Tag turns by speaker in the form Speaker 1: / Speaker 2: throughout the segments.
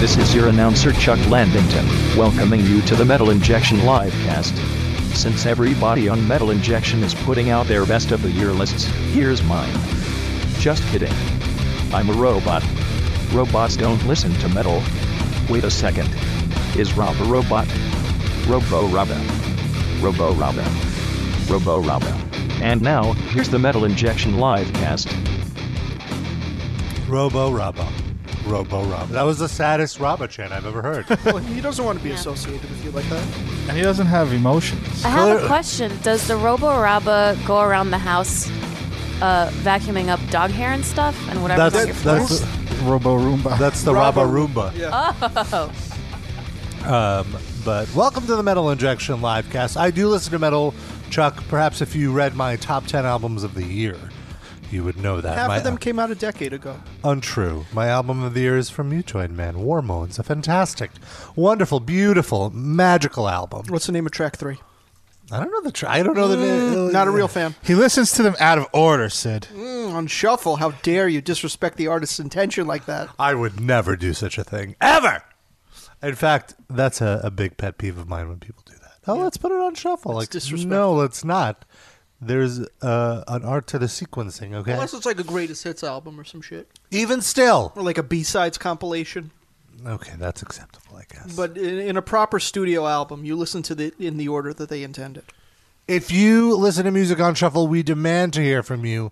Speaker 1: This is your announcer Chuck Landington, welcoming you to the Metal Injection Livecast. Since everybody on Metal Injection is putting out their best of the year lists, here's mine. Just kidding. I'm a robot. Robots don't listen to metal. Wait a second. Is Rob a robot? Robo Robo. Robo Robo. Robo Robo. And now, here's the Metal Injection Livecast.
Speaker 2: Robo Robo. Robo Robo. That was the saddest Robo chant I've ever heard.
Speaker 3: Well, he doesn't want to be associated with you like that.
Speaker 4: And he doesn't have emotions.
Speaker 5: I have
Speaker 2: Clear-
Speaker 5: a question. Does the Robo Raba go around the house uh, vacuuming up dog hair and stuff and whatever?
Speaker 2: That's
Speaker 5: your floor?
Speaker 2: that's
Speaker 4: Robo Roomba.
Speaker 2: that's the Robo Roomba.
Speaker 3: Yeah.
Speaker 5: Oh,
Speaker 2: Um, But welcome to the Metal Injection Livecast. I do listen to metal, Chuck. Perhaps if you read my top ten albums of the year, you would know that.
Speaker 3: Half
Speaker 2: Uh, My-
Speaker 3: of them came out a decade ago.
Speaker 2: Untrue. My album of the year is from Mutoid Man, War Moans. A fantastic, wonderful, beautiful, magical album.
Speaker 3: What's the name of track three? Mm,
Speaker 2: I don't know the. Tra- I don't know the name.
Speaker 3: Not a real fan.
Speaker 4: he listens to them out of order, Sid.
Speaker 3: Mm, on shuffle, how dare you disrespect the artist's intention like that?
Speaker 2: I would never do such a thing ever. In fact, that's a, a big pet peeve of mine when people do that. Oh, let's put it on shuffle. like
Speaker 3: disrespectful.
Speaker 2: no, let's not. There's uh, an art to the sequencing. Okay.
Speaker 3: Unless it's like a greatest hits album or some shit,
Speaker 2: Even still.
Speaker 3: or like a B sides compilation.
Speaker 2: Okay, that's acceptable, I guess.
Speaker 3: But in, in a proper studio album, you listen to the in the order that they intended.
Speaker 2: If you listen to music on shuffle, we demand to hear from you.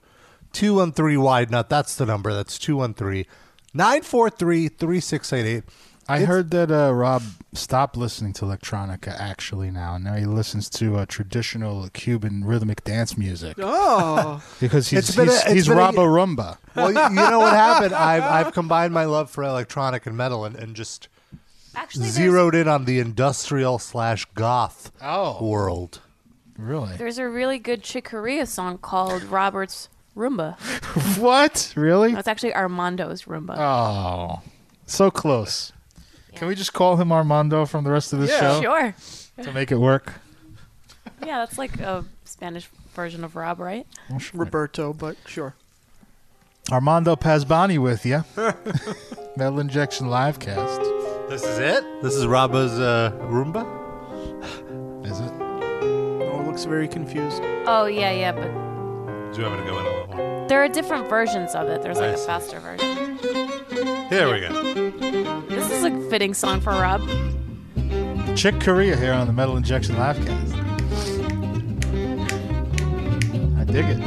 Speaker 2: 213 Wide Nut. That's the number. That's 213 943 3688.
Speaker 4: I heard that uh, Rob stopped listening to electronica actually now, and now he listens to uh, traditional Cuban rhythmic dance music
Speaker 3: Oh,
Speaker 4: because he's
Speaker 2: It's been a-
Speaker 4: he's,
Speaker 2: it's
Speaker 4: he's
Speaker 2: been a-
Speaker 4: Robo Roomba.
Speaker 2: Well, you know what happened? I've, I've combined my love for electronic and metal and, and just
Speaker 5: Actually, there's-
Speaker 2: zeroed in on the industrial slash goth
Speaker 4: Oh.
Speaker 2: world.
Speaker 4: Really?
Speaker 5: There's a really good Chick Corea song called Robert's Roomba.
Speaker 4: What? Really?
Speaker 5: That's actually Armando's Roomba.
Speaker 4: Oh, so close. Can we just call him Armando from the rest of this
Speaker 3: Yeah.
Speaker 4: show
Speaker 5: Sure.
Speaker 4: to make it work?
Speaker 5: Yeah, that's like a Spanish version of Rob, right?
Speaker 3: Roberto, but sure.
Speaker 4: Armando Pasbani with you. Metal Injection Livecast.
Speaker 2: This is it? This is Raba's uh, Roomba?
Speaker 4: Is it?
Speaker 3: Oh, looks very confused.
Speaker 5: Oh yeah, yeah, but
Speaker 2: Do you want me to go in a little more?
Speaker 5: there are different versions of it. There's like
Speaker 2: I
Speaker 5: a
Speaker 2: see.
Speaker 5: faster version.
Speaker 2: Here we go.
Speaker 5: This is a fitting song for Rob.
Speaker 4: Chick Corea here on the Metal Injection Livecast. I dig it.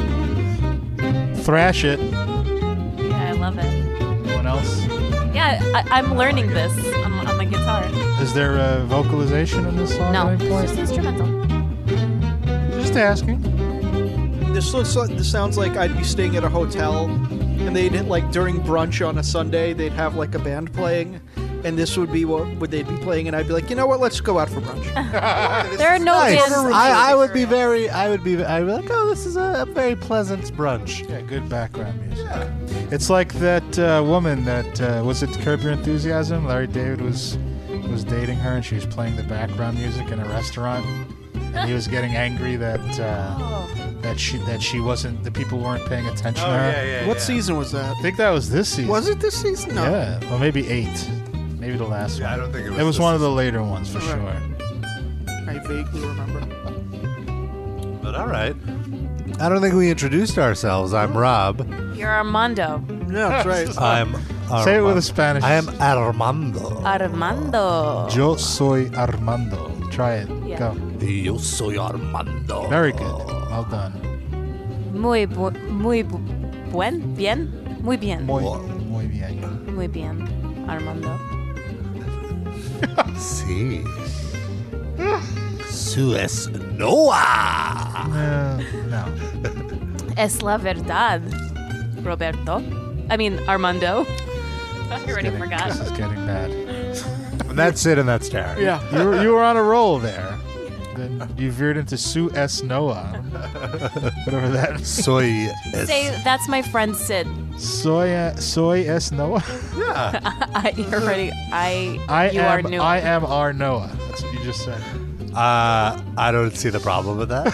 Speaker 4: Thrash it.
Speaker 5: Yeah, I love it.
Speaker 4: Anyone else?
Speaker 5: Yeah, I, I'm learning this on, on the guitar.
Speaker 4: Is there a vocalization in this song
Speaker 5: No,
Speaker 4: at
Speaker 5: it's
Speaker 4: any
Speaker 5: just
Speaker 4: point?
Speaker 5: instrumental.
Speaker 4: Just asking.
Speaker 3: This looks like, this sounds like I'd be staying at a hotel, and they'd like during brunch on a Sunday they'd have like a band playing, and this would be what would they be playing, and I'd be like, you know what, let's go out for brunch.
Speaker 5: There are no
Speaker 2: Ah, Nice.
Speaker 5: bands.
Speaker 2: I, I would be very, I would be, I'd be like, oh, this is a, a very pleasant brunch.
Speaker 4: Yeah, good background music. It's like that uh, woman that uh, was it Curb Your Enthusiasm. Larry David was was dating her, and she was playing the background music in a restaurant, and he was getting angry that uh,
Speaker 5: Oh.
Speaker 4: that she that she wasn't the people weren't paying
Speaker 3: Oh,
Speaker 4: attention
Speaker 2: Oh,
Speaker 4: to her.
Speaker 3: what season was that?
Speaker 4: I think that was this season.
Speaker 3: Was it this season? No.
Speaker 4: Yeah, well, maybe eight, maybe the last one.
Speaker 2: I don't think it was.
Speaker 4: It was
Speaker 2: this
Speaker 4: one of the later ones for
Speaker 3: Right.
Speaker 4: sure.
Speaker 3: I vaguely remember.
Speaker 2: season, But all right. I don't think we introduced ourselves. I'm Rob.
Speaker 5: You're Armando.
Speaker 3: No, that's right.
Speaker 2: I'm.
Speaker 4: Say it with
Speaker 2: Armando.
Speaker 4: a Spanish.
Speaker 2: I am Armando.
Speaker 5: Armando.
Speaker 4: Yo soy Armando. Try it.
Speaker 5: Yeah.
Speaker 4: Go.
Speaker 2: Yo soy Armando.
Speaker 4: Very good. Well done.
Speaker 5: Muy bu- muy bu- buen, bien, muy bien,
Speaker 4: Muy, muy bien.
Speaker 5: muy bien, Armando.
Speaker 2: Sí. Suez Noah.
Speaker 4: Uh, no.
Speaker 5: Es la verdad, Roberto. I mean Armando. I already
Speaker 4: Getting- This
Speaker 5: forgot.
Speaker 4: is getting bad.
Speaker 2: And that's it, and that's Darren.
Speaker 3: Yeah.
Speaker 4: You were, you were on a roll there. Then you veered into Sue S. Noah. Whatever that is.
Speaker 2: Soy.
Speaker 5: Say that's my friend Sid.
Speaker 4: Soy, uh, soy S. Noah.
Speaker 5: I you're already I,
Speaker 4: I
Speaker 5: you
Speaker 4: am
Speaker 5: are new.
Speaker 4: I am R. Noah. That's what you just said.
Speaker 2: Uh, I don't see the problem with that.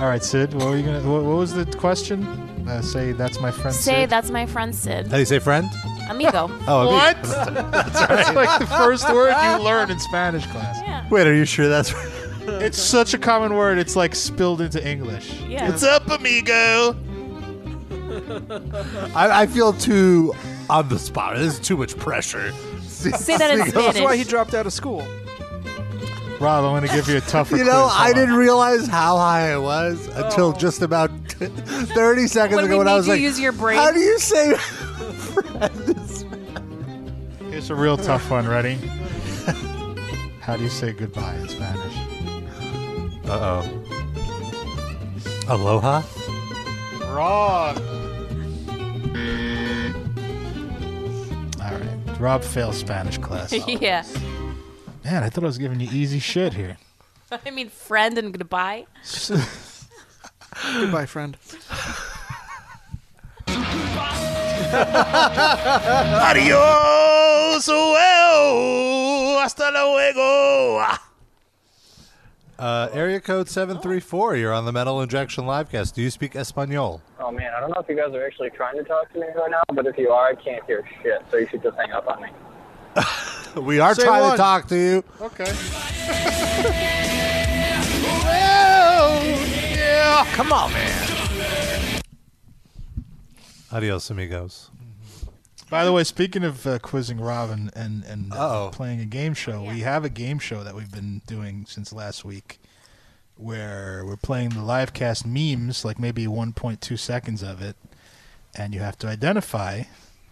Speaker 4: All right, Sid. What were you gonna? What, what was the question? Uh, say that's my friend.
Speaker 5: Say
Speaker 4: Sid."
Speaker 5: that's my friend Sid.
Speaker 2: How do you say friend?
Speaker 5: Amigo.
Speaker 2: Oh, amigo.
Speaker 4: What? That's like the first word you learn in Spanish class.
Speaker 5: yeah.
Speaker 2: Wait, are you sure that's
Speaker 4: It's such a common word. It's like spilled into English.
Speaker 5: Yeah.
Speaker 4: What's up, amigo?
Speaker 2: I, I feel too on the spot. This is too much pressure.
Speaker 5: Say that in
Speaker 3: That's why he
Speaker 5: Spanish.
Speaker 3: dropped out of school.
Speaker 4: Rob, I'm gonna give you a tougher.
Speaker 2: You know,
Speaker 4: quiz.
Speaker 2: I
Speaker 4: Hold on.
Speaker 2: didn't realize how high I was until just about 30 seconds
Speaker 5: Oh. When
Speaker 2: ago
Speaker 5: we
Speaker 2: when I
Speaker 5: made
Speaker 2: was
Speaker 5: you
Speaker 2: like,
Speaker 5: use your brain.
Speaker 2: How do you say
Speaker 4: Here's a real tough one. Ready? How do you say goodbye in Spanish?
Speaker 2: aloha?
Speaker 4: Wrong. All right. Rob fails Spanish class.
Speaker 5: yeah.
Speaker 4: Man, I thought I was giving you easy shit here.
Speaker 5: I mean, friend and goodbye.
Speaker 3: Goodbye, friend.
Speaker 4: Adios, well, hasta luego.
Speaker 2: Uh, area code 734, you're on the Metal Injection Livecast. Do you speak Espanol?
Speaker 6: Oh man, I don't know if you guys are actually trying to talk to me right now, but if you are, I can't hear shit, so you should just hang up on me.
Speaker 2: We are
Speaker 3: Say
Speaker 2: trying to
Speaker 3: one.
Speaker 2: talk to you.
Speaker 4: Okay.
Speaker 2: Come on, man. Adios, amigos.
Speaker 4: By the way, speaking of uh, quizzing Rob and, and, and uh,
Speaker 2: Uh-oh.
Speaker 4: playing a game show, we have a game show that we've been doing since last week where we're playing the live cast memes, like maybe 1.2 seconds of it, and you have to identify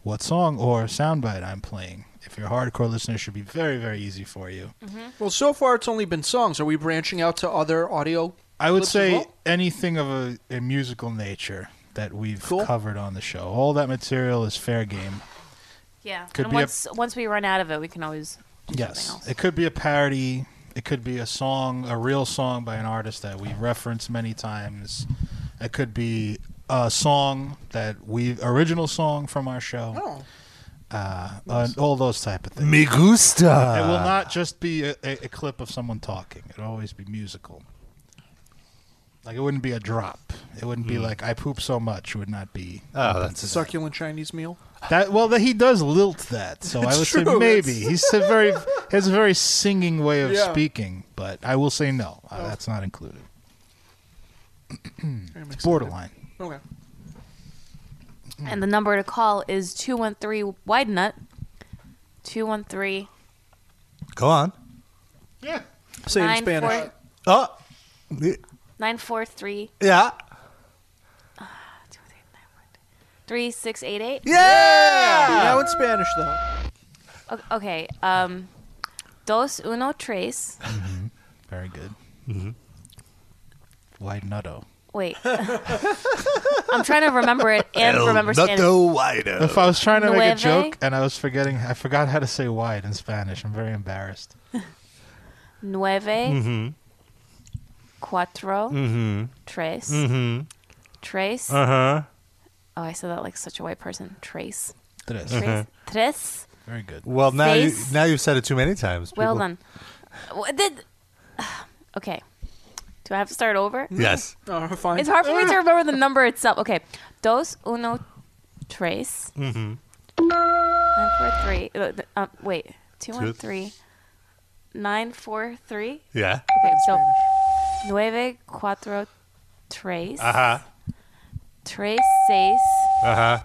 Speaker 4: what song or soundbite I'm playing. If you're a hardcore listener, it should be very, very easy for you.
Speaker 5: Mm-hmm.
Speaker 3: Well, so far it's only been songs. Are we branching out to other audio?
Speaker 4: I would
Speaker 3: clips as
Speaker 4: say
Speaker 3: well?
Speaker 4: anything of a, a musical nature that we've
Speaker 3: Cool.
Speaker 4: covered on the show. All that material is fair game.
Speaker 5: Yeah.
Speaker 4: Could
Speaker 5: and
Speaker 4: be a-
Speaker 5: once once we run out of it, we can always do something
Speaker 4: Yes,
Speaker 5: else.
Speaker 4: it could be a parody. It could be a song, a real song by an artist that we've referenced many times. It could be a song that we original song from our show.
Speaker 3: Oh.
Speaker 4: Uh, and all those type of things.
Speaker 2: Me gusta.
Speaker 4: it will not just be a, a, a clip of someone talking. It'll always be musical. Like it wouldn't be a drop. It wouldn't be like I poop so much. It would not be
Speaker 2: Hmm. Oh, that's
Speaker 3: It's a succulent Chinese meal.
Speaker 4: that. Well, that he does lilt that. So I
Speaker 3: It's
Speaker 4: would say
Speaker 3: true,
Speaker 4: maybe
Speaker 3: it's-
Speaker 4: he's a very has a very singing way of
Speaker 3: Yeah. Oh.
Speaker 4: speaking. But I will say no. Uh, That's not included. Mm-hmm.
Speaker 3: It's
Speaker 4: Borderline.
Speaker 3: Okay.
Speaker 5: And the number to call is 213 Wide Nut. 213
Speaker 2: Go on.
Speaker 3: Say it in Spanish.
Speaker 2: Oh,
Speaker 5: Nine four three
Speaker 2: yeah.
Speaker 5: two three nine one three six eight eight.
Speaker 3: Now in Spanish, though.
Speaker 5: O- Okay. Um, dos uno tres.
Speaker 4: Very good. Mm-hmm. Why nutto?
Speaker 5: Wait. I'm trying to remember it and remember Spanish.
Speaker 2: Nato Wido.
Speaker 4: If I was trying to make a
Speaker 5: Nueve?
Speaker 4: joke and I was forgetting, I forgot how to say wide in Spanish. I'm very embarrassed.
Speaker 5: Nueve.
Speaker 3: Eh?
Speaker 4: Mm. Mm-hmm.
Speaker 5: Cuatro. Tres. Tres.
Speaker 2: Uh-huh.
Speaker 5: Oh, I said that like such a white person. Tres.
Speaker 4: Tres.
Speaker 5: Tres. Tres.
Speaker 4: Very good.
Speaker 2: Well, now you,
Speaker 5: Face.
Speaker 2: now you've said it too many times.
Speaker 5: Well
Speaker 2: People-
Speaker 5: done. What did? Okay. Do I have to start over?
Speaker 2: Yes.
Speaker 3: Oh, fine.
Speaker 5: It's hard for me to remember the number itself. Okay. Dos, uno, tres. Mm-hmm. Nine, four, three. Uh, th- uh, wait. Two, one,
Speaker 2: Two.
Speaker 5: three. Nine, four, three.
Speaker 2: Yeah.
Speaker 5: Okay, so nueve, cuatro, tres.
Speaker 2: Uh huh.
Speaker 5: Tres, seis.
Speaker 2: Uh huh.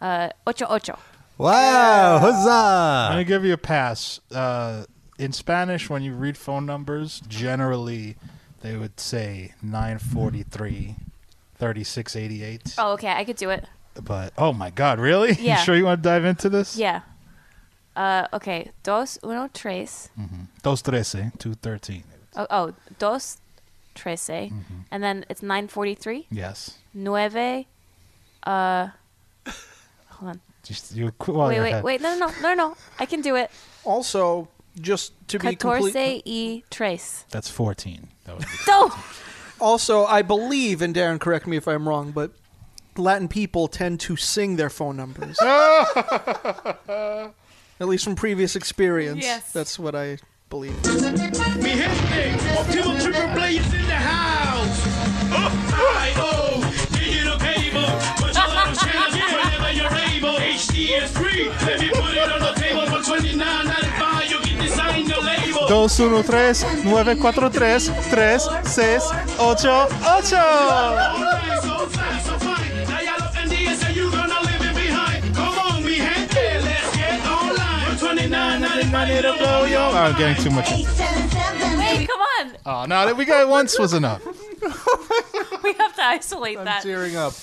Speaker 5: Uh, ocho, ocho.
Speaker 2: Wow!
Speaker 4: I'm
Speaker 2: Huzzah!
Speaker 4: gonna give you a pass. Uh, in Spanish, when you read phone numbers, generally they would say 943, 3688.
Speaker 5: Oh, okay. I could do it.
Speaker 4: But oh my god, really?
Speaker 5: Yeah.
Speaker 4: You sure you want to dive into this?
Speaker 5: Yeah. Uh, okay. Dos, uno, tres.
Speaker 4: Dos trece, two thirteen.
Speaker 5: Oh, oh dos, trece. And then it's 943.
Speaker 4: Yes.
Speaker 5: nueve. Uh, hold on.
Speaker 4: Just you. qu- Well,
Speaker 5: wait,
Speaker 4: you're
Speaker 5: wait,
Speaker 4: ahead.
Speaker 5: wait. No, no, no, no, no. I can do it.
Speaker 3: also, just to be
Speaker 5: Catorce
Speaker 3: complete.
Speaker 5: y tres.
Speaker 4: That's fourteen. That would be-
Speaker 5: No.
Speaker 3: Also, I believe, and Darren, correct me if I'm wrong, but Latin people tend to sing their phone numbers.
Speaker 4: Ah!
Speaker 3: At least from previous experience.
Speaker 5: Yes.
Speaker 3: That's what I believe.
Speaker 7: Me gente, Optimal Triple Play is in the house. Oh, I, oh, did it is free. Let me put it on the table for $29.95. You can design your label.
Speaker 4: 2, 1, 3, 9, 4, 3, 3, 6, 8, 8. Oh, I'm getting too much.
Speaker 5: Wait, come on.
Speaker 4: Oh, no, that we got once was enough.
Speaker 5: We have to isolate that.
Speaker 2: Tearing up.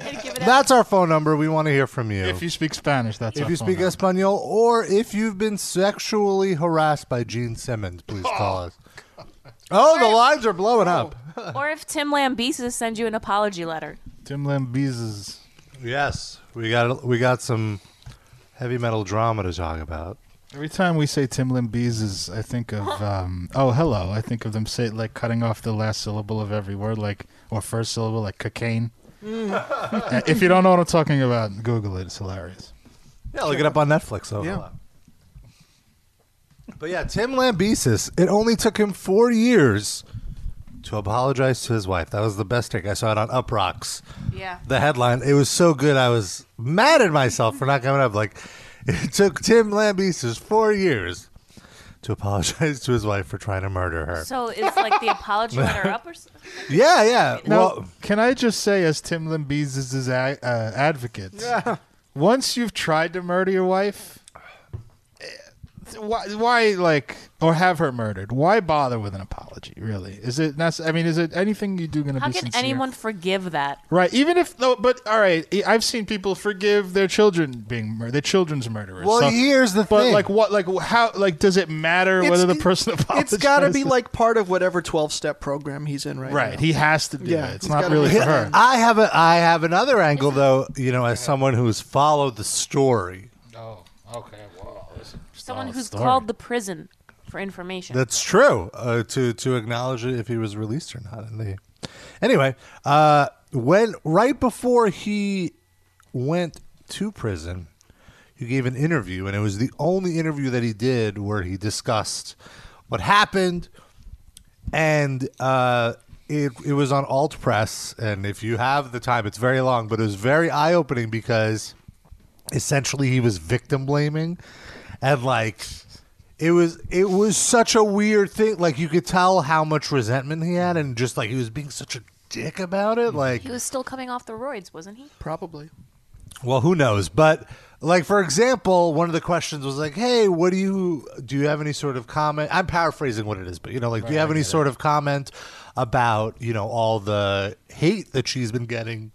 Speaker 5: and give it out.
Speaker 2: That's our phone number. We want to hear from you.
Speaker 4: If you speak Spanish, that's
Speaker 2: If
Speaker 4: our
Speaker 2: you
Speaker 4: phone
Speaker 2: speak
Speaker 4: number.
Speaker 2: Espanol or if you've been sexually harassed by Gene Simmons, please call us. Oh, the lines are blowing up.
Speaker 5: Or if Tim Lambesis sends you an apology letter.
Speaker 4: Tim Lambizes.
Speaker 2: Yes, we got we got some heavy metal drama to talk about.
Speaker 4: Every time we say Tim Lambizes, I think of um, oh hello. I think of them say like cutting off the last syllable of every word, like or first syllable, like cocaine. Uh, if you don't know what I'm talking about, Google it. It's hilarious.
Speaker 2: Yeah, look it up on Netflix. So But yeah, Tim Lambesis. It only took him four years to apologize to his wife. That was the best take I saw it on Up Rocks.
Speaker 5: Yeah.
Speaker 2: The headline. It was so good. I was mad at myself for not coming up. Like it took Tim Lambesis four years to apologize to his wife for trying to murder her.
Speaker 5: So it's like the apology letter up or something?
Speaker 2: Yeah, yeah.
Speaker 4: Now,
Speaker 2: Well,
Speaker 4: can I just say, as Tim Lambizes' a- uh, advocate, once you've tried to murder your wife, eh, why, why, like, or have her murdered? Why bother with an apology? Really, is it? Nece- I mean, is it anything you do going to
Speaker 5: How
Speaker 4: be
Speaker 5: can
Speaker 4: sincere?
Speaker 5: anyone forgive that?
Speaker 4: Right. Even if no, but all right. I- I've seen people forgive their children being mur- their children's murderers.
Speaker 2: well,
Speaker 4: so-
Speaker 2: here's the
Speaker 4: but
Speaker 2: thing.
Speaker 4: like what? Like how? Like does it matter whether the
Speaker 3: it-
Speaker 4: person apologizes?
Speaker 3: It's got to be like part of whatever 12 step program he's in right
Speaker 4: right.
Speaker 3: now.
Speaker 4: He has to do
Speaker 3: Yeah,
Speaker 4: it. It's
Speaker 3: he's
Speaker 4: not
Speaker 3: gotta
Speaker 4: really
Speaker 3: be-
Speaker 4: for her.
Speaker 2: I have a I have another angle though. You know, as someone who's followed the story.
Speaker 4: Oh, okay. Wow.
Speaker 5: Someone who's called the prison for information.
Speaker 2: That's true. Uh, to to acknowledge if he was released or not. And they, anyway, uh, when right before he went to prison, he gave an interview, and it was the only interview that he did where he discussed what happened, and uh, it it was on Alt Press. And if you have the time, it's very long, but it was very eye opening because essentially he was victim blaming and like it was it was such a weird thing like you could tell how much resentment he had and just like he was being such a dick about it like
Speaker 5: he was still coming off the roids, wasn't he?
Speaker 3: Probably.
Speaker 2: well who knows but like for example one of the questions was like hey what do you do you have any sort of comment i'm paraphrasing what it is but you know like do you have any sort of comment about you know all the hate that she's been getting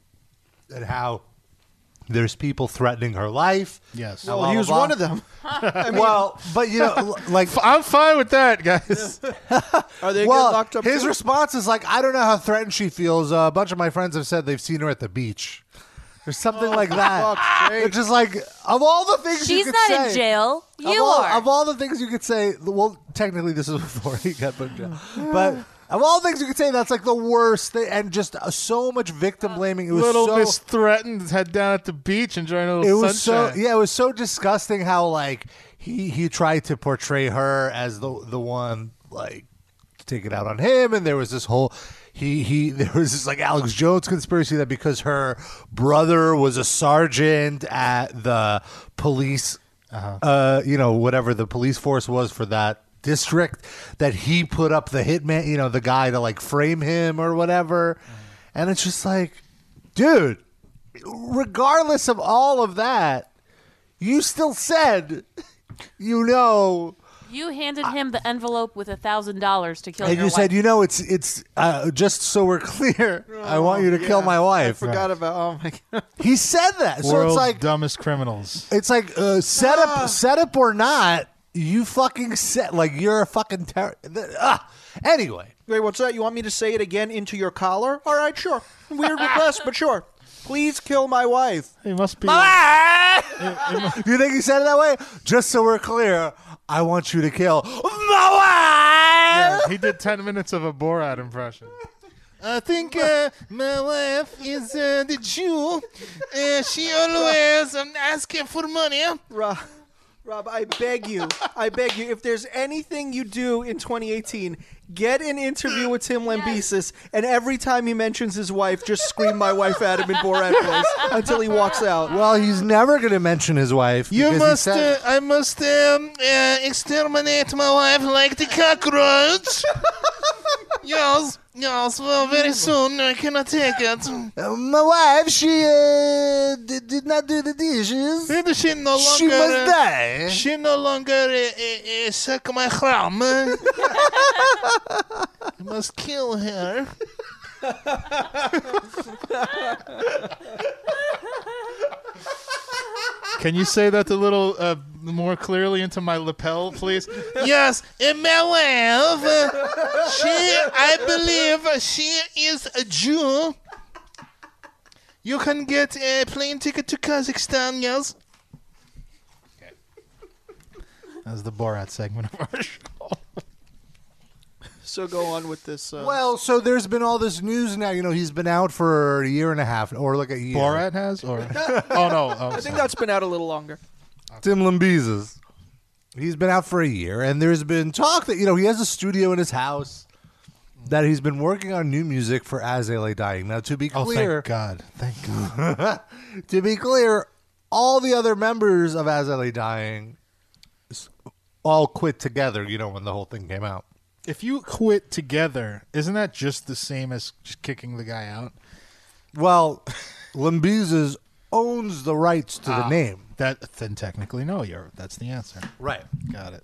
Speaker 2: and how there's people threatening her life
Speaker 4: Yes.
Speaker 2: Well,
Speaker 3: Well, he was
Speaker 2: blah,
Speaker 3: one
Speaker 2: blah.
Speaker 3: of them.
Speaker 2: well, but you know, l- like,
Speaker 4: F- I'm fine with that, guys.
Speaker 3: Are they getting
Speaker 2: well,
Speaker 3: locked up?
Speaker 2: his
Speaker 3: too?
Speaker 2: response is like, I don't know how threatened she feels. Uh, a bunch of my friends have said they've seen her at the beach, or something like
Speaker 3: Oh,
Speaker 2: that. It's just like of all the things you
Speaker 5: She's
Speaker 2: could
Speaker 5: not
Speaker 2: say,
Speaker 5: in jail.
Speaker 2: Of
Speaker 5: You
Speaker 2: all,
Speaker 5: are.
Speaker 2: Of all the things you could say, well, technically this is before he got put in jail, but. Of all things you could say, that's like the worst thing, and just uh, so much victim blaming. It was
Speaker 4: little
Speaker 2: so
Speaker 4: Miss Threatened head down at the beach enjoying a
Speaker 2: it
Speaker 4: little
Speaker 2: was
Speaker 4: sunshine.
Speaker 2: so yeah it was so disgusting how like he he tried to portray her as the the one like to take it out on him and there was this whole he he there was this like Alex Jones conspiracy that because her brother was a sergeant at the police uh you know whatever the police force was for that district that he put up the hitman you know the guy to like frame him or whatever and it's just like dude regardless of all of that, you still said, you know,
Speaker 5: you handed him the envelope with a thousand dollars to kill
Speaker 2: and
Speaker 5: your
Speaker 2: you said,
Speaker 5: wife.
Speaker 2: you know, it's it's uh, just so we're clear. I want you to kill my
Speaker 3: Oh, I
Speaker 2: wife.
Speaker 3: forgot about. Oh my god.
Speaker 2: He said that, so
Speaker 4: World's
Speaker 2: it's like
Speaker 4: dumbest criminals.
Speaker 2: it's like uh, set up, set up or not, you fucking set like you're a fucking terror. Uh, anyway,
Speaker 3: ah! Wait, what's that? You want me to say it again into your collar? All right, sure. Weird request, but sure. Please kill my wife.
Speaker 4: He must be.
Speaker 2: do you think he said it that way? Just so we're clear, I want you to kill my wife.
Speaker 4: he did 10 minutes of a Borat impression. I think uh, my wife is uh, the Jew. Uh, she always um, asking for money.
Speaker 3: Ra- Rob, I beg you, I beg you, if there's anything you do in 2018, get an interview with Tim Lambesis, and every time he mentions his wife, just scream my wife at him in Borat voice until he walks out.
Speaker 2: Well, he's never going to mention his wife.
Speaker 4: You
Speaker 2: because he
Speaker 4: must.
Speaker 2: said-
Speaker 4: uh, I must um, uh, exterminate my wife like the cockroach. yes, yes. Well, very soon I cannot take it.
Speaker 2: Uh, Mm. my wife, she uh, did, did not do the dishes.
Speaker 4: Maybe she no longer.
Speaker 2: She must
Speaker 4: uh,
Speaker 2: die.
Speaker 4: She no longer uh, uh, uh, suck my crumb. I must kill her. Can you say that a little uh, more clearly into my lapel, please? yes, and my wife, uh, she, I believe she is a Jew. You can get a plane ticket to Kazakhstan, yes? That was the Borat segment of our show.
Speaker 3: So go on with this. Uh,
Speaker 2: Well, so there's been all this news now. You know, he's been out for a year and a half, or like a year.
Speaker 4: Borat has, or oh no, oh,
Speaker 3: I think that's been out a little longer.
Speaker 2: Tim Lambesis. He's been out for a year, and there's been talk that you know he has a studio in his house that he's been working on new music for As They Lay Dying. Now, to be
Speaker 4: oh
Speaker 2: clear,
Speaker 4: thank God, thank God.
Speaker 2: to be clear, all the other members of As They Lay Dying s- all quit together. You know, when the whole thing came out.
Speaker 4: If you quit together, isn't that just the same as just kicking the guy out?
Speaker 2: Well, Lambesis owns the rights to
Speaker 4: Ah.
Speaker 2: the name.
Speaker 4: That then technically no, you're that's the answer.
Speaker 2: Right.
Speaker 4: Got it.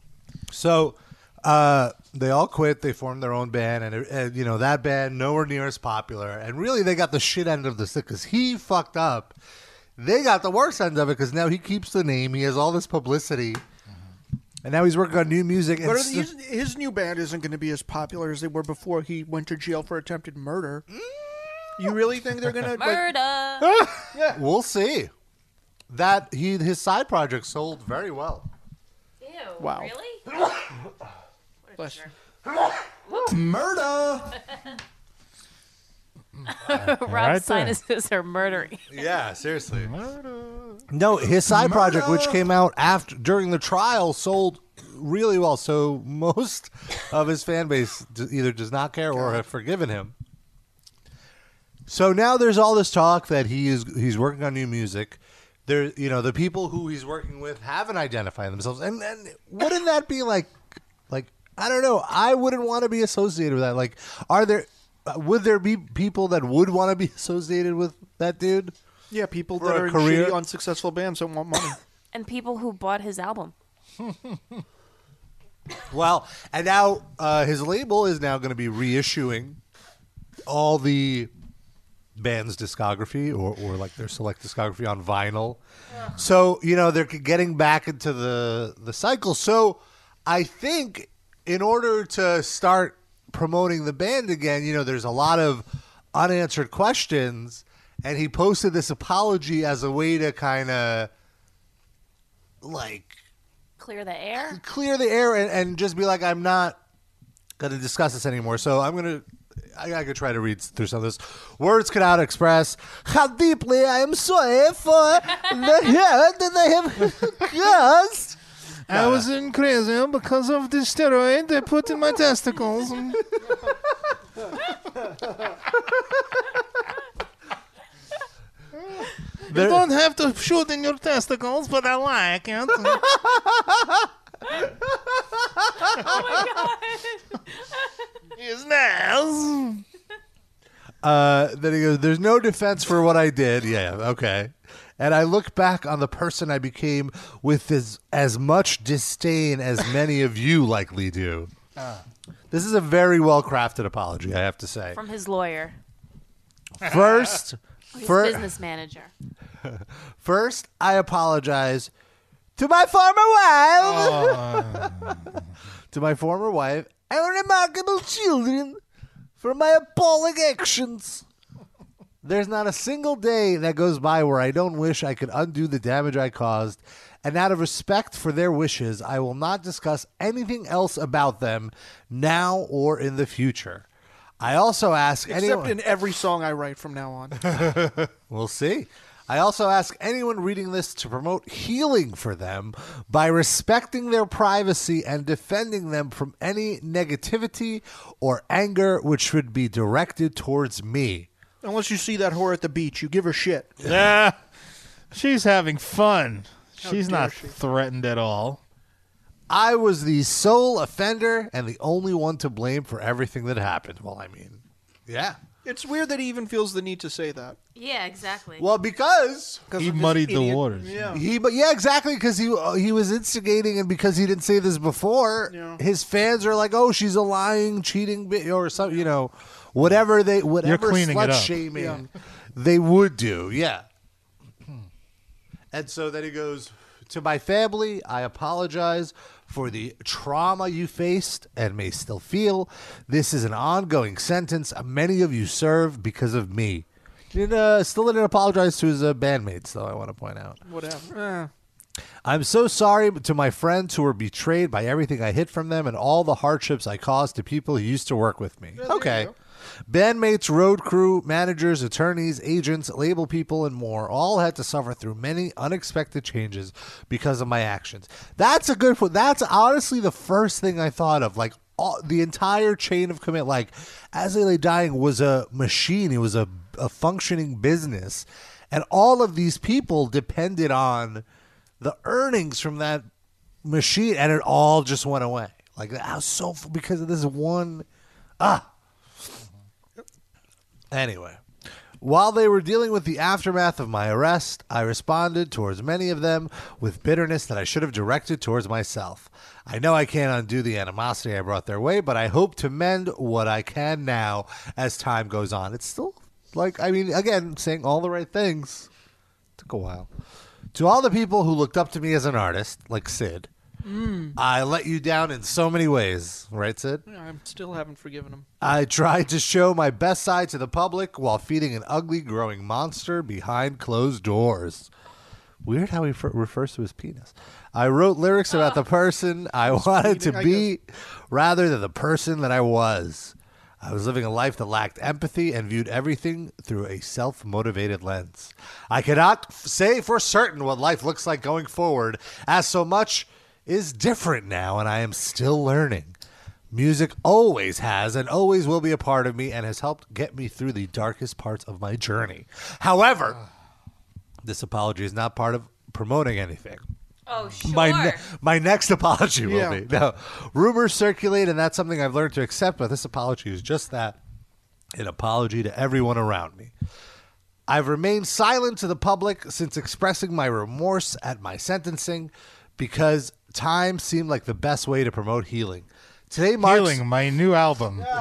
Speaker 2: So uh, they all quit. They formed their own band, and, and you know that band nowhere near as popular. And really, they got the shit end of the stick because he fucked up. They got the worst end of it because now he keeps the name. He has all this publicity,
Speaker 4: Mm-hmm.
Speaker 2: and now he's working on new music. And
Speaker 3: But
Speaker 2: st-
Speaker 3: his, his new band isn't going to be as popular as they were before he went to jail for attempted murder. You really think they're going to? Like,
Speaker 5: Murder.
Speaker 2: we'll see. That he his side project sold very well.
Speaker 5: Ew.
Speaker 3: Wow.
Speaker 5: Really? What a
Speaker 3: Bless you.
Speaker 5: jerk.
Speaker 2: Murder.
Speaker 5: Rob's
Speaker 4: right there.
Speaker 5: sinuses are murdering.
Speaker 2: Yeah, seriously. No, his side project, which came out after during the trial, sold really well. So most of his fan base d- either does not care or have forgiven him. So now there's all this talk that he is he's working on new music. There, you know, the people who he's working with haven't identified themselves, and and wouldn't that be like, like I don't know, I wouldn't want to be associated with that. Like, are there, uh, would there be people that would want to be associated with that dude?
Speaker 3: yeah, people
Speaker 2: For
Speaker 3: that
Speaker 2: a
Speaker 3: are in
Speaker 2: career-
Speaker 3: shitty, unsuccessful bands don't want money.
Speaker 5: And people who bought his album.
Speaker 2: Well, and now uh, his label is now going to be reissuing all the band's discography or, or like their select discography on vinyl. So, you know, they're getting back into the, the cycle. So I think in order to start promoting the band again, you know, there's a lot of unanswered questions. And he posted this apology as a way to kind of like
Speaker 5: Clear the air.
Speaker 2: clear the air and, and just be like, I'm not going to discuss this anymore. So I'm going to. I, I could try to read through some of this. Words cannot express how deeply I am sorry for the hurt that I have caused.
Speaker 4: I was in crazy because of the steroid they put in my testicles. You
Speaker 2: There-
Speaker 4: don't have to shoot in your testicles, but I like it. it's nice.
Speaker 2: Uh, then he goes, There's no defense for what I did. Yeah, okay. And I look back on the person I became with as, as much disdain as many of you likely do. This is a very well crafted apology, I have to say.
Speaker 5: From his lawyer.
Speaker 2: First,
Speaker 5: His
Speaker 2: fir-
Speaker 5: business manager.
Speaker 2: First, I apologize to my former wife, to my former wife, and remarkable children for my appalling actions. There's not a single day that goes by where I don't wish I could undo the damage I caused, and out of respect for their wishes, I will not discuss anything else about them now or in the future. I also ask
Speaker 3: Except
Speaker 2: anyone.
Speaker 3: in every song I write from now on.
Speaker 2: We'll see. I also ask anyone reading this to promote healing for them by respecting their privacy and defending them from any negativity or anger which should be directed towards me.
Speaker 3: Unless you see that whore at the beach, you give her shit.
Speaker 4: Yeah. She's having fun. She's
Speaker 3: dare
Speaker 4: not
Speaker 3: she.
Speaker 4: threatened at all.
Speaker 2: I was the sole offender and the only one to blame for everything that happened. Well, I mean, yeah.
Speaker 3: It's weird that he even feels the need to say that.
Speaker 5: Yeah, exactly.
Speaker 2: Well, because
Speaker 3: because
Speaker 4: He
Speaker 3: of this
Speaker 4: muddied the
Speaker 3: idiot-
Speaker 4: waters.
Speaker 3: Yeah.
Speaker 2: He, but yeah, exactly, because he uh, he was instigating, and because he didn't say this before,
Speaker 3: Yeah.
Speaker 2: his fans are like, "Oh, she's a lying, cheating bitch," or some, you know, whatever they, whatever
Speaker 4: cleaning it
Speaker 2: slut
Speaker 4: up.
Speaker 2: shaming
Speaker 3: Yeah.
Speaker 2: they would do, yeah. And so then he goes to my family. I apologize for the trauma you faced and may still feel. This is an ongoing sentence many of you serve because of me. Didn't, uh, still didn't apologize to his uh, bandmates, though. I want to point out.
Speaker 3: Whatever. Eh.
Speaker 2: I'm so sorry to my friends who were betrayed by everything I hid from them and all the hardships I caused to people who used to work with me.
Speaker 3: you
Speaker 2: okay.
Speaker 3: go.
Speaker 2: Bandmates, road crew, managers, attorneys, agents, label people, and more all had to suffer through many unexpected changes because of my actions. That's a good point. That's honestly the first thing I thought of. Like, all, the entire chain of command, like, as they lay dying was a machine, it was a, a functioning business. And all of these people depended on the earnings from that machine and it all just went away like that was so f- because of this one ah anyway while they were dealing with the aftermath of my arrest i responded towards many of them with bitterness that i should have directed towards myself i know i can't undo the animosity i brought their way but i hope to mend what i can now as time goes on it's still like i mean again saying all the right things took a while. To all the people who looked up to me as an artist, like Sid, I let you down in so many ways, right, Sid?
Speaker 3: I still haven't forgiven him.
Speaker 2: I tried to show my best side to the public while feeding an ugly, growing monster behind closed doors. Weird how he fer- refers to his penis. I wrote lyrics about the person I wanted to
Speaker 3: Eating, I
Speaker 2: be rather than the person that I was. I was living a life that lacked empathy and viewed everything through a self motivated lens. I cannot f- say for certain what life looks like going forward, as so much is different now and I am still learning. Music always has and always will be a part of me and has helped get me through the darkest parts of my journey. However, this apology is not part of promoting anything.
Speaker 5: oh, sure.
Speaker 2: My ne- my next apology will
Speaker 3: Yeah.
Speaker 2: be no rumors circulate, and that's something I've learned to accept. But this apology is just that—an apology to everyone around me. I've remained silent to the public since expressing my remorse at my sentencing because time seemed like the best way to promote healing. Today marks
Speaker 4: Healing, my new album.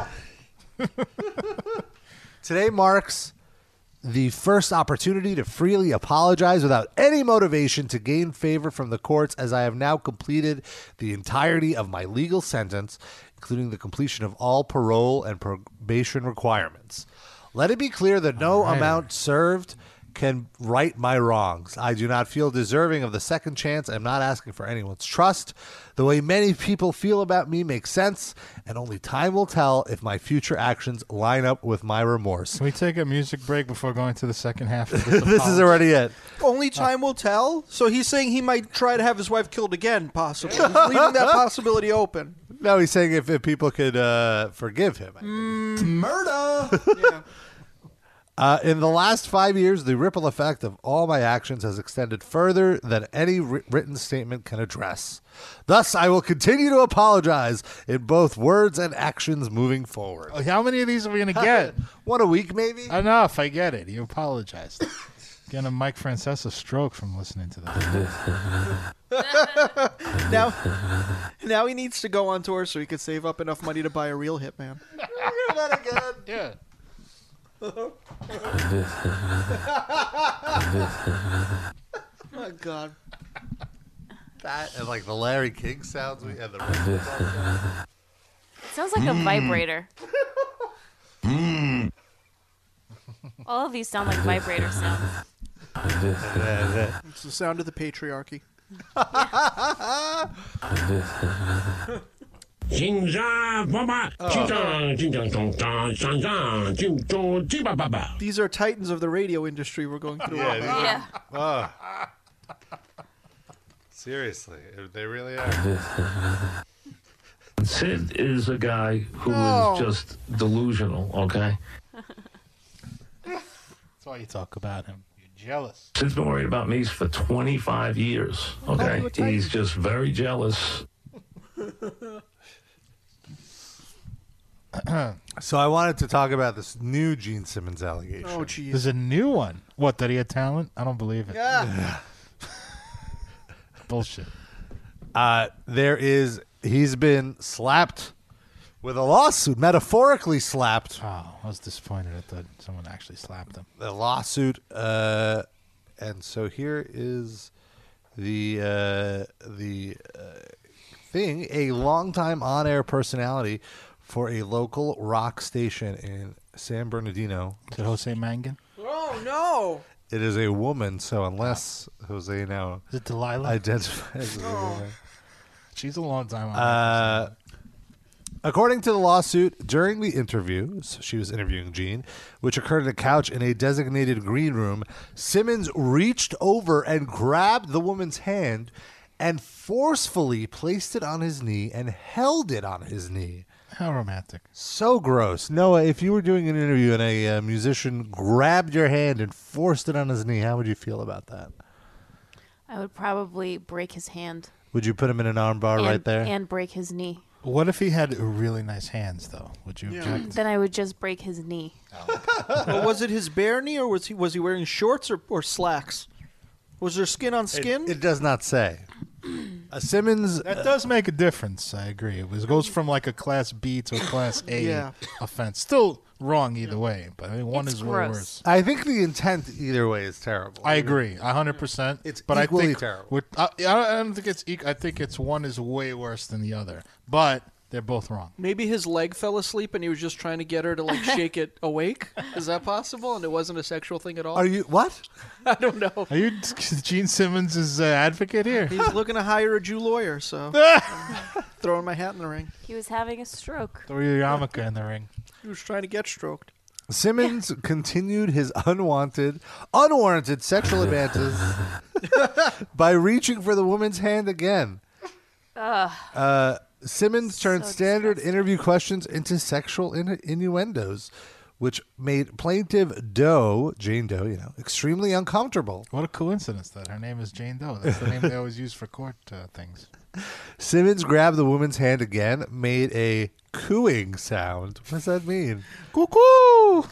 Speaker 2: Today marks the first opportunity to freely apologize without any motivation to gain favor from the courts, as I have now completed the entirety of my legal sentence, including the completion of all parole and probation requirements. Let it be clear that no amount served can right my wrongs. I do not feel deserving of the second chance. I'm not asking for anyone's trust. The way many people feel about me makes sense, and only time will tell if my future actions line up with my remorse.
Speaker 4: Can we take a music break before going to the second half of this?
Speaker 2: this is
Speaker 4: apology?
Speaker 2: already it.
Speaker 3: Only time will tell. So he's saying he might try to have his wife killed again, possibly. He's leaving that possibility open.
Speaker 2: No, he's saying if, if people could uh, forgive him. I think.
Speaker 3: Mm. Yeah.
Speaker 2: Uh, in the last five years, the ripple effect of all my actions has extended further than any wri- written statement can address. Thus, I will continue to apologize in both words and actions moving forward.
Speaker 4: Oh, How many of these are we gonna get?
Speaker 2: One a week, maybe?
Speaker 4: Enough. I get it. You apologized. Getting a Mike Francesa stroke from listening to that.
Speaker 3: Now, now he needs to go on tour so he could save up enough money to buy a real hitman.
Speaker 4: yeah.
Speaker 3: Oh God.
Speaker 2: That and like the Larry King sounds we and the
Speaker 5: Sounds like
Speaker 2: Hmm.
Speaker 5: a vibrator. All of these sound like vibrator sounds.
Speaker 3: It's the sound of the patriarchy.
Speaker 7: Baba.
Speaker 3: These are titans of the radio industry we're going through.
Speaker 5: Yeah.
Speaker 2: Seriously, they really are.
Speaker 8: Sid is a guy who is
Speaker 3: No.
Speaker 8: just delusional, okay?
Speaker 4: That's all you talk about him. You're jealous.
Speaker 8: Sid's been worried about me for 25 years, okay?
Speaker 3: Oh, you were tight.
Speaker 8: He's just very jealous.
Speaker 2: So I wanted to talk about this new Gene Simmons allegation.
Speaker 3: Oh, jeez.
Speaker 4: There's a new one. What? That he had talent? I don't believe it.
Speaker 3: Yeah.
Speaker 4: Bullshit.
Speaker 2: Uh, there is he's been slapped with a lawsuit, metaphorically slapped.
Speaker 4: Oh, I was disappointed. I thought someone actually slapped him.
Speaker 2: The lawsuit, uh, and so here is the uh, the uh, thing: a longtime on-air personality for a local rock station in San Bernardino.
Speaker 4: Is it Jose Mangan?
Speaker 3: Oh no.
Speaker 2: It is a woman, so unless Jose now
Speaker 4: Is it Delilah?
Speaker 2: identifies as a woman.
Speaker 4: Oh. She's a long time. on
Speaker 2: Uh, according to the lawsuit, during the interview, so she was interviewing Gene, which occurred on a couch in a designated green room, Simmons reached over and grabbed the woman's hand and forcefully placed it on his knee and held it on his knee.
Speaker 4: How romantic.
Speaker 2: So gross. Noah, if you were doing an interview and a uh, musician grabbed your hand and forced it on his knee, how would you feel about that?
Speaker 5: I would probably break his hand.
Speaker 2: Would you put him in an armbar
Speaker 5: and,
Speaker 2: right there?
Speaker 5: And break his knee.
Speaker 4: What if he had really nice hands, though? Would you object?
Speaker 5: Then I would just break his knee.
Speaker 3: But was it his bare knee or was he was he wearing shorts or, or slacks? Was there skin on skin?
Speaker 2: It does not say. Uh, Simmons
Speaker 4: That does make a difference. I agree. It was, goes from like a class B to a class A
Speaker 3: Yeah.
Speaker 4: offense. Still wrong either way, but I mean, one
Speaker 5: It's
Speaker 4: is way
Speaker 5: gross.
Speaker 4: worse.
Speaker 2: I think the intent either way is terrible.
Speaker 4: I agree, a hundred percent.
Speaker 2: It's
Speaker 4: but
Speaker 2: equally
Speaker 4: I think
Speaker 2: terrible.
Speaker 4: we're- I, I don't think it's. eq- I think it's one is way worse than the other, but they're both wrong.
Speaker 3: Maybe his leg fell asleep and he was just trying to get her to like shake it awake. Is that possible? And it wasn't a sexual thing at all.
Speaker 2: Are you what?
Speaker 3: I don't know.
Speaker 4: Are you Gene Simmons' uh, advocate here?
Speaker 3: He's looking to hire a Jew lawyer, so throwing my hat in the ring.
Speaker 5: He was having a stroke.
Speaker 4: Throw your yarmulke in the ring.
Speaker 3: He was trying to get stroked.
Speaker 2: Simmons continued his unwanted, unwarranted sexual advances by reaching for the woman's hand again. Uh, Simmons turned
Speaker 5: So
Speaker 2: standard
Speaker 5: disgusting.
Speaker 2: interview questions into sexual in- innuendos, which made plaintiff Doe, Jane Doe, you know, extremely uncomfortable.
Speaker 4: What a coincidence that her name is Jane Doe. That's the name they always use for court uh, things.
Speaker 2: Simmons grabbed the woman's hand again, made a cooing sound. What does that mean? Cuckoo!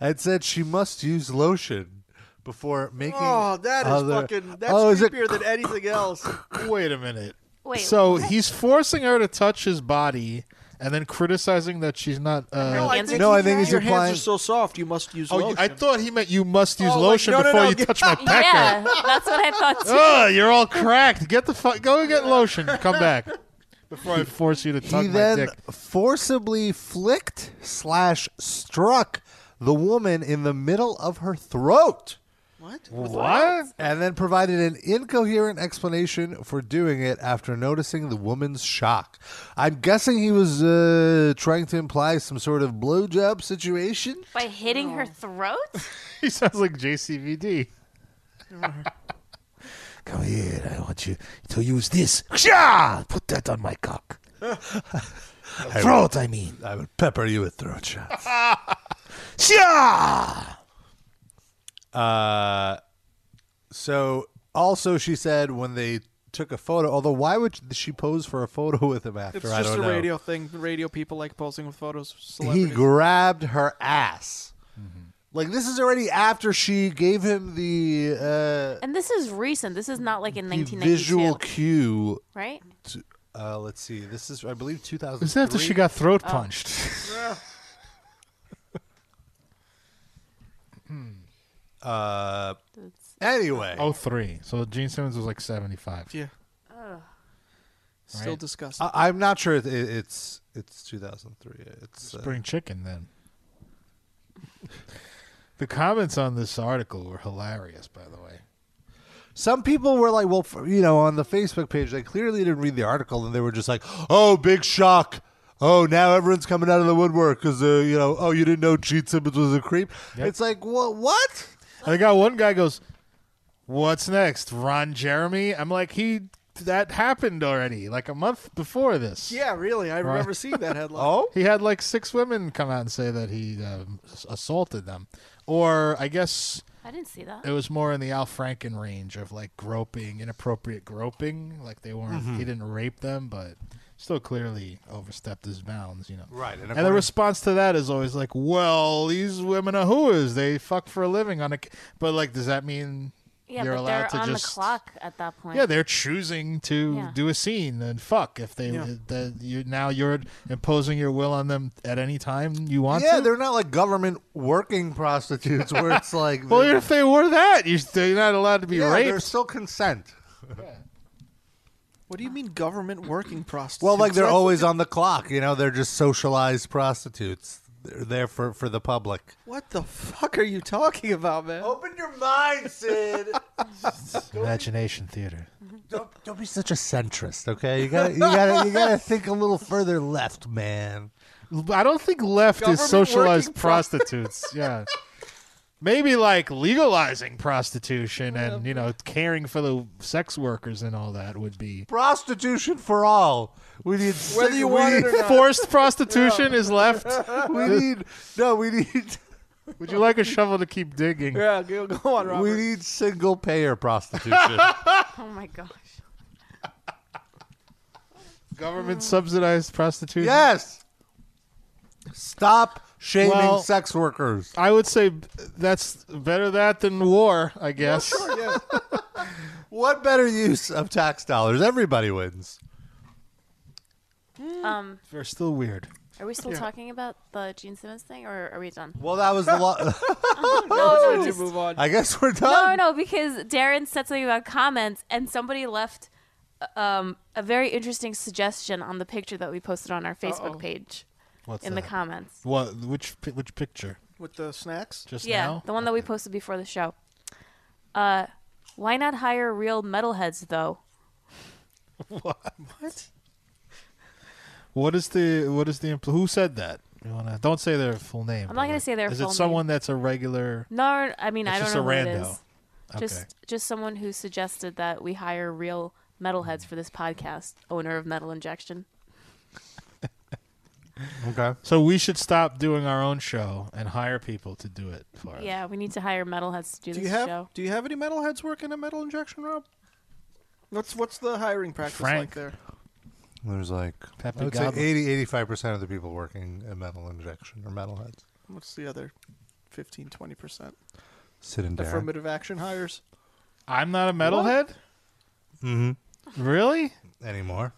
Speaker 2: and said she must use lotion before making.
Speaker 3: Oh, that is
Speaker 2: other-
Speaker 3: fucking. That's
Speaker 2: oh, is it-
Speaker 3: creepier than anything else.
Speaker 4: Wait a minute.
Speaker 5: Wait,
Speaker 4: So he's forcing her to touch his body and then criticizing that she's not.
Speaker 5: Her
Speaker 4: Uh,
Speaker 5: hands are
Speaker 2: no, I
Speaker 5: too
Speaker 2: think he's
Speaker 5: dry.
Speaker 3: Your
Speaker 2: implying-
Speaker 3: hands are so soft. You must use
Speaker 4: oh,
Speaker 3: lotion.
Speaker 4: you- I thought he meant you must use
Speaker 3: Oh, like,
Speaker 4: lotion
Speaker 3: no, no,
Speaker 4: before
Speaker 3: no,
Speaker 4: you
Speaker 3: get-
Speaker 4: touch my pecker.
Speaker 5: Yeah, that's what I thought too.
Speaker 4: Ugh, you're all cracked. Get the fuck. Go and get lotion. Come back before I force you to
Speaker 2: He
Speaker 4: touch my
Speaker 2: then
Speaker 4: dick.
Speaker 2: forcibly flicked slash struck the woman in the middle of her throat.
Speaker 3: what?
Speaker 4: What?
Speaker 2: And then provided an incoherent explanation for doing it after noticing the woman's shock. I'm guessing he was uh, trying to imply some sort of blowjob situation.
Speaker 5: By hitting her throat?
Speaker 4: He sounds like JCVD. Come here. I want you to use this. Put that on my cock. Throat, I mean.
Speaker 2: I would pepper you with throat shots. Uh, So, also, she said when they took a photo, although, why would she pose for a photo with him after?
Speaker 3: It's
Speaker 2: I
Speaker 3: just a
Speaker 2: don't know.
Speaker 3: radio thing. Radio people like posing with photos. Of
Speaker 2: he
Speaker 3: celebrities.
Speaker 2: grabbed her ass. Like, this is already after she gave him the, uh,
Speaker 5: And this is recent. This is not like in
Speaker 2: the
Speaker 5: 1992,
Speaker 2: visual cue.
Speaker 5: right?
Speaker 2: Uh, let's see. This is, I believe, 2000.
Speaker 4: Is that after she got throat punched?
Speaker 2: Uh, anyway.
Speaker 4: Oh three. So Gene Simmons was like 75.
Speaker 3: yeah. Still
Speaker 4: Right.
Speaker 3: disgusting.
Speaker 2: I, I'm not sure it, it, it's it's 2003. It's uh,
Speaker 4: Spring chicken then. the comments on this article were hilarious, by the way.
Speaker 2: Some people were like, well, f- you know, on the Facebook page, they clearly didn't read the article and they were just like, oh, big shock. Oh, now everyone's coming out of the woodwork because, uh, you know, oh, you didn't know Gene Simmons was a creep. It's like, what? what?
Speaker 4: I got one guy goes, "What's next, Ron Jeremy?" I'm like, he that happened already, like a month before this.
Speaker 3: Yeah, really. I remember seeing that headline.
Speaker 2: Oh,
Speaker 4: He had like six women come out and say that he um, s- assaulted them, or I guess
Speaker 5: I didn't see that.
Speaker 4: it was more in the Al Franken range of like groping, inappropriate groping. Like they weren't, he didn't rape them, but still clearly overstepped his bounds, you know.
Speaker 2: Right, and
Speaker 4: And, the
Speaker 2: according-
Speaker 4: response to that is always like, well, these women are whores. They fuck for a living on a. c-" But like, does that mean
Speaker 5: Yeah,
Speaker 4: you're
Speaker 5: but
Speaker 4: allowed
Speaker 5: they're
Speaker 4: to
Speaker 5: on
Speaker 4: just.
Speaker 5: the clock at that point.
Speaker 4: Yeah, they're choosing to
Speaker 5: Yeah.
Speaker 4: do a scene and fuck if they uh, that you now you're imposing your will on them at any time you want
Speaker 2: Yeah,
Speaker 4: to.
Speaker 2: they're not like government working prostitutes where it's like,
Speaker 4: well, if they were that, you they're not allowed to be
Speaker 2: yeah,
Speaker 4: raped.
Speaker 2: there's still consent.
Speaker 3: What do you mean government working prostitutes?
Speaker 2: Well, like they're
Speaker 3: That's-
Speaker 2: always on the clock. You know, they're just socialized prostitutes. They're there for, for the public.
Speaker 3: What the fuck are you talking about, man?
Speaker 2: Open your mind, Sid.
Speaker 4: Imagination theater.
Speaker 2: don't, don't be such a centrist, okay? You gotta you gotta you gotta think a little further left, man.
Speaker 4: I don't think left
Speaker 3: Government
Speaker 4: is socialized
Speaker 3: working pro-
Speaker 4: prostitutes. yeah. Maybe like legalizing prostitution and you know caring for the sex workers and all that would be
Speaker 2: Prostitution for all. We need
Speaker 3: Whether you want it or not.
Speaker 4: forced prostitution is left.
Speaker 2: we need no, we need
Speaker 4: Would you like a shovel to keep digging?
Speaker 3: Yeah, go, go on, Robert.
Speaker 2: we need single payer prostitution.
Speaker 5: Oh my gosh.
Speaker 4: Government subsidized prostitution.
Speaker 2: yes. Stop shaming
Speaker 4: Well-
Speaker 2: sex workers.
Speaker 4: I would say that's better that than war. I guess.
Speaker 2: What better use of tax dollars? Everybody wins.
Speaker 5: Um,
Speaker 4: They're still weird.
Speaker 5: are we still talking about the Gene Simmons thing, or are we done?
Speaker 2: Well, that was the law.
Speaker 5: No,
Speaker 3: Did you move on?
Speaker 2: I guess we're done.
Speaker 5: no, no, because Darren said something about comments, and somebody left uh, um, a very interesting suggestion on the picture that we posted on our Facebook page
Speaker 4: What's
Speaker 5: in the comments.
Speaker 4: What? Which? pi- Which picture?
Speaker 3: With the snacks?
Speaker 4: Just
Speaker 5: yeah,
Speaker 4: now.
Speaker 5: the one that we posted before the show. Uh, why not hire real metalheads though?
Speaker 3: What?
Speaker 4: What is the what is the empl- who said that? You wanna don't say their full name.
Speaker 5: I'm not gonna
Speaker 4: but
Speaker 5: say their
Speaker 4: Is
Speaker 5: full
Speaker 4: it
Speaker 5: name.
Speaker 4: someone that's a regular?
Speaker 5: No, I mean
Speaker 4: It's
Speaker 5: I don't
Speaker 4: just
Speaker 5: know
Speaker 4: a
Speaker 5: who it
Speaker 4: rando.
Speaker 5: is. Just just someone who suggested that we hire real metalheads for this podcast. Owner of Metal Injection.
Speaker 2: Okay.
Speaker 4: So we should stop doing our own show and hire people to do it for us.
Speaker 5: Yeah, we need to hire metalheads to do,
Speaker 3: Do
Speaker 5: this
Speaker 3: you have
Speaker 5: show.
Speaker 3: Do you have any metalheads working at Metal Injection, Rob? What's What's the hiring practice
Speaker 4: Frank.
Speaker 3: like there?
Speaker 2: There's like
Speaker 4: Pepe
Speaker 2: I would
Speaker 4: Goblin.
Speaker 2: say 80 85% of the people working at metal injection are metalheads.
Speaker 3: What's the other 15, 20 percent?
Speaker 2: Sit in there.
Speaker 3: Affirmative action hires.
Speaker 4: I'm not a metalhead. Mm-hmm. Really?
Speaker 2: Anymore.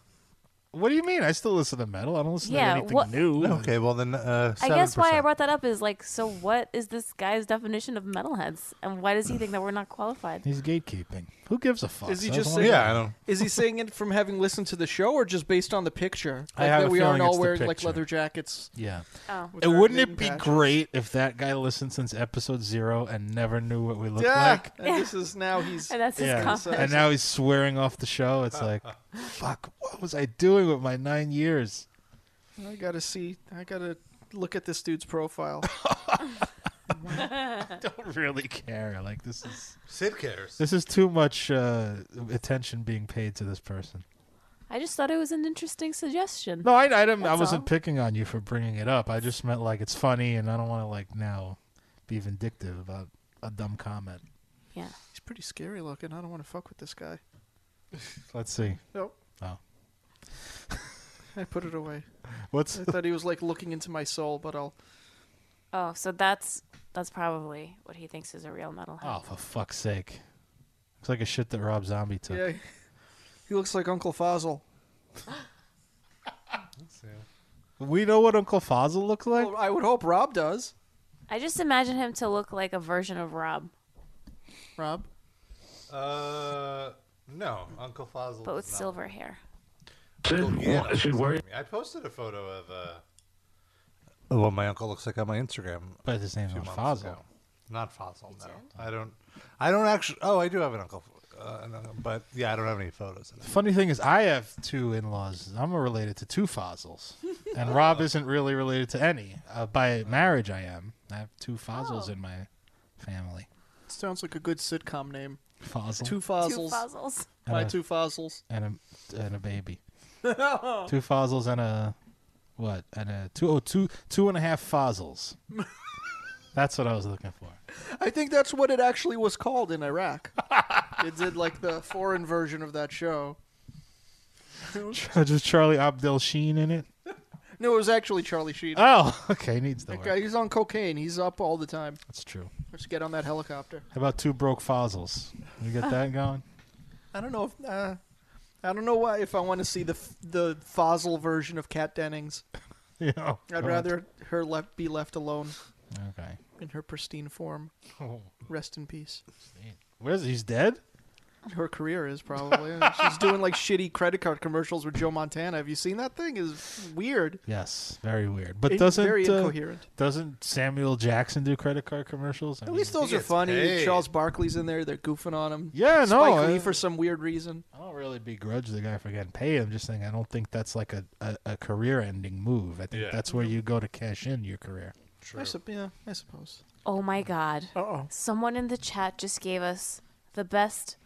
Speaker 4: What do you mean? I still listen to metal. I don't listen
Speaker 5: Yeah,
Speaker 4: to anything
Speaker 5: what-
Speaker 4: new.
Speaker 2: Okay, well then uh, 7%.
Speaker 5: I guess why I brought that up is like, so what is this guy's definition of metalheads, and why does he think that we're not qualified?
Speaker 4: He's gatekeeping. Who gives a fuck?
Speaker 3: Is he
Speaker 4: I
Speaker 3: just
Speaker 4: don't
Speaker 3: saying-
Speaker 4: like-
Speaker 2: Yeah, I don't.
Speaker 3: Is he saying it from having listened to the show, or just based on the picture?
Speaker 4: I
Speaker 3: Like
Speaker 4: have
Speaker 3: that
Speaker 4: a
Speaker 3: we
Speaker 4: feeling
Speaker 3: aren't all
Speaker 4: it's the
Speaker 3: wearing like
Speaker 4: picture.
Speaker 3: leather jackets.
Speaker 4: Yeah.
Speaker 5: Oh,
Speaker 3: with
Speaker 4: It
Speaker 3: our
Speaker 4: wouldn't
Speaker 3: maiden
Speaker 4: it be
Speaker 3: patches.
Speaker 4: great if that guy listened since episode zero and never knew what we looked
Speaker 3: Yeah.
Speaker 4: like?
Speaker 3: And this is now he's.
Speaker 5: and that's his
Speaker 4: Yeah.
Speaker 5: comment.
Speaker 4: And now he's swearing off the show. It's like, fuck, what was I doing with my nine years?
Speaker 3: I gotta see. I gotta look at this dude's profile.
Speaker 4: I don't really care. Like this is
Speaker 2: Sid cares.
Speaker 4: this is too much uh, attention being paid to this person.
Speaker 5: I just thought it was an interesting suggestion.
Speaker 4: No, I I, didn't, I
Speaker 5: That's
Speaker 4: wasn't
Speaker 5: all.
Speaker 4: picking on you for bringing it up. I just meant like it's funny, and I don't want to like now be vindictive about a dumb comment.
Speaker 5: Yeah,
Speaker 3: he's pretty scary looking. I don't want to fuck with this guy.
Speaker 4: Let's see.
Speaker 3: Nope.
Speaker 4: Oh.
Speaker 3: I put it away.
Speaker 4: What's
Speaker 3: I thought he was like looking into my soul, but I'll.
Speaker 5: Oh, so that's that's probably what he thinks is a real metalhead.
Speaker 4: oh for fuck's sake? Looks like a shit that Rob Zombie took.
Speaker 3: Yeah. He looks like Uncle Fozzel.
Speaker 4: We know what Uncle Fozzel looked like.
Speaker 3: Well, I would hope Rob does.
Speaker 5: I just imagine him to look like a version of Rob,
Speaker 3: Rob.
Speaker 2: Uh, no, Uncle Fozzel.
Speaker 5: but with
Speaker 2: does not.
Speaker 5: silver hair.
Speaker 8: Sid,
Speaker 2: Yeah,
Speaker 8: wha- should worry.
Speaker 2: I posted a photo of uh, of what my uncle looks like on my Instagram
Speaker 4: But his name's
Speaker 2: two
Speaker 4: not
Speaker 2: months
Speaker 4: Fozzel.
Speaker 2: ago. Not Fozzel. No, I don't. I don't actually. Oh, I do have an uncle. Uh, I don't know, but yeah, I don't have any photos. Of it.
Speaker 4: Funny thing is, I have two in-laws. I'm related to two fossils, and Rob isn't really related to any. Uh, by marriage, I am. I have two fossils
Speaker 2: Oh.
Speaker 4: in my family.
Speaker 3: Sounds like a good sitcom name.
Speaker 4: Fossil
Speaker 3: Two
Speaker 5: Two
Speaker 3: fossils.
Speaker 5: puzzles.
Speaker 3: My
Speaker 4: Uh,
Speaker 3: two fossils.
Speaker 4: and a and a baby. two fossils and a what? And a two oh two two and a half fossils. That's what I was looking for.
Speaker 3: I think that's what it actually was called in Iraq. it did like the foreign version of that show.
Speaker 4: Just Charlie Abdel Sheen in it.
Speaker 3: No, it was actually Charlie Sheen.
Speaker 4: Oh, okay, needs the
Speaker 3: That
Speaker 4: work.
Speaker 3: guy, he's on cocaine. He's up all the time.
Speaker 4: That's true.
Speaker 3: Let's get on that helicopter.
Speaker 4: How about two broke fossils? You get that going?
Speaker 3: I don't know if uh, I don't know why if I want to see the f- the Fossil version of Kat Dennings.
Speaker 4: You know.
Speaker 3: I'd rather her left be left alone
Speaker 4: Okay. Oh.
Speaker 3: in her pristine form. Rest in peace.
Speaker 4: Where's he's dead?
Speaker 3: Her career is probably she's doing like shitty credit card commercials with Joe Montana. Have you seen that thing? Is weird.
Speaker 4: Yes, very weird. But
Speaker 3: In-
Speaker 4: doesn't
Speaker 3: very
Speaker 4: uh,
Speaker 3: incoherent.
Speaker 4: doesn't Samuel Jackson do credit card commercials? I
Speaker 3: At least
Speaker 4: mean,
Speaker 3: those
Speaker 2: he
Speaker 3: are
Speaker 2: gets
Speaker 3: funny.
Speaker 2: paid.
Speaker 3: Charles Barkley's in there. They're goofing on him.
Speaker 4: Yeah, no,
Speaker 3: Spike Lee
Speaker 4: I-
Speaker 3: for some weird reason.
Speaker 4: I don't really begrudge the guy for getting paid. I'm just saying I don't think that's like a, a, a career ending move. I think
Speaker 2: Yeah.
Speaker 4: that's where you go to cash in your career.
Speaker 3: I sup- yeah, I suppose.
Speaker 5: Oh my God.
Speaker 3: Uh-oh.
Speaker 5: Someone in the chat just gave us the best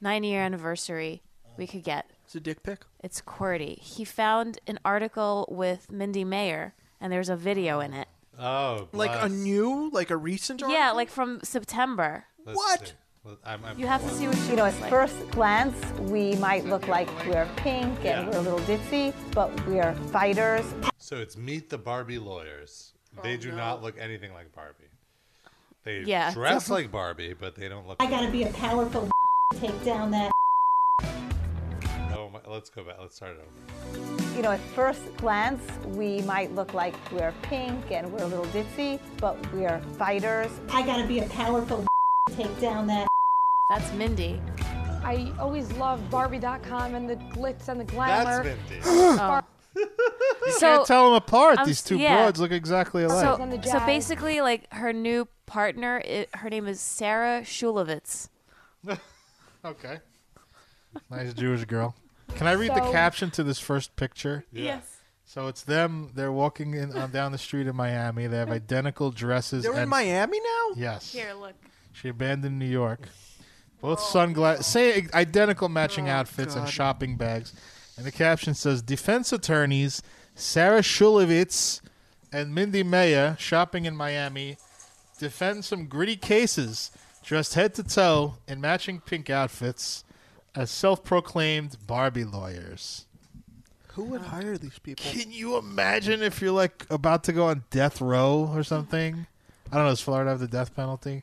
Speaker 5: nine year anniversary we could get.
Speaker 3: It's a dick pic.
Speaker 5: It's QWERTY. He found an article with Mindy Mayer, and there's a video in it.
Speaker 2: Oh,
Speaker 3: Like a new, like a recent.
Speaker 5: Yeah,
Speaker 3: article?
Speaker 5: like from September.
Speaker 3: what?
Speaker 5: You have to see what she
Speaker 9: You know, at
Speaker 5: looks like.
Speaker 9: first glance, we might look like we're pink and we're a little ditzy, but we are fighters.
Speaker 2: So it's meet the Barbie lawyers.
Speaker 5: Oh,
Speaker 2: They do not look anything like Barbie. They
Speaker 5: Yeah.
Speaker 2: dress like Barbie, but they don't look.
Speaker 10: I gotta be a powerful to take down that.
Speaker 2: Oh my, let's go back. Let's start it over.
Speaker 9: You know, at first glance, we might look like we're pink and we're a little ditzy, but we are fighters.
Speaker 10: I gotta be a powerful to take down that.
Speaker 5: That's Mindy.
Speaker 11: I always loved Barbie.com and the glitz and the glamour.
Speaker 2: That's Mindy.
Speaker 5: So,
Speaker 4: Can't tell them apart.
Speaker 5: I'm
Speaker 4: These two
Speaker 5: s- yeah.
Speaker 4: broads look exactly alike.
Speaker 11: on
Speaker 5: so,
Speaker 11: the
Speaker 5: so
Speaker 11: jazz.
Speaker 5: basically, like her new partner, it, her name is Sarah Shulevitz.
Speaker 4: okay. Nice Jewish girl. Can I read the
Speaker 11: So-
Speaker 4: caption to this first picture?
Speaker 5: Yes.
Speaker 4: So it's them. They're walking in on down the street in Miami. They have identical dresses.
Speaker 3: They're in
Speaker 4: and-
Speaker 3: Miami now.
Speaker 4: Yes.
Speaker 5: look.
Speaker 4: She abandoned New York. Both sunglasses, say identical matching outfits and shopping bags. And the caption says Defense attorneys Sarah Shulevitz and Mindy Mayer shopping in Miami defend some gritty cases dressed head to toe in matching pink outfits as self proclaimed Barbie lawyers.
Speaker 3: Who would hire these people?
Speaker 4: Uh, Can you imagine if you're like about to go on death row or something? I don't know. Does Florida have the death penalty?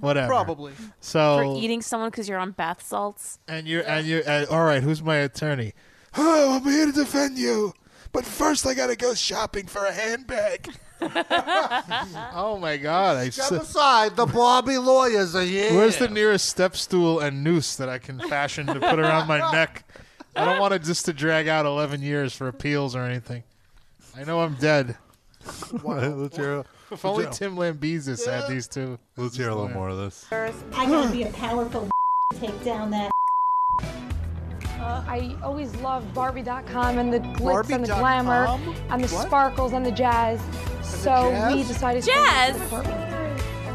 Speaker 4: Whatever.
Speaker 3: Probably.
Speaker 5: For
Speaker 4: So
Speaker 5: eating someone because you're on bath salts.
Speaker 4: and you're and you're and, all right. Who's my attorney? Oh, I'm here to defend you. But first, I gotta go shopping for a handbag. oh my God! I
Speaker 2: Step
Speaker 4: s-
Speaker 2: aside. The Barbie lawyers are here.
Speaker 4: where's the nearest step stool and noose that I can fashion to put around my neck? I don't want it just to drag out 11 years for appeals or anything. I know I'm dead.
Speaker 2: let's hear.
Speaker 4: If only Tim Lambesis had these two.
Speaker 2: Let's hear a little more of this.
Speaker 10: I gotta be a powerful to take down that.
Speaker 11: uh, I always loved Barbie.com and the glitz and the
Speaker 3: Barbie.com?
Speaker 11: glamour and the
Speaker 3: What?
Speaker 11: sparkles and the jazz. so
Speaker 3: jazz?
Speaker 11: we decided to
Speaker 5: Jazz?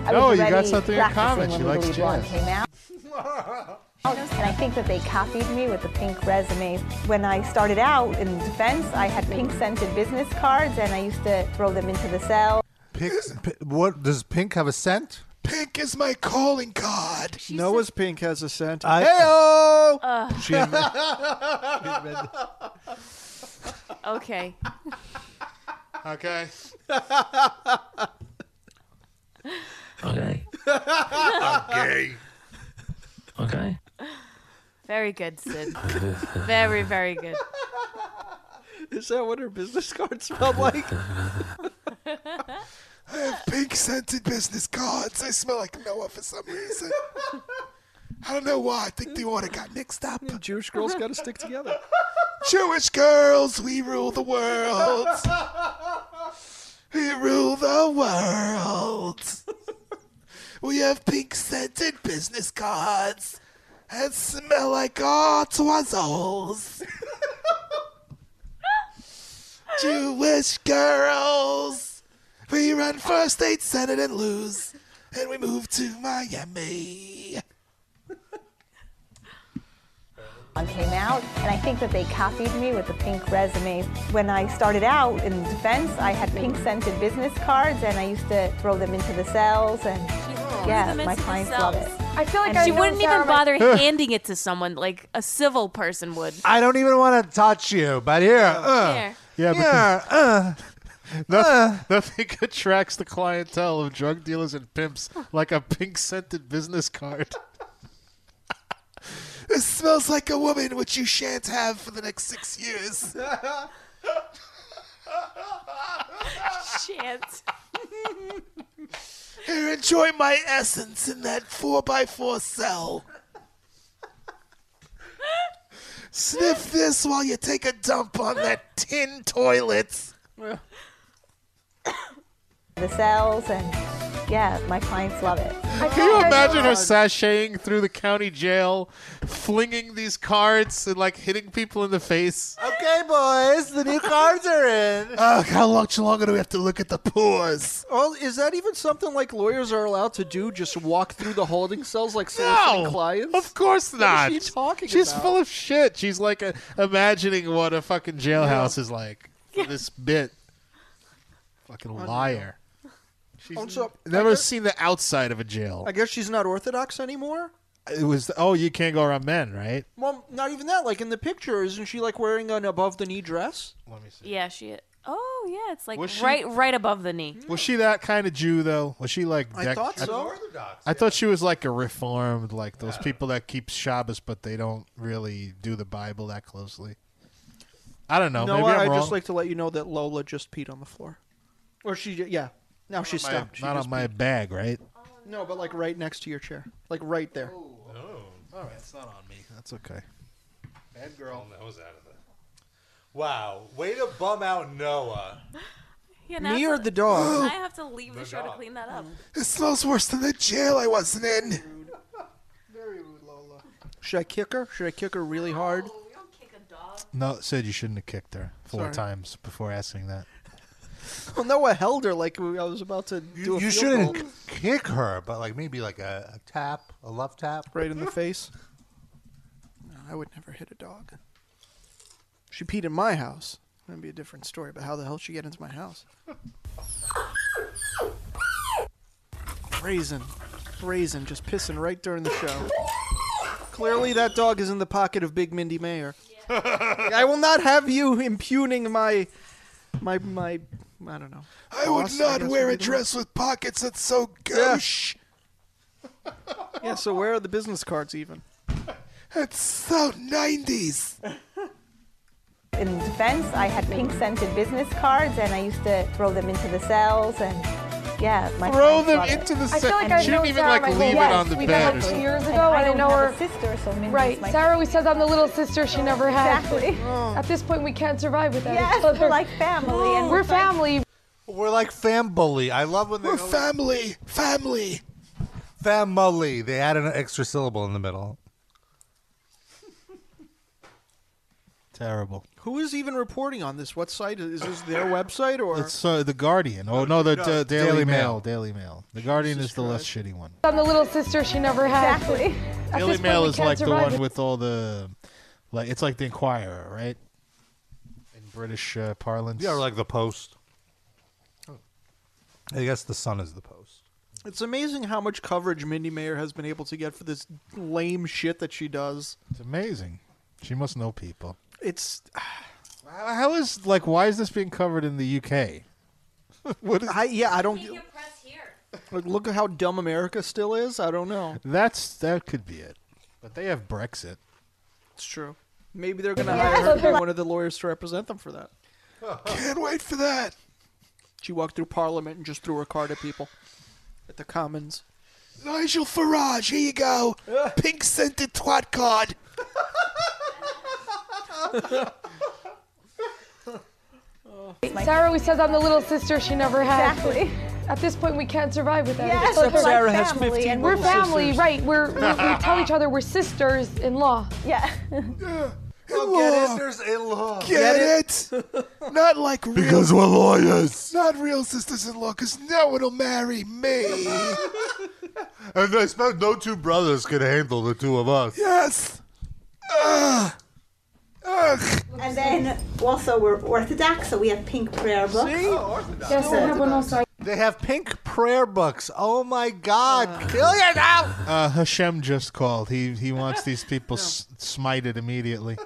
Speaker 9: I
Speaker 4: No,
Speaker 9: was
Speaker 4: you got
Speaker 9: already
Speaker 4: something in
Speaker 9: practicing
Speaker 4: common.
Speaker 9: when
Speaker 4: She
Speaker 9: Legally
Speaker 4: likes
Speaker 9: Blonde
Speaker 4: jazz.
Speaker 9: Came out. And I think that they copied me with the pink resume. When I started out in defense, I had pink scented business cards and I used to throw them into the cell.
Speaker 2: what does pink have a scent?
Speaker 4: Pink is my calling card.
Speaker 3: Noah's Pink has a scent.
Speaker 2: Heyo.
Speaker 4: She invented-
Speaker 5: Okay.
Speaker 4: okay.
Speaker 8: Okay.
Speaker 2: Gay.
Speaker 8: Okay.
Speaker 5: Very good, Sid. very, very good.
Speaker 3: Is that what her business card smelled like?
Speaker 4: Pink scented business cards. I smell like Noah for some reason. I don't know why. I think the order got mixed up.
Speaker 3: Jewish girls got to stick together.
Speaker 4: Jewish girls, we rule the world. We rule the world. We have pink scented business cards
Speaker 12: and smell like hot twizzles. Jewish girls. We run for state senate and lose, and we move to Miami.
Speaker 9: song came out, and I think that they copied me with the pink resume. When I started out in defense, I had pink scented business cards, and I used to throw them into the cells. And yeah,
Speaker 5: them
Speaker 9: my
Speaker 5: into the
Speaker 9: clients love it.
Speaker 5: I feel
Speaker 9: like
Speaker 5: and
Speaker 9: I
Speaker 5: she
Speaker 9: know
Speaker 5: wouldn't
Speaker 9: Sarah
Speaker 5: even
Speaker 9: might-
Speaker 5: bother handing it to someone like a civil person would.
Speaker 2: I don't even want to touch you, but here, uh,
Speaker 5: Here.
Speaker 4: Yeah, but
Speaker 2: yeah, uh,
Speaker 4: Nothing, nothing attracts the clientele of drug dealers and pimps like a pink scented business card.
Speaker 12: It smells like a woman, which you shan't have for the next six years.
Speaker 5: Shan't.
Speaker 12: Here, enjoy my essence in that 4x4 cell. Sniff this while you take a dump on that tin toilet.
Speaker 9: The cells, and yeah, my clients love it.
Speaker 4: Can you imagine her sashaying through the county jail, flinging these cards and like hitting people in the face?
Speaker 3: Uh,
Speaker 2: Okay, boys, the new cards are in.
Speaker 12: Ugh, how much longer do we have to look at the pores?
Speaker 3: Oh, is that even something like lawyers are allowed to do? Just walk through the holding cells like soliciting clients?
Speaker 4: Of course
Speaker 3: What
Speaker 4: not.
Speaker 3: is she talking
Speaker 4: She's
Speaker 3: about?
Speaker 4: full of shit. She's like uh imagining what a fucking jailhouse is like for this bit.
Speaker 3: Oh,
Speaker 4: Fucking liar. She's
Speaker 3: Also,
Speaker 4: Never seen the outside of a jail.
Speaker 3: I guess she's not Orthodox anymore.
Speaker 4: It was oh, you can't go around men, right?
Speaker 3: Well, not even that. Like in the picture, isn't she like wearing an above the knee dress?
Speaker 4: Let me see.
Speaker 5: Yeah, she. Oh yeah, it's like
Speaker 4: Was she-
Speaker 5: right, right above the knee.
Speaker 4: Was she that kind of Jew though? Was she like?
Speaker 5: I thought so. Orthodox,
Speaker 4: I thought she was like a reformed, like those people that keep Shabbos but they don't really do the Bible that closely. I don't know. maybe
Speaker 3: Noah,
Speaker 4: I'm
Speaker 3: would
Speaker 4: wrong.
Speaker 3: just like to let you know that Lola just peed on the floor. Or she, ju- yeah. Now she
Speaker 4: My-
Speaker 3: stopped. She
Speaker 4: not
Speaker 3: just
Speaker 4: on my
Speaker 3: peed.
Speaker 4: bag, right?
Speaker 3: No, but like right next to your chair, like right there.
Speaker 2: Oh,
Speaker 4: All right, it's not on me. Oh. That's okay.
Speaker 2: Bad girl. That was out of the. Wow, way to bum out Noah.
Speaker 5: Yeah,
Speaker 2: Me
Speaker 5: now it's
Speaker 2: or
Speaker 5: a-
Speaker 2: the dog?
Speaker 5: I have to leave the, show to clean that up.
Speaker 12: It smells worse than the jail I wasn't in.
Speaker 3: Should I kick her? Should I kick her really hard?
Speaker 4: No, it said you shouldn't have kicked her four
Speaker 3: Sorry.
Speaker 4: times before asking that.
Speaker 3: Well, Noah held her like we- I was about to do a
Speaker 2: You
Speaker 3: field
Speaker 2: shouldn't
Speaker 3: goal.
Speaker 2: kick her, but like maybe like a, a tap, a love tap,
Speaker 3: right in the face. I would never hit a dog. She peed in my house. That'd be a different story. But how the hell she get into my house? Brazen, brazen, just pissing right during the show. Clearly, that dog is in the pocket of Big Mindy Mayer. I will not have you impugning my, my, my. I don't know.
Speaker 12: I would
Speaker 3: boss,
Speaker 12: not
Speaker 3: guess
Speaker 12: wear
Speaker 3: would
Speaker 12: a
Speaker 3: be the one.
Speaker 12: dress with pockets that's so gauche.
Speaker 3: Yeah. So where are the business cards even?
Speaker 12: It's so 90s.
Speaker 9: In defense, I had pink scented business cards, and I used to throw them into the cells. And yeah, my
Speaker 4: Throw
Speaker 9: clients
Speaker 4: them
Speaker 9: love it.
Speaker 4: into the I feel cell- like I she didn't know even, Sarah like, might go, leave it
Speaker 9: Yes,
Speaker 4: on the
Speaker 9: we
Speaker 4: bed
Speaker 9: got
Speaker 4: or
Speaker 9: it
Speaker 4: something.
Speaker 11: years
Speaker 9: And
Speaker 11: ago, I
Speaker 9: I
Speaker 11: didn't
Speaker 9: don't
Speaker 11: know
Speaker 9: have
Speaker 11: her-
Speaker 9: a sister, so Mindy's
Speaker 11: Right.
Speaker 9: my
Speaker 11: Sarah always says I'm the little sister she never had.
Speaker 9: Exactly.
Speaker 4: Oh.
Speaker 11: At this point, we can't survive without
Speaker 9: Yes,
Speaker 11: each other.
Speaker 9: we're like family, and
Speaker 11: we're
Speaker 9: it's like-
Speaker 11: family.
Speaker 2: We're like fambully. I love when they
Speaker 12: We're
Speaker 2: go-
Speaker 12: family. Family.
Speaker 2: family. They add an extra syllable in the middle.
Speaker 4: Terrible.
Speaker 3: Who is even reporting on this? What site is this? Their website or?
Speaker 4: It's uh, the Guardian. Oh no, the
Speaker 3: no,
Speaker 4: Da- Daily, Mail.
Speaker 2: Daily Mail.
Speaker 4: Daily Mail. The Guardian is the less shitty one.
Speaker 11: I'm the little sister she never had.
Speaker 9: Exactly.
Speaker 11: At
Speaker 4: Daily
Speaker 11: this point,
Speaker 4: Mail
Speaker 11: we
Speaker 4: is
Speaker 11: can't
Speaker 4: like the
Speaker 11: survive
Speaker 4: one with all the, like it's like the Inquirer, right? In British uh, parlance.
Speaker 2: Yeah, or like the post. I guess the sun is the post.
Speaker 3: It's amazing how much coverage Mindy Mayer has been able to get for this lame shit that she does.
Speaker 4: It's amazing. She must know people.
Speaker 3: It's
Speaker 4: How how is like why is this being covered in the UK? what is
Speaker 3: I yeah, I don't Like, look at how dumb America still is. I don't know.
Speaker 4: That's that could be it. But they have Brexit.
Speaker 3: It's true. Maybe they're gonna
Speaker 12: Yeah,
Speaker 3: hire her to be
Speaker 12: but-
Speaker 3: one of the lawyers to represent them for that.
Speaker 12: Can't wait for that.
Speaker 3: She walked through Parliament and just threw her card at people at the Commons.
Speaker 12: Nigel Farage, here you go. Pink scented twat card.
Speaker 11: Sarah always says I'm the little sister she never had.
Speaker 9: Exactly.
Speaker 11: At this point, we can't survive without
Speaker 9: Yes,
Speaker 11: each other.
Speaker 9: but Sarah has family 15 and
Speaker 11: We're
Speaker 9: little
Speaker 11: family,
Speaker 9: sisters.
Speaker 11: right? We're, we we tell each other we're sisters-in-law.
Speaker 9: Yeah.
Speaker 2: Get it? There's a law.
Speaker 12: Get it? Not like real.
Speaker 2: Because we're lawyers.
Speaker 12: Not real sisters in law, because no one will marry me.
Speaker 2: And I suppose no two brothers can handle the two of us.
Speaker 12: yes. Ugh. Ugh.
Speaker 9: And then also we're Orthodox, so we have pink prayer books.
Speaker 2: See?
Speaker 9: Yes, I have one also.
Speaker 2: They have pink prayer books. Oh my God! Kill you now.
Speaker 4: Uh, Hashem just called. He he wants these people s- smited immediately.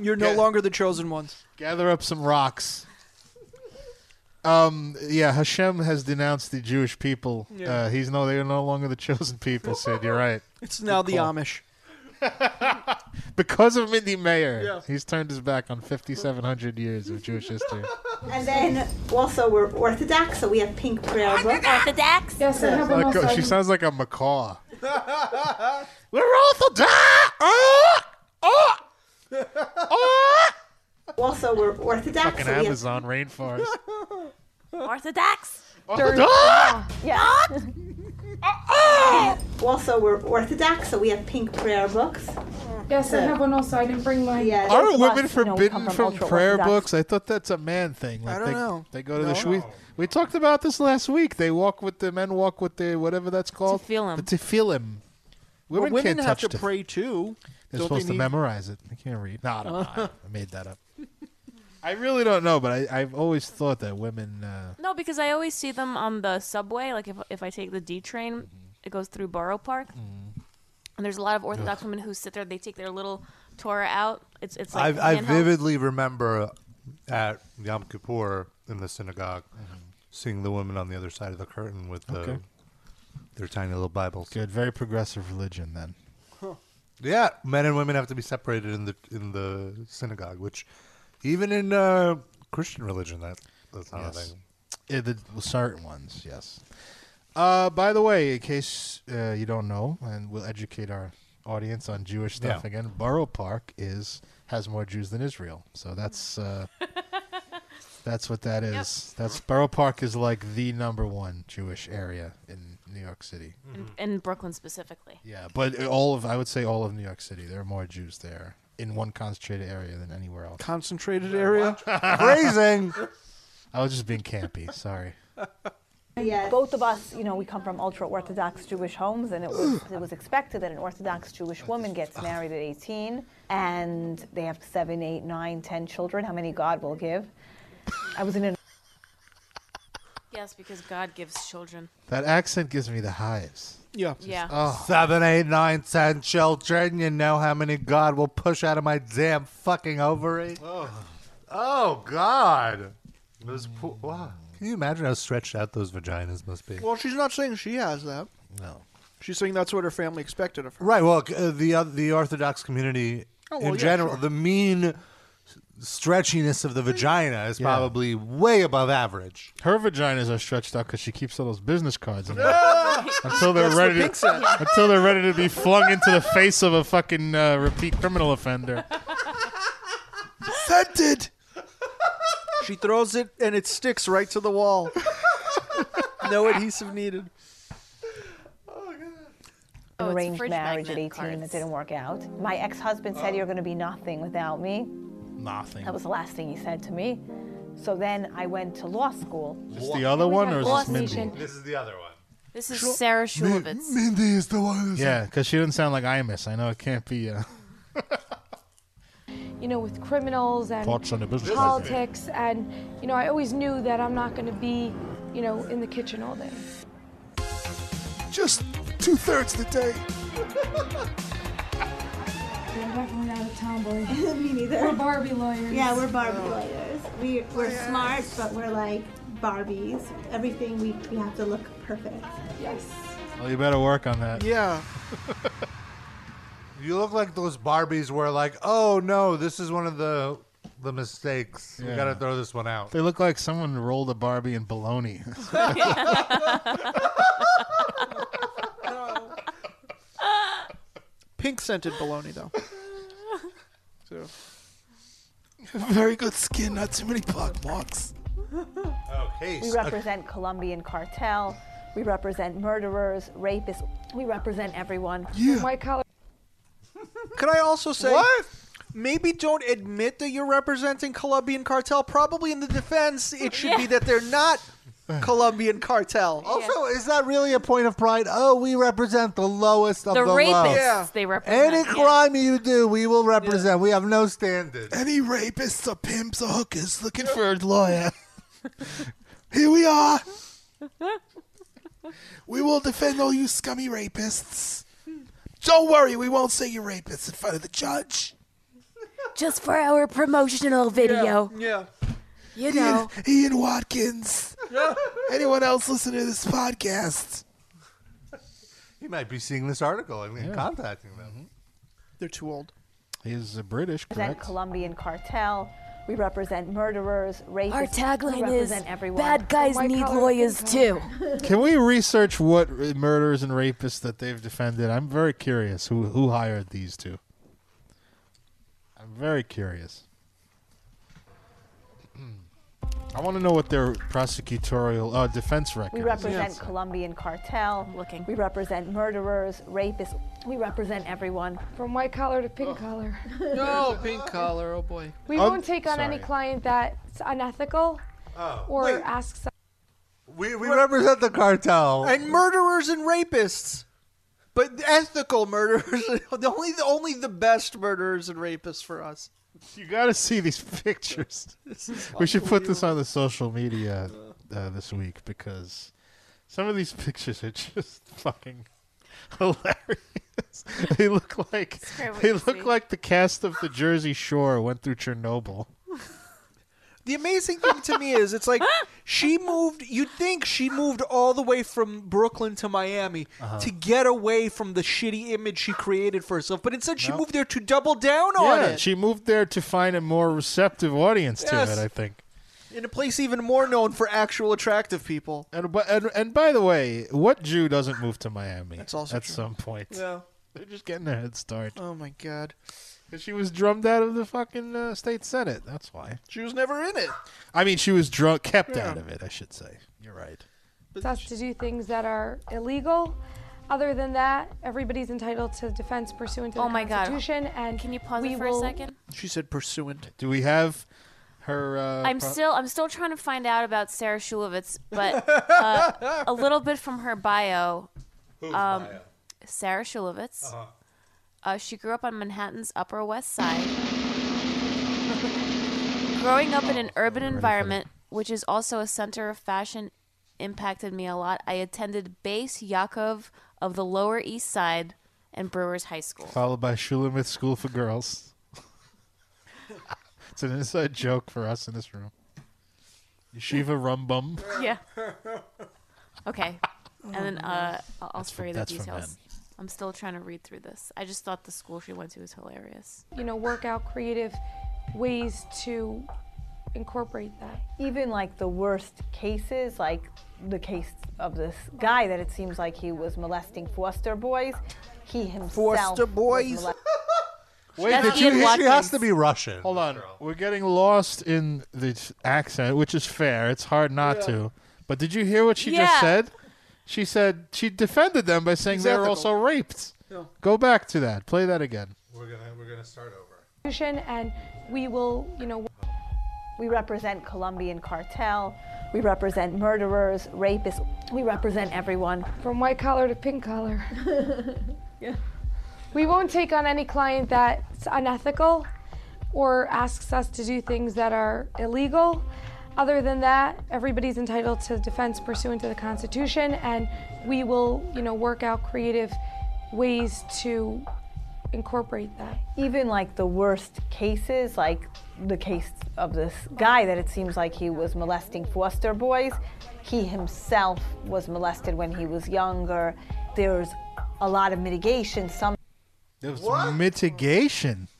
Speaker 3: You're no longer the chosen ones.
Speaker 4: Gather up some rocks. Um, yeah, Hashem has denounced the Jewish people.
Speaker 3: Yeah.
Speaker 4: Uh, he's no, they are no longer the chosen people. Sid, you're right.
Speaker 3: It's now the Amish.
Speaker 4: Because of Mindy Mayer,
Speaker 9: Yeah.
Speaker 4: he's turned his back on 5,700 years of Jewish history.
Speaker 9: And then also we're Orthodox, so we have pink prayer books. Orthodox. Yes, I have
Speaker 4: Like, uh, she sounds like a macaw.
Speaker 12: We're orthodox. Oh, oh, oh.
Speaker 9: Also, we're Orthodox.
Speaker 4: Fucking Amazon rainforest.
Speaker 5: Orthodox.
Speaker 9: Yeah. Also, we're Orthodox, so we have pink prayer books. Yes,
Speaker 11: I have
Speaker 9: one also. I didn't bring mine. Yeah,
Speaker 4: Aren't women forbidden from prayer books? I thought that's a man thing. Like
Speaker 9: I don't
Speaker 4: they,
Speaker 9: know.
Speaker 4: They go to
Speaker 9: No.
Speaker 4: the shul. We talked about this last week. They walk with the men walk with the whatever that's called
Speaker 3: Tefillin.
Speaker 4: The tefillin.
Speaker 3: Well,
Speaker 4: Women,
Speaker 3: women
Speaker 4: can't
Speaker 3: have
Speaker 4: touch
Speaker 3: to
Speaker 4: tef-
Speaker 3: pray too. Don't they
Speaker 4: They're supposed to
Speaker 3: need-
Speaker 4: memorize it. They can't read. No, I, don't know. I- I made that up. I really don't know, but I, I've always thought that women. Uh,
Speaker 5: No, because I always see them on the subway. Like if if I take the D train, it goes through Borough Park, and there's a lot of Orthodox women who sit there. They take their little Torah out. It's it's like
Speaker 2: I, I
Speaker 5: handheld.
Speaker 2: vividly remember at Yom Kippur in the synagogue seeing the women on the other side of the curtain with the,
Speaker 4: Okay.
Speaker 2: their tiny little Bibles.
Speaker 4: good, very progressive religion then.
Speaker 2: Yeah, men and women have to be separated in the in the synagogue, which even in uh, Christian religion that that's not a
Speaker 4: Yes.
Speaker 2: thing.
Speaker 4: Yeah, the well, certain ones, yes. Uh, by the way, in case uh, you don't know, and we'll educate our audience on Jewish stuff
Speaker 2: Yeah.
Speaker 4: again, Borough Park is has more Jews than Israel, so that's uh, that's what that is. That's Borough Park is like the number one Jewish area in New York City.
Speaker 5: in, in Brooklyn specifically.
Speaker 4: Yeah, but all of I would say all of New York City, there are more Jews there in one concentrated area than anywhere else.
Speaker 3: Concentrated area.
Speaker 2: Phrasing.
Speaker 4: I was just being campy. Sorry.
Speaker 9: Yeah. Both of us, you know, we come from ultra-Orthodox Jewish homes, and it was, it was expected that an Orthodox Jewish woman gets married at 18, and they have seven, eight, nine, ten children. How many God will give? I was in an
Speaker 5: Yes, because God gives children.
Speaker 4: That accent gives me the Oh. hives.
Speaker 3: Yeah.
Speaker 5: Yeah.
Speaker 2: Seven, eight, nine, ten children. You know how many God will push out of my damn fucking ovary? Oh, God. Those poor, wow. Can you imagine how stretched out those vaginas must be?
Speaker 3: Well, she's not saying she has that.
Speaker 4: No.
Speaker 3: She's saying that's what her family expected of her.
Speaker 2: Right. Well, uh, the uh, the Orthodox community
Speaker 3: Oh, well,
Speaker 2: in
Speaker 3: yeah,
Speaker 2: general,
Speaker 3: sure.
Speaker 2: the mean stretchiness of the vagina is probably way above average.
Speaker 4: Her vaginas are stretched out because she keeps all those business cards in there until they're
Speaker 2: That's the
Speaker 4: ready.
Speaker 2: big
Speaker 4: To,
Speaker 2: set.
Speaker 4: until they're ready to be flung into the face of a fucking uh, repeat criminal offender.
Speaker 3: Scented. She throws it and it sticks right to the wall. no adhesive needed.
Speaker 9: an
Speaker 5: Oh, it's
Speaker 9: arranged
Speaker 5: fridge
Speaker 9: marriage at
Speaker 5: magnet
Speaker 9: 18 that didn't work out. My ex-husband said, "You're going to be nothing without me."
Speaker 4: Nothing.
Speaker 9: That was the last thing he said to me. So then I went to law school.
Speaker 4: Is the other one or is this Mindy?
Speaker 2: This is the other one.
Speaker 5: This is Sarah Shulovitz.
Speaker 4: Mindy is the one. Yeah, because she doesn't sound like Imus. I know it can't be. Uh,
Speaker 11: you know, with criminals and
Speaker 4: Thoughts on the business president.
Speaker 11: politics. And, you know, I always knew that I'm not going to be, you know, in the kitchen all day.
Speaker 12: Just two thirds of the day.
Speaker 10: I'm definitely not a tomboy.
Speaker 9: Me neither.
Speaker 10: We're Barbie lawyers.
Speaker 9: Yeah, we're Barbie lawyers. We, we're smart, but we're like Barbies. Everything we, we have to look perfect.
Speaker 11: Yes.
Speaker 4: well, you better work on that.
Speaker 3: Yeah.
Speaker 2: You look like those Barbies were like, oh no, this is one of the the mistakes. We
Speaker 4: Yeah.
Speaker 2: gotta throw this one out.
Speaker 4: They look like someone rolled a Barbie in bologna.
Speaker 3: Pink scented bologna though. So
Speaker 12: Very good skin, not too many pock marks.
Speaker 2: Okay.
Speaker 9: We
Speaker 2: so-
Speaker 9: represent Colombian cartel. We represent murderers, rapists. We represent everyone.
Speaker 11: White collar.
Speaker 3: Could I also say Maybe don't admit that you're representing Colombian cartel. Probably in the defense, it should be
Speaker 2: Yeah.
Speaker 3: that they're not Colombian cartel.
Speaker 2: Also, is that really a point of pride? Oh, we represent the lowest of
Speaker 5: The
Speaker 2: the,
Speaker 5: rapists
Speaker 2: low.
Speaker 5: they represent.
Speaker 2: Any crime you do, we will represent. We have no standard.
Speaker 12: Any rapists or pimps or hookers looking for a lawyer. Here we are. We will defend all you scummy rapists. Don't worry, we won't say you're rapists in front of the judge.
Speaker 5: Just for our promotional video.
Speaker 3: Yeah.
Speaker 5: You
Speaker 12: Ian-
Speaker 5: know.
Speaker 12: Ian, Watkins. Anyone else listening to this podcast?
Speaker 2: He might be seeing this article and and
Speaker 4: Yeah. Mm-hmm.
Speaker 2: contacting them.
Speaker 3: They're too old.
Speaker 4: He's a British,
Speaker 9: We represent
Speaker 4: correct?
Speaker 9: Colombian cartel. We represent murderers, rapists.
Speaker 5: Our
Speaker 9: we
Speaker 5: tagline is
Speaker 9: represent everyone.
Speaker 5: bad guys
Speaker 9: White
Speaker 5: need
Speaker 9: collar
Speaker 5: lawyers too.
Speaker 4: Can we research what r- murderers and rapists that they've defended? I'm very curious who who hired these two. I'm very curious. I want to know what their prosecutorial uh, defense record.
Speaker 9: We
Speaker 4: is.
Speaker 9: represent Colombian cartel. Looking. We represent murderers, rapists. We represent everyone.
Speaker 11: From white collar to pink collar.
Speaker 3: No, pink collar. Oh boy.
Speaker 11: We
Speaker 2: Um,
Speaker 11: won't take on any
Speaker 2: sorry.
Speaker 11: client that's unethical
Speaker 2: Oh.
Speaker 11: or
Speaker 2: Wait.
Speaker 11: ask some-
Speaker 2: We, we represent the cartel.
Speaker 3: and murderers and rapists. But ethical murderers, the only the only the best murderers and rapists for us.
Speaker 4: You got to see these pictures.
Speaker 3: This is
Speaker 4: we should put this on the social media uh, this week because some of these pictures are just fucking hilarious. they look like
Speaker 3: Describe what
Speaker 4: they
Speaker 3: you
Speaker 4: look
Speaker 3: see.
Speaker 4: like the cast of the Jersey Shore went through Chernobyl.
Speaker 3: The amazing thing to me is it's like she moved you'd think she moved all the way from Brooklyn to Miami
Speaker 4: Uh-huh.
Speaker 3: to get away from the shitty image she created for herself, but instead she
Speaker 4: No.
Speaker 3: moved there to double down on
Speaker 4: yeah,
Speaker 3: it.
Speaker 4: she moved there to find a more receptive audience
Speaker 3: Yes.
Speaker 4: to it. I think.
Speaker 3: in a place even more known for actual attractive people.
Speaker 4: And but and, and by the way, what Jew doesn't move to Miami?
Speaker 3: That's also
Speaker 4: at
Speaker 3: true.
Speaker 4: some point.
Speaker 3: Yeah.
Speaker 4: They're just getting their head start.
Speaker 3: Oh my god.
Speaker 4: Because she was drummed out of the fucking uh, state senate. That's why.
Speaker 3: She was never in it.
Speaker 4: I mean, she was drunk, kept
Speaker 11: Yeah.
Speaker 4: out of it. I should say. You're right.
Speaker 11: us to do things that are illegal. Other than that, everybody's entitled to defense pursuant to
Speaker 5: Oh
Speaker 11: the
Speaker 5: my God.
Speaker 11: Constitution. And can you pause
Speaker 5: it for a second?
Speaker 3: She said pursuant.
Speaker 4: Do we have her? Uh,
Speaker 5: I'm
Speaker 4: pro-
Speaker 5: still I'm still trying to find out about Sarah Shulevitz, but uh, a little bit from her bio. Um,
Speaker 13: Whose bio?
Speaker 5: Sarah Shulevitz.
Speaker 13: Uh-huh.
Speaker 5: Uh, she grew up on Manhattan's Upper West Side. Growing up in
Speaker 4: Oh,
Speaker 5: an urban environment, which is also a center of fashion, impacted me a lot. I attended Base Yaakov of the Lower East Side and Brewers High School.
Speaker 4: Followed by Shulamith School for Girls. it's an inside joke for us in this room. Yeshiva Rumbum.
Speaker 5: Yeah. Okay. And then uh, I'll, I'll spare you the
Speaker 4: that's from
Speaker 5: details. I'm still trying to read through this. I just thought the school she went to was hilarious.
Speaker 11: you know, work out creative ways to incorporate that.
Speaker 9: Even like the worst cases, like the case of this guy that it seems like he was molesting foster boys. He himself.
Speaker 3: Foster
Speaker 9: was
Speaker 3: boys?
Speaker 9: molest-
Speaker 4: Wait,
Speaker 9: That's
Speaker 4: did you?
Speaker 9: Ian
Speaker 4: She has
Speaker 9: Watkins.
Speaker 4: to
Speaker 2: be Russian.
Speaker 4: Hold on, we're getting lost in the t- accent, which is fair. It's hard not
Speaker 2: Yeah.
Speaker 4: to. But did you hear what she
Speaker 2: Yeah.
Speaker 4: just said? She said she defended them by saying they were
Speaker 11: Ethical.
Speaker 4: also raped.
Speaker 11: Yeah.
Speaker 4: Go back to that. Play that again.
Speaker 2: We're gonna we're gonna start over.
Speaker 11: Constitution, And we will, you know,
Speaker 9: We represent Colombian cartel. We represent murderers, rapists. We represent everyone.
Speaker 11: from white collar to pink collar. We won't take on any client that's unethical or asks us to do things that are illegal. Other than that, everybody's entitled to defense pursuant to the Constitution, and we will, you know, work out creative ways to incorporate that.
Speaker 9: Even like the worst cases, like the case of this guy that it seems like he was molesting foster boys, he himself was molested when he was younger. There's a lot of mitigation. Some
Speaker 4: There was mitigation. Oh.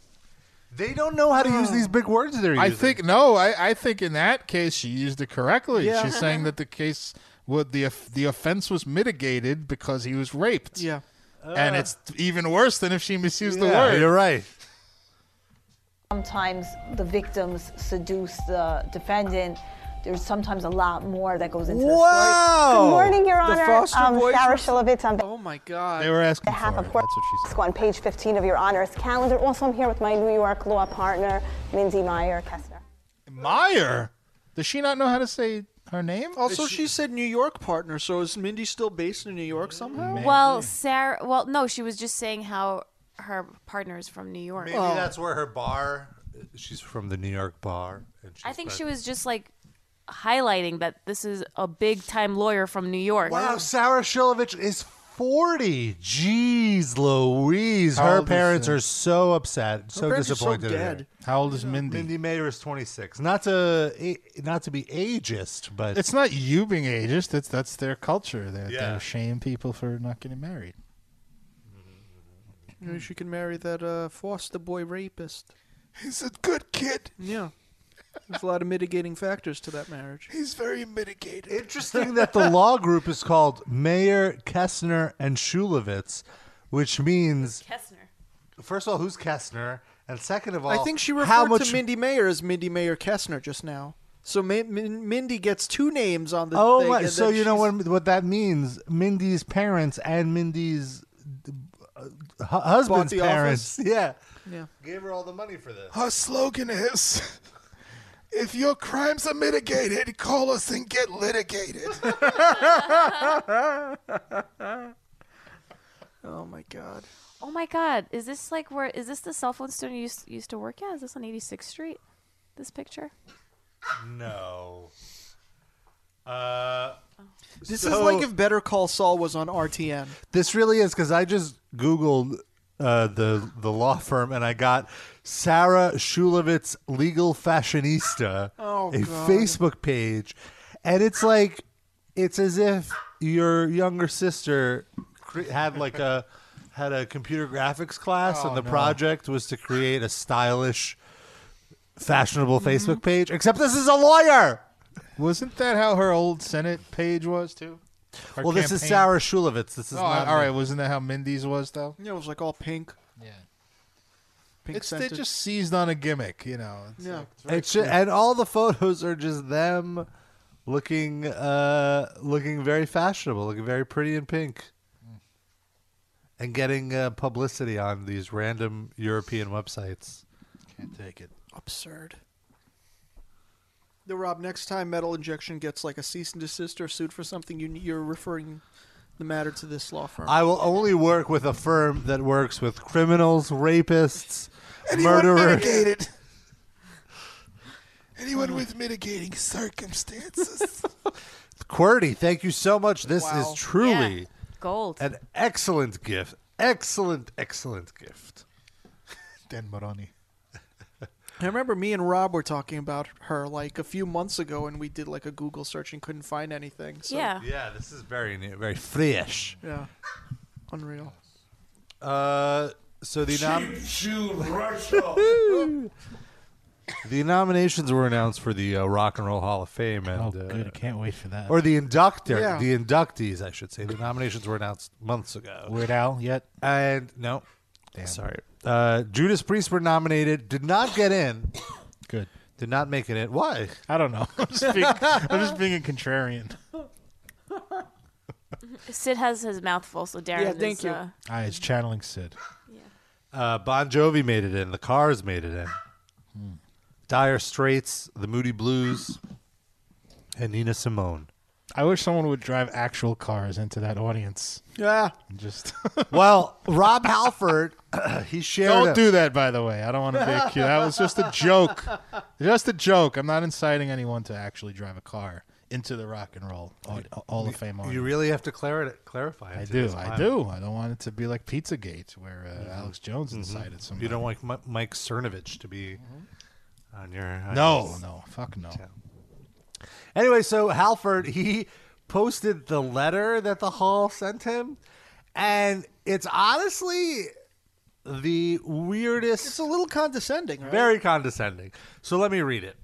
Speaker 2: They don't know how to use these big words they're using.
Speaker 4: I think no. I, I think in that case she used it correctly.
Speaker 2: Yeah.
Speaker 4: She's saying that the case would the of- the offense was mitigated because he was raped.
Speaker 3: Yeah,
Speaker 4: and it's even worse than if she misused the
Speaker 2: Yeah,
Speaker 4: word.
Speaker 2: you're right.
Speaker 9: Sometimes the victims seduce the defendant there's sometimes a lot more that goes into the
Speaker 2: Wow!
Speaker 9: story. Good morning, Your
Speaker 2: The
Speaker 9: Honor.
Speaker 2: Foster
Speaker 9: um,
Speaker 2: Boys
Speaker 9: Sarah
Speaker 2: were-
Speaker 9: Shilovitz on
Speaker 3: Oh my God.
Speaker 4: They were asking
Speaker 9: behalf
Speaker 4: for
Speaker 9: of
Speaker 4: it.
Speaker 9: Puerto
Speaker 4: That's what she said.
Speaker 9: Rico on page 15 of Your Honor's calendar. Also, I'm here with my New York law partner, Lindsay Meyer Kessner.
Speaker 4: Meyer? Does she not know how to say her name?
Speaker 3: Also, she said New York partner, so is Mindy still based in New York somehow?
Speaker 5: Well, Sarah. Well, no, she was just saying how her partner is from New York.
Speaker 2: Maybe that's where her bar. She's from the New York bar. And she's
Speaker 5: I think she
Speaker 2: pregnant.
Speaker 5: was just like highlighting that this is a big time lawyer from New York.
Speaker 2: Wow, Sarah Shilovich is 40. Jeez Louise.
Speaker 4: How
Speaker 2: Her
Speaker 4: old is,
Speaker 2: parents
Speaker 4: uh,
Speaker 2: are so upset, so
Speaker 4: parents are so
Speaker 2: disappointed. in her.
Speaker 4: dead. How old is Mindy?
Speaker 2: Mindy Mayer is 26. Not to a- not to be ageist, but
Speaker 4: It's not you being ageist. That's that's their culture. They
Speaker 2: Yeah.
Speaker 4: they shame people for not getting married.
Speaker 3: Maybe she can marry that uh, foster boy rapist.
Speaker 12: He's a good kid.
Speaker 3: Yeah. There's a lot of mitigating factors to that marriage.
Speaker 12: He's very mitigated.
Speaker 2: interesting that the law group is called Mayer, Kessner, and Shulovitz, which means
Speaker 5: Kessner.
Speaker 2: First of all, who's Kessner? And second of all,
Speaker 3: I think she referred
Speaker 2: how much
Speaker 3: to Mindy Mayer as Mindy Mayer Kessner just now. So Min- Min- Mindy gets two names on the
Speaker 2: Oh
Speaker 3: thing.
Speaker 2: my!
Speaker 3: and
Speaker 2: So
Speaker 3: then
Speaker 2: you know
Speaker 3: she's-
Speaker 2: what what that means? Mindy's parents and Mindy's uh, hu- husband's
Speaker 12: the
Speaker 2: parents.
Speaker 12: office?
Speaker 2: Yeah.
Speaker 3: Yeah.
Speaker 2: Gave her all the money for this.
Speaker 12: Our slogan is if your crimes are mitigated, call us and get litigated.
Speaker 3: Oh my god.
Speaker 5: Oh my God! Is this like where? Is this the cell phone store you used, used to work at? Is this on 86th Street? This picture.
Speaker 2: No. Uh,
Speaker 3: This is
Speaker 2: so-
Speaker 3: like if Better Call Saul was on RTN.
Speaker 2: This really is because I just Googled uh, the the law firm and I got Sarah Shulovitz Legal Fashionista,
Speaker 3: Oh,
Speaker 2: a
Speaker 3: God.
Speaker 2: Facebook page, and it's like it's as if your younger sister cre- had like a had a computer graphics class
Speaker 4: Oh,
Speaker 2: and the
Speaker 4: no.
Speaker 2: project was to create a stylish, fashionable Facebook page. Except this is a lawyer.
Speaker 4: Mm-hmm. Wasn't that how her old Senate page was too? Her
Speaker 2: well, this is
Speaker 4: campaign-
Speaker 2: Sarah Shulovitz. This is
Speaker 4: Oh,
Speaker 2: not
Speaker 4: all right. Wasn't that how Mindy's was though?
Speaker 3: Yeah, it was like all pink.
Speaker 4: Yeah.
Speaker 3: Pink
Speaker 4: It's, they
Speaker 3: scented.
Speaker 4: just seized on a gimmick, you know. It's
Speaker 3: Yeah.
Speaker 4: like-
Speaker 2: It's ju- and all the photos are just them looking uh looking very fashionable, looking very pretty in pink. And getting uh, publicity on these random European websites.
Speaker 4: Can't take it.
Speaker 3: absurd. The Rob, next time Metal Injection gets like a cease and desist or sued for something, you, you're referring the matter to this law firm.
Speaker 2: I will only work with a firm that works with criminals, rapists,
Speaker 12: Anyone
Speaker 2: murderers.
Speaker 12: mitigated? Anyone with mitigating circumstances?
Speaker 2: QWERTY, thank you so much. This
Speaker 12: Wow.
Speaker 2: is truly
Speaker 12: Yeah.
Speaker 5: Gold.
Speaker 2: an excellent gift. Excellent, excellent gift.
Speaker 4: Dan Moroni.
Speaker 3: I remember me and Rob were talking about her like a few months ago, and we did like a Google search and couldn't find anything. So.
Speaker 2: Yeah, this is very new, very fresh.
Speaker 3: Yeah. Unreal.
Speaker 2: Uh, so the nom-
Speaker 7: Russia.
Speaker 2: the nominations were announced for the uh, Rock and Roll Hall of Fame, and uh,
Speaker 4: I can't wait for that.
Speaker 2: or the inductor,
Speaker 4: Yeah.
Speaker 2: the inductees, I should say. The nominations were announced months ago.
Speaker 4: Weird Al yet?
Speaker 2: And no, sorry. Uh, Judas Priest were nominated, did not get in.
Speaker 4: Good.
Speaker 2: Did not make it in. Why?
Speaker 4: I don't know. I'm just being, I'm just being a contrarian.
Speaker 5: Mm-hmm. Sid has his mouth full, so Darren.
Speaker 3: Yeah, thank
Speaker 5: is,
Speaker 3: you.
Speaker 5: Uh,
Speaker 4: I is channeling Sid.
Speaker 2: Uh, bon Jovi made it in. The Cars made it in.
Speaker 4: Hmm.
Speaker 2: Dire Straits, The Moody Blues, and Nina Simone.
Speaker 4: I wish someone would drive actual cars into that audience.
Speaker 3: Yeah.
Speaker 4: And just
Speaker 2: well, Rob Halford, he shared.
Speaker 4: Don't
Speaker 2: a-
Speaker 4: do that, by the way. I don't want to be accused. That was just a joke. Just a joke. I'm not inciting anyone to actually drive a car into the Rock and Roll Aud- Hall of Fame.
Speaker 2: You
Speaker 4: audience.
Speaker 2: really have to clar- clarify. it
Speaker 4: I
Speaker 2: to
Speaker 4: do.
Speaker 2: this
Speaker 4: I
Speaker 2: climate.
Speaker 4: do. I don't want it to be like Pizzagate, where uh, Alex Jones
Speaker 2: Mhm.
Speaker 4: incited some.
Speaker 2: You don't want Mi- Mike Cernovich to be on your. on
Speaker 4: Mm-hmm. No,
Speaker 2: your-
Speaker 4: no, fuck no.
Speaker 2: Anyway, so Halford he posted the letter that the hall sent him, and it's honestly the weirdest. It's
Speaker 3: a little condescending, right?
Speaker 2: Very condescending. So let me read it.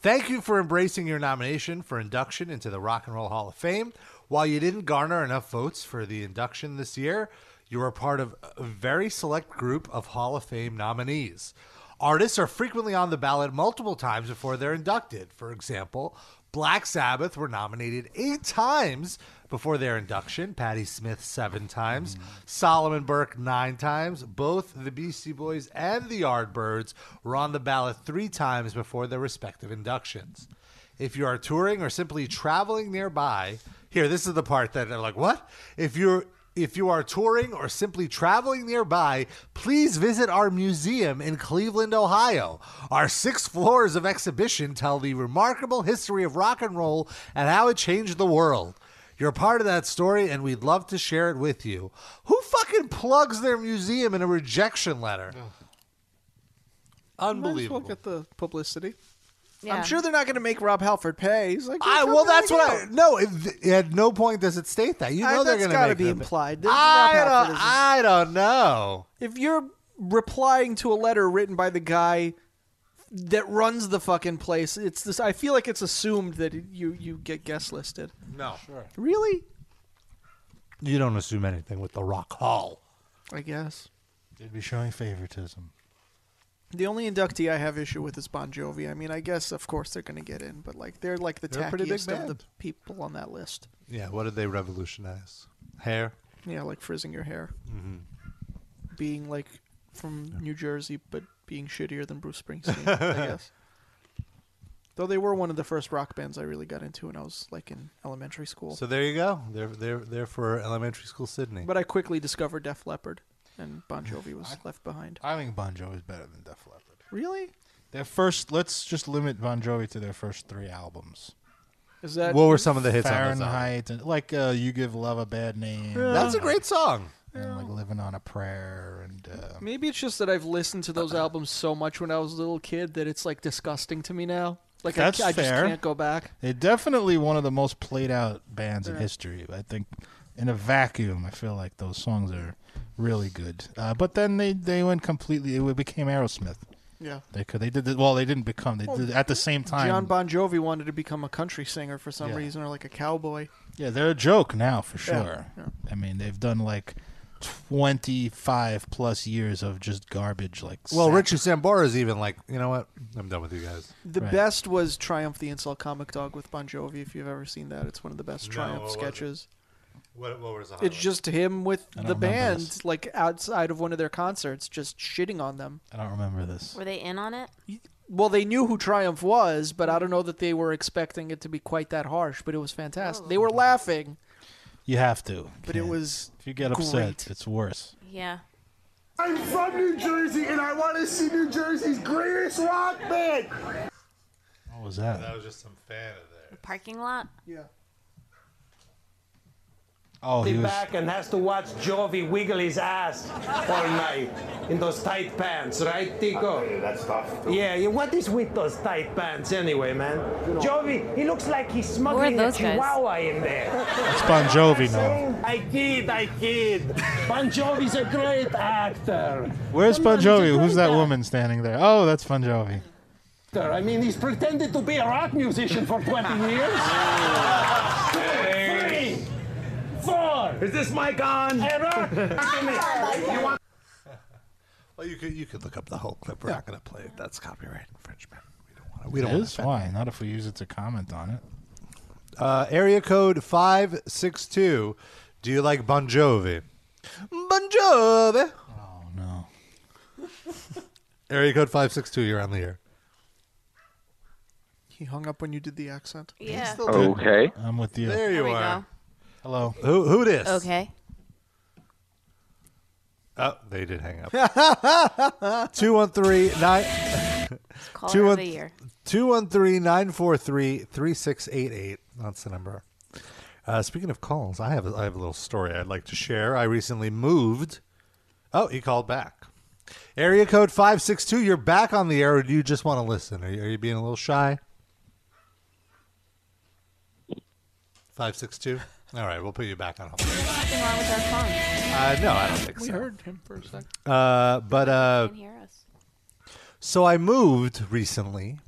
Speaker 2: Thank you for embracing your nomination for induction into the Rock and Roll Hall of Fame. While you didn't garner enough votes for the induction this year, you were part of a very select group of Hall of Fame nominees. Artists are frequently on the ballot multiple times before they're inducted. For example, Black Sabbath were nominated eight times before their induction, Patti Smith seven times, Solomon Burke nine times. Both the Beastie Boys and the Yardbirds were on the ballot three times before their respective inductions. If you are touring or simply traveling nearby, here this is the part that they're like, "What?" If you're if you are touring or simply traveling nearby, please visit our museum in Cleveland, Ohio. Our six floors of exhibition tell the remarkable history of rock and roll and how it changed the world. You're part of that story, and we'd love to share it with you. Who fucking plugs their museum in a rejection letter? Unbelievable.
Speaker 3: Might as well get the publicity.
Speaker 2: Yeah.
Speaker 3: I'm sure they're not going to make Rob Halford pay. He's like,
Speaker 2: I, well, that's what I. No, it, at no point does it state that. You know
Speaker 3: I,
Speaker 2: they're
Speaker 3: that's
Speaker 2: going to
Speaker 3: gotta
Speaker 2: make
Speaker 3: be
Speaker 2: them-
Speaker 3: implied. This
Speaker 2: I
Speaker 3: Rob Halford
Speaker 2: don't,
Speaker 3: isn't-
Speaker 2: I don't know.
Speaker 3: if you're replying to a letter written by the guy that runs the fucking place, it's this. I feel like it's assumed that you you get guest listed.
Speaker 2: No, sure.
Speaker 3: Really?
Speaker 2: You don't assume anything with the Rock Hall.
Speaker 3: I guess
Speaker 4: They'd be showing favoritism.
Speaker 3: the only inductee I have issue with is Bon Jovi. I mean, I guess of course they're going to get in, but like they're like the
Speaker 2: They're a pretty big
Speaker 3: tackiest of the people on that list.
Speaker 2: Yeah, what did they revolutionize? Hair.
Speaker 3: Yeah, like frizzing your hair,
Speaker 2: Mm-hmm.
Speaker 3: being like from New Jersey, but being shittier than Bruce Springsteen. I guess. Though they were one of the first rock bands I really got into when I was like in elementary school.
Speaker 2: So there you go. They're they're they're for elementary school Sydney.
Speaker 3: But I quickly discovered Def Leppard, and Bon Jovi was left behind.
Speaker 4: I think Bon Jovi's better than Def Leppard.
Speaker 3: Really?
Speaker 4: Their first, let's just limit Bon Jovi to their first three albums.
Speaker 3: Is that
Speaker 2: What were some of the hits on this album?
Speaker 4: Fahrenheit, and like uh, "You Give Love a Bad Name."
Speaker 3: Yeah. That's a great
Speaker 2: song.
Speaker 4: And like "Living on a Prayer" and uh,
Speaker 3: Maybe it's just that I've listened to
Speaker 4: Uh-uh.
Speaker 3: those albums so much when I was a little kid that it's like disgusting to me now. Like I,
Speaker 4: That's
Speaker 3: ca- I just
Speaker 4: fair.
Speaker 3: can't go back.
Speaker 4: They're definitely one of the most played out bands in
Speaker 3: Yeah.
Speaker 4: history. I think in a vacuum, I feel like those songs are really good. Uh, but then they, they went completely. It became Aerosmith.
Speaker 3: Yeah.
Speaker 4: They could. They did. The, well, they didn't become. They
Speaker 3: Well,
Speaker 4: did at the same time.
Speaker 3: John Bon Jovi wanted to become a country singer for some
Speaker 4: Yeah.
Speaker 3: reason, or like a cowboy.
Speaker 4: yeah, they're a joke now for
Speaker 3: Yeah,
Speaker 4: sure.
Speaker 3: yeah.
Speaker 4: I mean, they've done like twenty five plus years of just garbage. Like
Speaker 2: Well,
Speaker 4: sap.
Speaker 2: Richard Sambora is even like, you know what? I'm done with you guys.
Speaker 3: The
Speaker 4: Right.
Speaker 3: best was Triumph the Insult Comic Dog with Bon Jovi. If you've ever seen that, it's one of the best
Speaker 2: No, what
Speaker 3: Triumph
Speaker 2: was it?
Speaker 3: sketches.
Speaker 2: What, what was the
Speaker 3: It's just him with
Speaker 4: I don't
Speaker 3: the
Speaker 4: remember
Speaker 3: band, like outside of one of their concerts, just shitting on them.
Speaker 4: I don't remember this.
Speaker 5: Were they in on it?
Speaker 3: Well, they knew who Triumph was, but I don't know that they were expecting it to be quite that harsh. But it was fantastic. They were laughing.
Speaker 4: You have to.
Speaker 3: But it was
Speaker 4: If you get upset,
Speaker 3: great.
Speaker 4: it's worse.
Speaker 5: Yeah.
Speaker 13: I'm from New Jersey and I want to see New Jersey's greatest rock band.
Speaker 4: What was that?
Speaker 2: That was just some fan of theirs.
Speaker 5: The parking lot?
Speaker 3: Yeah.
Speaker 4: Oh, he was.
Speaker 14: back and has to watch Jovi wiggle his ass all night in those tight pants, right, Tico? That's tough. Yeah, yeah, what is with those tight pants anyway, man? Jovi, he looks like he's smuggling a
Speaker 15: those guys?
Speaker 14: chihuahua in there.
Speaker 4: It's Bon Jovi now.
Speaker 14: I kid, I kid. Bon Jovi's a great actor.
Speaker 4: Where's
Speaker 14: Come
Speaker 4: Bon
Speaker 14: on, he's a
Speaker 4: Jovi? Who's
Speaker 14: great
Speaker 4: that woman standing there? Oh, that's Bon Jovi.
Speaker 14: actor. I mean, he's pretended to be a rock musician for 20 years. Three, four. Is this mic on? Hey, rock. You want-
Speaker 2: Well, you could you could look up the whole clip. We're not going to play it. That's copyright infringement.
Speaker 4: We
Speaker 2: We
Speaker 4: don't
Speaker 2: don't
Speaker 4: it
Speaker 2: wanna
Speaker 4: is why not if we use it to comment on it.
Speaker 2: Uh, area code five six two. Do you like Bon Jovi? Bon Jovi.
Speaker 4: Oh no.
Speaker 2: Area code five six two. You're on the air.
Speaker 3: He hung up when you did the accent.
Speaker 5: Yeah.
Speaker 2: Okay.
Speaker 4: I'm with you.
Speaker 2: There you
Speaker 5: There we
Speaker 2: are.
Speaker 5: go.
Speaker 4: Hello.
Speaker 2: Who who this?
Speaker 5: Okay.
Speaker 2: Oh, they did hang up.
Speaker 3: Mm-hmm.
Speaker 2: 213 9
Speaker 5: Call her of the year.
Speaker 2: 213 943 3688. That's the number. Uh, speaking of calls, I have, a, I have a little story I'd like to share. I recently moved. Oh, he called back. Area code 562, you're back on the air, or do you just want to listen? Are you, are you being a little shy? 562? All right, we'll put you back on hold.
Speaker 5: Nothing wrong with our phone.
Speaker 2: Uh, no, I don't think
Speaker 3: We
Speaker 2: so.
Speaker 3: heard him for a sec.
Speaker 2: Uh, but uh,
Speaker 5: Can hear us.
Speaker 2: so I moved recently,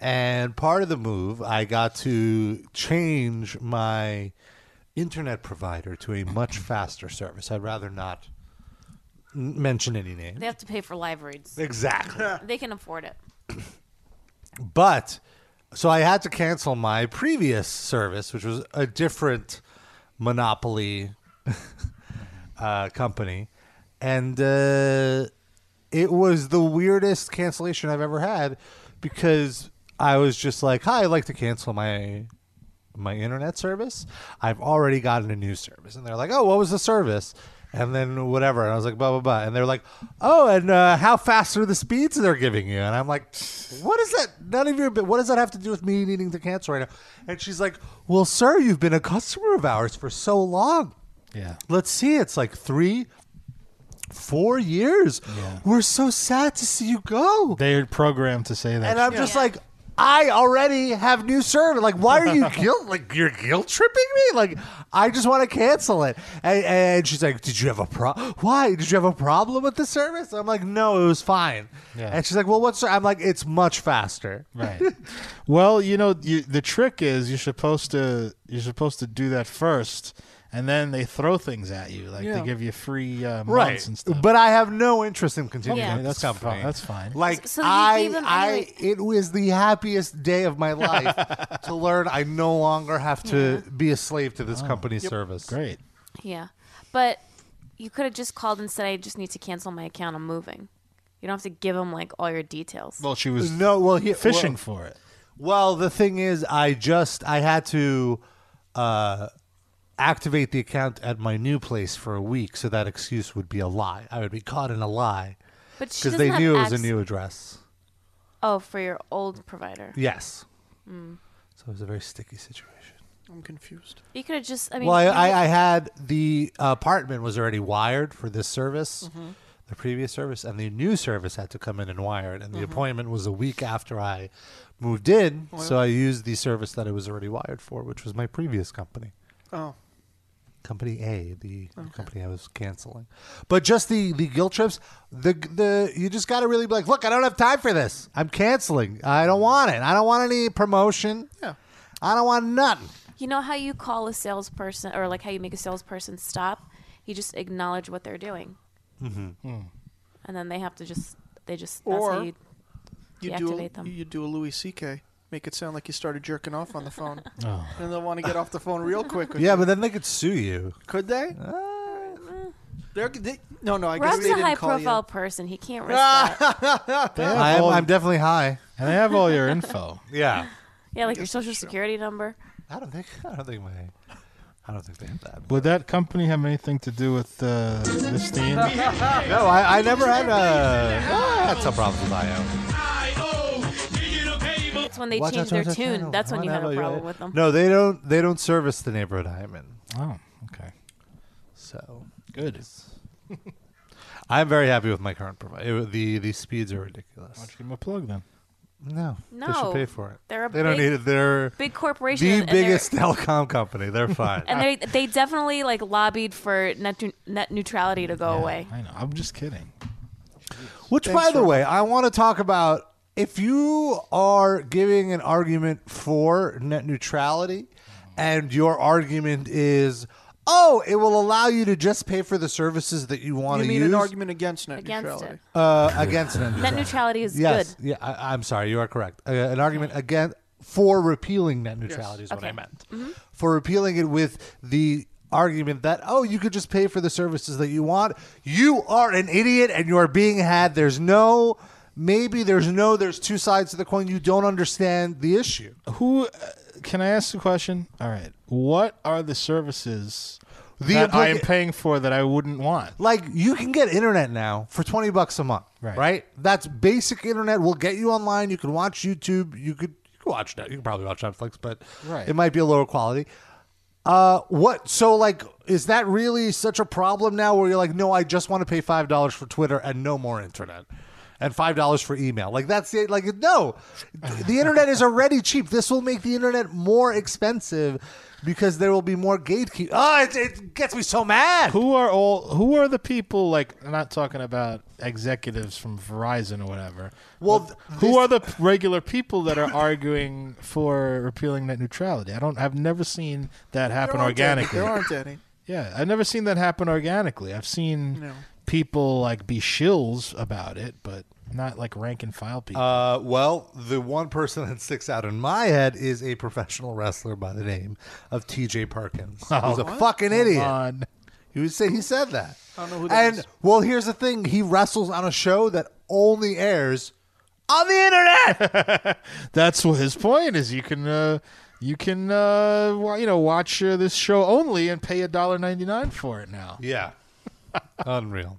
Speaker 2: and part of the move, I got to change my internet provider to a much faster service. I'd rather not n- mention any name.
Speaker 5: They have to pay for live reads.
Speaker 2: Exactly.
Speaker 5: they can afford it.
Speaker 2: But so I had to cancel my previous service, which was a different monopoly uh, company, and uh, it was the weirdest cancellation I've ever had because I was just like, "Hi, I'd like to cancel my my internet service. I've already gotten a new service," and they're like, "Oh, what was the service?" And then whatever, and I was like, blah blah blah, and they're like, "Oh, and uh, how fast are the speeds they're giving you?" And I'm like, "What is that? None of your. bu- What does that have to do with me needing to cancel right now?" And she's like, "Well, sir, you've been a customer of ours for so long.
Speaker 4: Yeah.
Speaker 2: Let's see. It's like three, four years. We're so sad to see you go.
Speaker 4: They're programmed to say that.
Speaker 2: And I'm just like, I already have new service. Like, why are you guilt? Like, you're guilt tripping me. Like, I just want to cancel it. And, and she's like, Did you have a pro? Why did you have a problem with the service? I'm like, No, it was fine.
Speaker 4: Yeah.
Speaker 2: And she's like, Well, what's? I'm like, It's much faster.
Speaker 4: Right. well, you know, you, the trick is you're supposed to you're supposed to do that first, and then they throw things at you, like
Speaker 2: Yeah.
Speaker 4: they give you free uh, months
Speaker 2: right.
Speaker 4: and stuff.
Speaker 2: But I have no interest in continuing.
Speaker 4: Okay,
Speaker 2: with this
Speaker 4: that's fine-
Speaker 2: company.
Speaker 4: that's fine.
Speaker 2: Like
Speaker 4: So you
Speaker 2: I,
Speaker 4: gave them
Speaker 2: I,
Speaker 4: anyway-
Speaker 2: it was the happiest day of my life to learn I no longer have to be a slave to this company's service.
Speaker 4: Oh. Great.
Speaker 5: Yeah, but you could have just called and said, "I just need to cancel my account. I'm moving." You don't have to give them like all your details.
Speaker 4: Well, she was
Speaker 2: no. Well, he,
Speaker 4: fishing
Speaker 2: well-
Speaker 4: for it.
Speaker 2: Well, the thing is, I just I had to uh, activate the account at my new place for a week, so that excuse would be a lie. I would be caught in a lie
Speaker 5: But she doesn't
Speaker 2: because they
Speaker 5: have
Speaker 2: knew it was
Speaker 5: acc-
Speaker 2: a new address.
Speaker 5: Oh, for your old provider.
Speaker 2: Yes,
Speaker 5: Mm.
Speaker 2: so it was a very sticky situation.
Speaker 3: I'm confused.
Speaker 5: You could have just. I mean,
Speaker 2: well, I,
Speaker 5: you
Speaker 2: I, I
Speaker 5: could-
Speaker 2: had the apartment was already wired for this service,
Speaker 5: Mhm.
Speaker 2: the previous service, and the new service had to come in and wire it. And the
Speaker 5: Mm-hmm.
Speaker 3: Mhm.
Speaker 2: appointment was a week after I moved in,
Speaker 3: Wow.
Speaker 2: so I used the service that it was already wired for, which was my previous company,
Speaker 3: Oh,
Speaker 2: Company A, the company I was canceling. But just the the guilt trips, the the you just got to really be like, look, I don't have time for this. I'm canceling. I don't want it. I don't want any promotion.
Speaker 3: Yeah.
Speaker 2: I don't want nothing.
Speaker 5: You know how you call a salesperson, or like how you make a salesperson stop? You just acknowledge what they're doing,
Speaker 4: Hmm.
Speaker 2: Mm-hmm.
Speaker 5: and then they have to just. They just. That's how
Speaker 3: or
Speaker 5: you.
Speaker 3: you do
Speaker 5: deactivate
Speaker 3: a,
Speaker 5: them.
Speaker 3: you do a Louis C.K. Make it sound like you started jerking off on the phone,
Speaker 2: Oh.
Speaker 3: and they'll want to get off the phone real quick. with
Speaker 2: Yeah,
Speaker 3: you.
Speaker 2: but then they could sue you. Uh,
Speaker 3: could they? They're, they? No, no. I guess
Speaker 5: Rob's
Speaker 3: they
Speaker 5: a
Speaker 3: didn't
Speaker 5: high
Speaker 3: call you.
Speaker 5: profile person. He can't risk that.
Speaker 4: They have
Speaker 2: I am,
Speaker 4: all-
Speaker 2: I'm definitely high.
Speaker 4: And they have all your info.
Speaker 2: Yeah.
Speaker 5: Yeah, like your social security number.
Speaker 2: I don't think. I don't think my. I don't think they have that.
Speaker 4: Would that company have anything to do with uh, this theme?
Speaker 2: no, I, I never had. Uh, I had some problems with IO.
Speaker 5: That's when they
Speaker 2: Watch
Speaker 5: changed
Speaker 2: out,
Speaker 5: their
Speaker 2: watch out,
Speaker 5: tune.
Speaker 2: channel.
Speaker 5: That's when you had a
Speaker 2: Whatever,
Speaker 5: problem
Speaker 2: yeah.
Speaker 5: with them.
Speaker 2: No, they don't. They don't service the neighborhood I'm in.
Speaker 4: Oh, okay.
Speaker 2: So
Speaker 4: Good.
Speaker 2: I'm very happy with my current provider. It- The the speeds are ridiculous.
Speaker 4: Why don't you give them a plug then?
Speaker 2: No. They
Speaker 5: No.
Speaker 2: should pay for it.
Speaker 5: They're a
Speaker 2: they don't
Speaker 5: big-
Speaker 2: need it. They're
Speaker 5: big corporation
Speaker 2: The
Speaker 5: and they're-
Speaker 2: biggest telecom company. They're fine.
Speaker 5: And they they definitely like lobbied for net net neutrality to go away.
Speaker 4: I know. I'm just kidding.
Speaker 2: Which,
Speaker 5: Thanks
Speaker 2: by the
Speaker 5: for-
Speaker 2: way, I want to talk about. If you are giving an argument for net neutrality, and your argument is, "Oh, it will allow you to just pay for the services that you want
Speaker 3: You
Speaker 2: to
Speaker 3: mean
Speaker 2: use,"
Speaker 3: an argument against net
Speaker 5: Against
Speaker 3: neutrality?
Speaker 5: it.
Speaker 2: uh, against net neutrality.
Speaker 5: Net neutrality is
Speaker 2: yes,
Speaker 5: good.
Speaker 2: Yeah, I, I'm sorry, you are correct. Uh, an argument against for repealing net neutrality is what I
Speaker 5: Okay.
Speaker 2: meant.
Speaker 3: Mm-hmm.
Speaker 5: Mhm.
Speaker 2: For repealing it with the argument that oh, you could just pay for the services that you want. You are an idiot, and you are being had. There's no. Maybe there's no, there's two sides to the coin. You don't understand the issue.
Speaker 4: Who, uh, can I ask a question? All right. What are the services
Speaker 2: The
Speaker 4: that I am
Speaker 2: implica-
Speaker 4: paying for that I wouldn't want?
Speaker 2: Like, you can get internet now for 20 bucks a month, right? That's basic internet. We'll get you online. You can watch YouTube. You could, you could watch that. You can probably watch Netflix, but
Speaker 4: Right.
Speaker 2: it might be a lower quality. Uh, what? So, like, is that really such a problem now? Where you're like, no, I just want to pay five dollars for Twitter and no more internet, and five dollars for email. Like, that's the like, no, the internet is already cheap. This will make the internet more expensive because there will be more gatekeep. Oh, it, it gets me so mad.
Speaker 4: Who are all? Who are the people? Like, I'm not talking about executives from Verizon or whatever.
Speaker 2: Well,
Speaker 4: but who are the p- regular people that are arguing for repealing net neutrality? I don't. I've never seen that happen
Speaker 3: There aren't any.
Speaker 4: organically.
Speaker 3: There aren't any.
Speaker 4: Yeah, I've never seen that happen organically. I've seen
Speaker 3: No.
Speaker 4: people like be shills about it, but not like rank and file people.
Speaker 2: Uh, well, the one person that sticks out in my head is a professional wrestler by the name of T.J. Perkins.
Speaker 4: Oh,
Speaker 2: He's a
Speaker 4: what?
Speaker 2: fucking
Speaker 4: Come
Speaker 2: idiot.
Speaker 4: on.
Speaker 2: He would say he said that.
Speaker 3: I don't know who that
Speaker 2: And well, here's the thing: he wrestles on a show that only airs Uh, on the internet.
Speaker 4: That's what his point is. You can uh, you can uh, wa- you know watch uh, this show only and pay a dollar ninety nine for it now.
Speaker 2: Yeah. Unreal.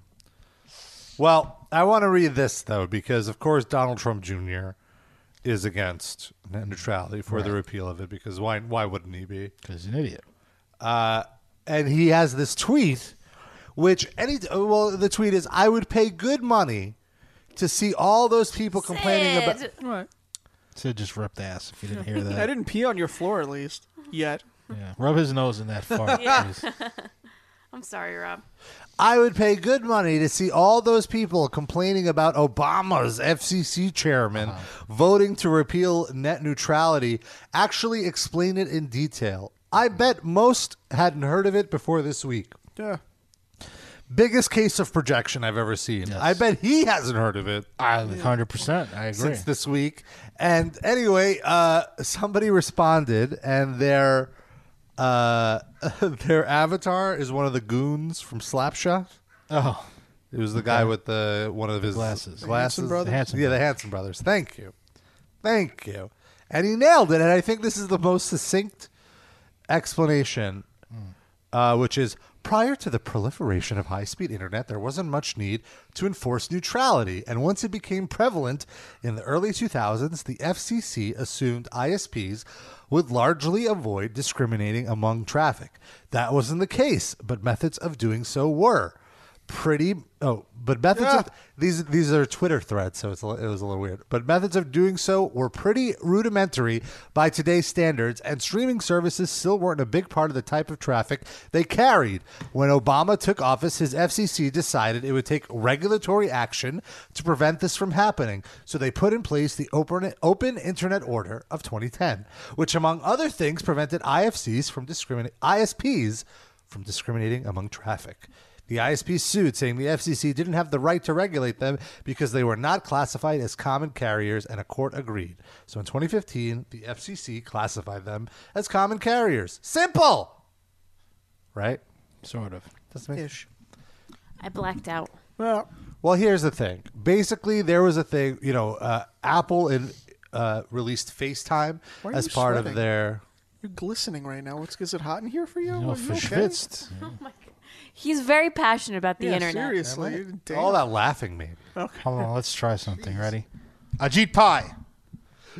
Speaker 2: Well, I want to read this though because of course Donald Trump Jr. is against net neutrality for the
Speaker 4: Right.
Speaker 2: repeal of it because why why wouldn't he be?
Speaker 4: Because he's an idiot.
Speaker 2: Uh, and he has this tweet which any well the tweet is I would pay good money to see all those people complaining about
Speaker 4: Sid just ripped the ass if you didn't hear that.
Speaker 3: I didn't pee on your floor at least yet.
Speaker 4: Yeah. Rub his nose in that fart.
Speaker 5: Yeah.
Speaker 4: please.
Speaker 5: I'm sorry, Rob.
Speaker 2: I would pay good money to see all those people complaining about Obama's FCC chairman
Speaker 4: Uh-huh.
Speaker 2: voting to repeal net neutrality actually explain it in detail. I bet most hadn't heard of it before this week.
Speaker 3: Yeah.
Speaker 2: Biggest case of projection I've ever seen. I bet he hasn't heard of it.
Speaker 4: Hundred percent. I agree.
Speaker 2: Since this week. And anyway, uh, somebody responded, and their uh, their avatar is one of the goons from Slapshot.
Speaker 4: Oh.
Speaker 2: It was the guy with the one of his glasses. Glasses,
Speaker 4: Hanson brothers? The Hanson
Speaker 2: yeah, the Hanson brothers. Thank you, thank you. And he nailed it. And I think this is the most succinct explanation, uh, which is prior to the proliferation of high-speed internet, there wasn't much need to enforce neutrality. And once it became prevalent in the early 2000s, the FCC assumed ISPs would largely avoid discriminating among traffic. That wasn't the case, but methods of doing so were pretty oh but methods of these these are twitter threads so it's a, li- it was a little weird but methods of doing so were pretty rudimentary by today's standards and streaming services still weren't a big part of the type of traffic they carried when obama took office his fcc decided it would take regulatory action to prevent this from happening so they put in place the open open internet order of 2010 which among other things prevented ifcs from discriminating isps from discriminating among traffic the ISP sued, saying the FCC didn't have the right to regulate them because they were not classified as common carriers, and a court agreed. So in 2015, the FCC classified them as common carriers. Simple, right?
Speaker 4: Sort of.
Speaker 2: Doesn't make
Speaker 5: I blacked out.
Speaker 3: Well,
Speaker 2: Well, here's the thing. Basically, there was a thing, you know, uh, Apple in, uh, released FaceTime
Speaker 3: Why are
Speaker 2: as
Speaker 3: you
Speaker 2: part of
Speaker 3: sweating?
Speaker 2: their.
Speaker 3: You're glistening right now. What's is it hot in here for you?
Speaker 2: No,
Speaker 3: Are you
Speaker 2: verschwitzt.
Speaker 3: Okay?
Speaker 5: Oh He's very passionate about the
Speaker 3: Yeah,
Speaker 5: internet.
Speaker 3: seriously, Am I? you damn-
Speaker 2: All that laughing, maybe.
Speaker 4: Hold on, let's try something. Ready? Ajit Pai.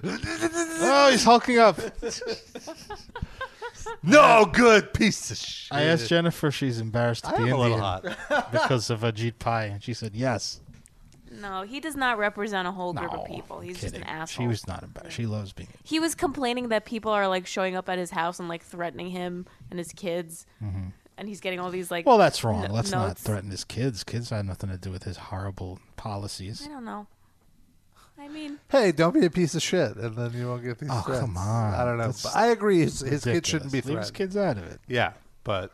Speaker 4: oh, he's hulking up.
Speaker 2: No good piece of shit.
Speaker 4: I asked Jennifer if she's embarrassed to
Speaker 2: I
Speaker 4: be
Speaker 2: am a
Speaker 4: Indian
Speaker 2: little
Speaker 5: hot.
Speaker 4: because of Ajit Pai, and she said yes.
Speaker 5: No, he does not represent a whole group of people. He's just an
Speaker 4: Kidding.
Speaker 5: asshole.
Speaker 4: She was not embarrassed. She loves being.
Speaker 5: He was complaining that people are like showing up at his house and like threatening him and his kids,
Speaker 4: Mhm.
Speaker 5: and he's getting all these like.
Speaker 4: Well, that's wrong.
Speaker 5: n-
Speaker 4: Let's not
Speaker 5: notes.
Speaker 4: threaten his kids. Kids have nothing to do with his horrible policies.
Speaker 5: I don't know. I mean,
Speaker 2: Hey, don't be a piece of shit, and then you won't get these.
Speaker 4: Oh,
Speaker 2: threats.
Speaker 4: come on.
Speaker 2: I don't know.
Speaker 4: That's
Speaker 2: But I agree. His, his kids
Speaker 4: ridiculous.
Speaker 2: shouldn't be
Speaker 4: Leave his
Speaker 2: threatened.
Speaker 4: kids out of it.
Speaker 2: Yeah, but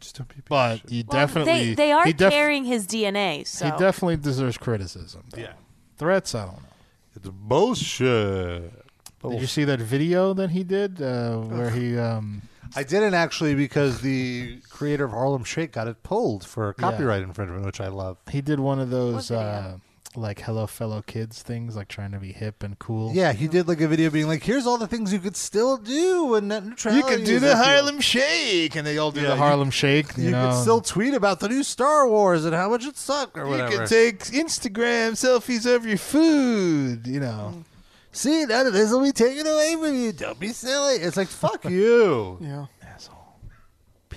Speaker 2: just don't be.
Speaker 4: But he
Speaker 5: well,
Speaker 4: definitely
Speaker 5: they, they are
Speaker 4: he def-
Speaker 5: carrying his DNA. So
Speaker 4: He definitely deserves criticism. though.
Speaker 2: Yeah.
Speaker 4: Threats, I don't know.
Speaker 2: It's bullshit.
Speaker 4: Did you see that video that he did uh, where he um,
Speaker 2: I didn't actually because the creator of Harlem Shake got it pulled for copyright infringement, which I love.
Speaker 4: he did one of those uh, like hello fellow kids things, like trying to be hip and cool?
Speaker 2: Yeah, he did like a video being like, "Here's all the things you could still do when net neutrality."
Speaker 4: could do
Speaker 2: is
Speaker 4: the
Speaker 2: repealed."
Speaker 4: Harlem Shake, and they all do
Speaker 2: Yeah,
Speaker 4: the
Speaker 2: you-
Speaker 4: Harlem Shake. You,
Speaker 2: You,
Speaker 4: know,
Speaker 2: could still tweet about the new Star Wars and how much it sucked or
Speaker 4: You
Speaker 2: whatever.
Speaker 4: could take Instagram selfies of your food. You
Speaker 2: Mm.
Speaker 4: know,
Speaker 2: See, none of this will be taken away from you. Don't be silly. It's like fuck you.
Speaker 3: Yeah.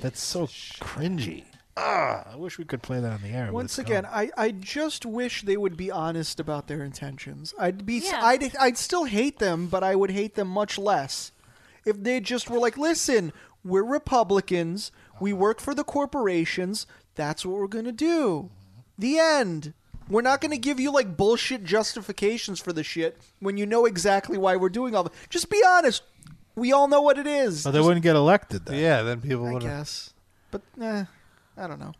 Speaker 4: that's so cringy. Ah, I wish we could play that on the air. but
Speaker 3: Once
Speaker 4: it's
Speaker 3: again, I, I just wish they would be honest about their intentions. I'd be
Speaker 5: Yeah.
Speaker 3: I'd I'd still hate them, but I would hate them much less if they just were like, "Listen, we're Republicans. We
Speaker 4: Uh-huh.
Speaker 3: work for the corporations. That's what we're going to do."
Speaker 4: Mm-hmm.
Speaker 3: The end. We're not going to give you like bullshit justifications for the shit when you know exactly why we're doing all the. Just be honest. We all know what it is.
Speaker 4: Oh, So they wouldn't get elected then.
Speaker 2: Yeah, then people would
Speaker 3: guess. But eh, I don't know.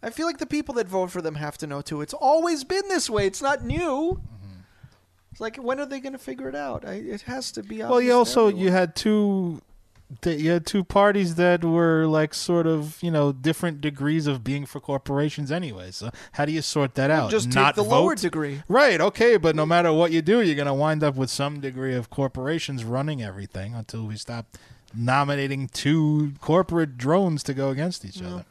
Speaker 3: I feel like the people that vote for them have to know too. It's always been this way. It's not new.
Speaker 4: Mm-hmm.
Speaker 3: It's like when are they going to figure it out? I, it has to be.
Speaker 4: Well,
Speaker 3: obvious
Speaker 4: you
Speaker 3: to
Speaker 4: also you had two, that you had two parties that were like sort of you know different degrees of being for corporations anyway. So how do you sort that out?
Speaker 3: just take
Speaker 4: Not
Speaker 3: the lower
Speaker 4: vote?
Speaker 3: degree.
Speaker 4: right? Okay, but no matter what you do, you're gonna wind up with some degree of corporations running everything until we stop nominating two corporate drones to go against each other.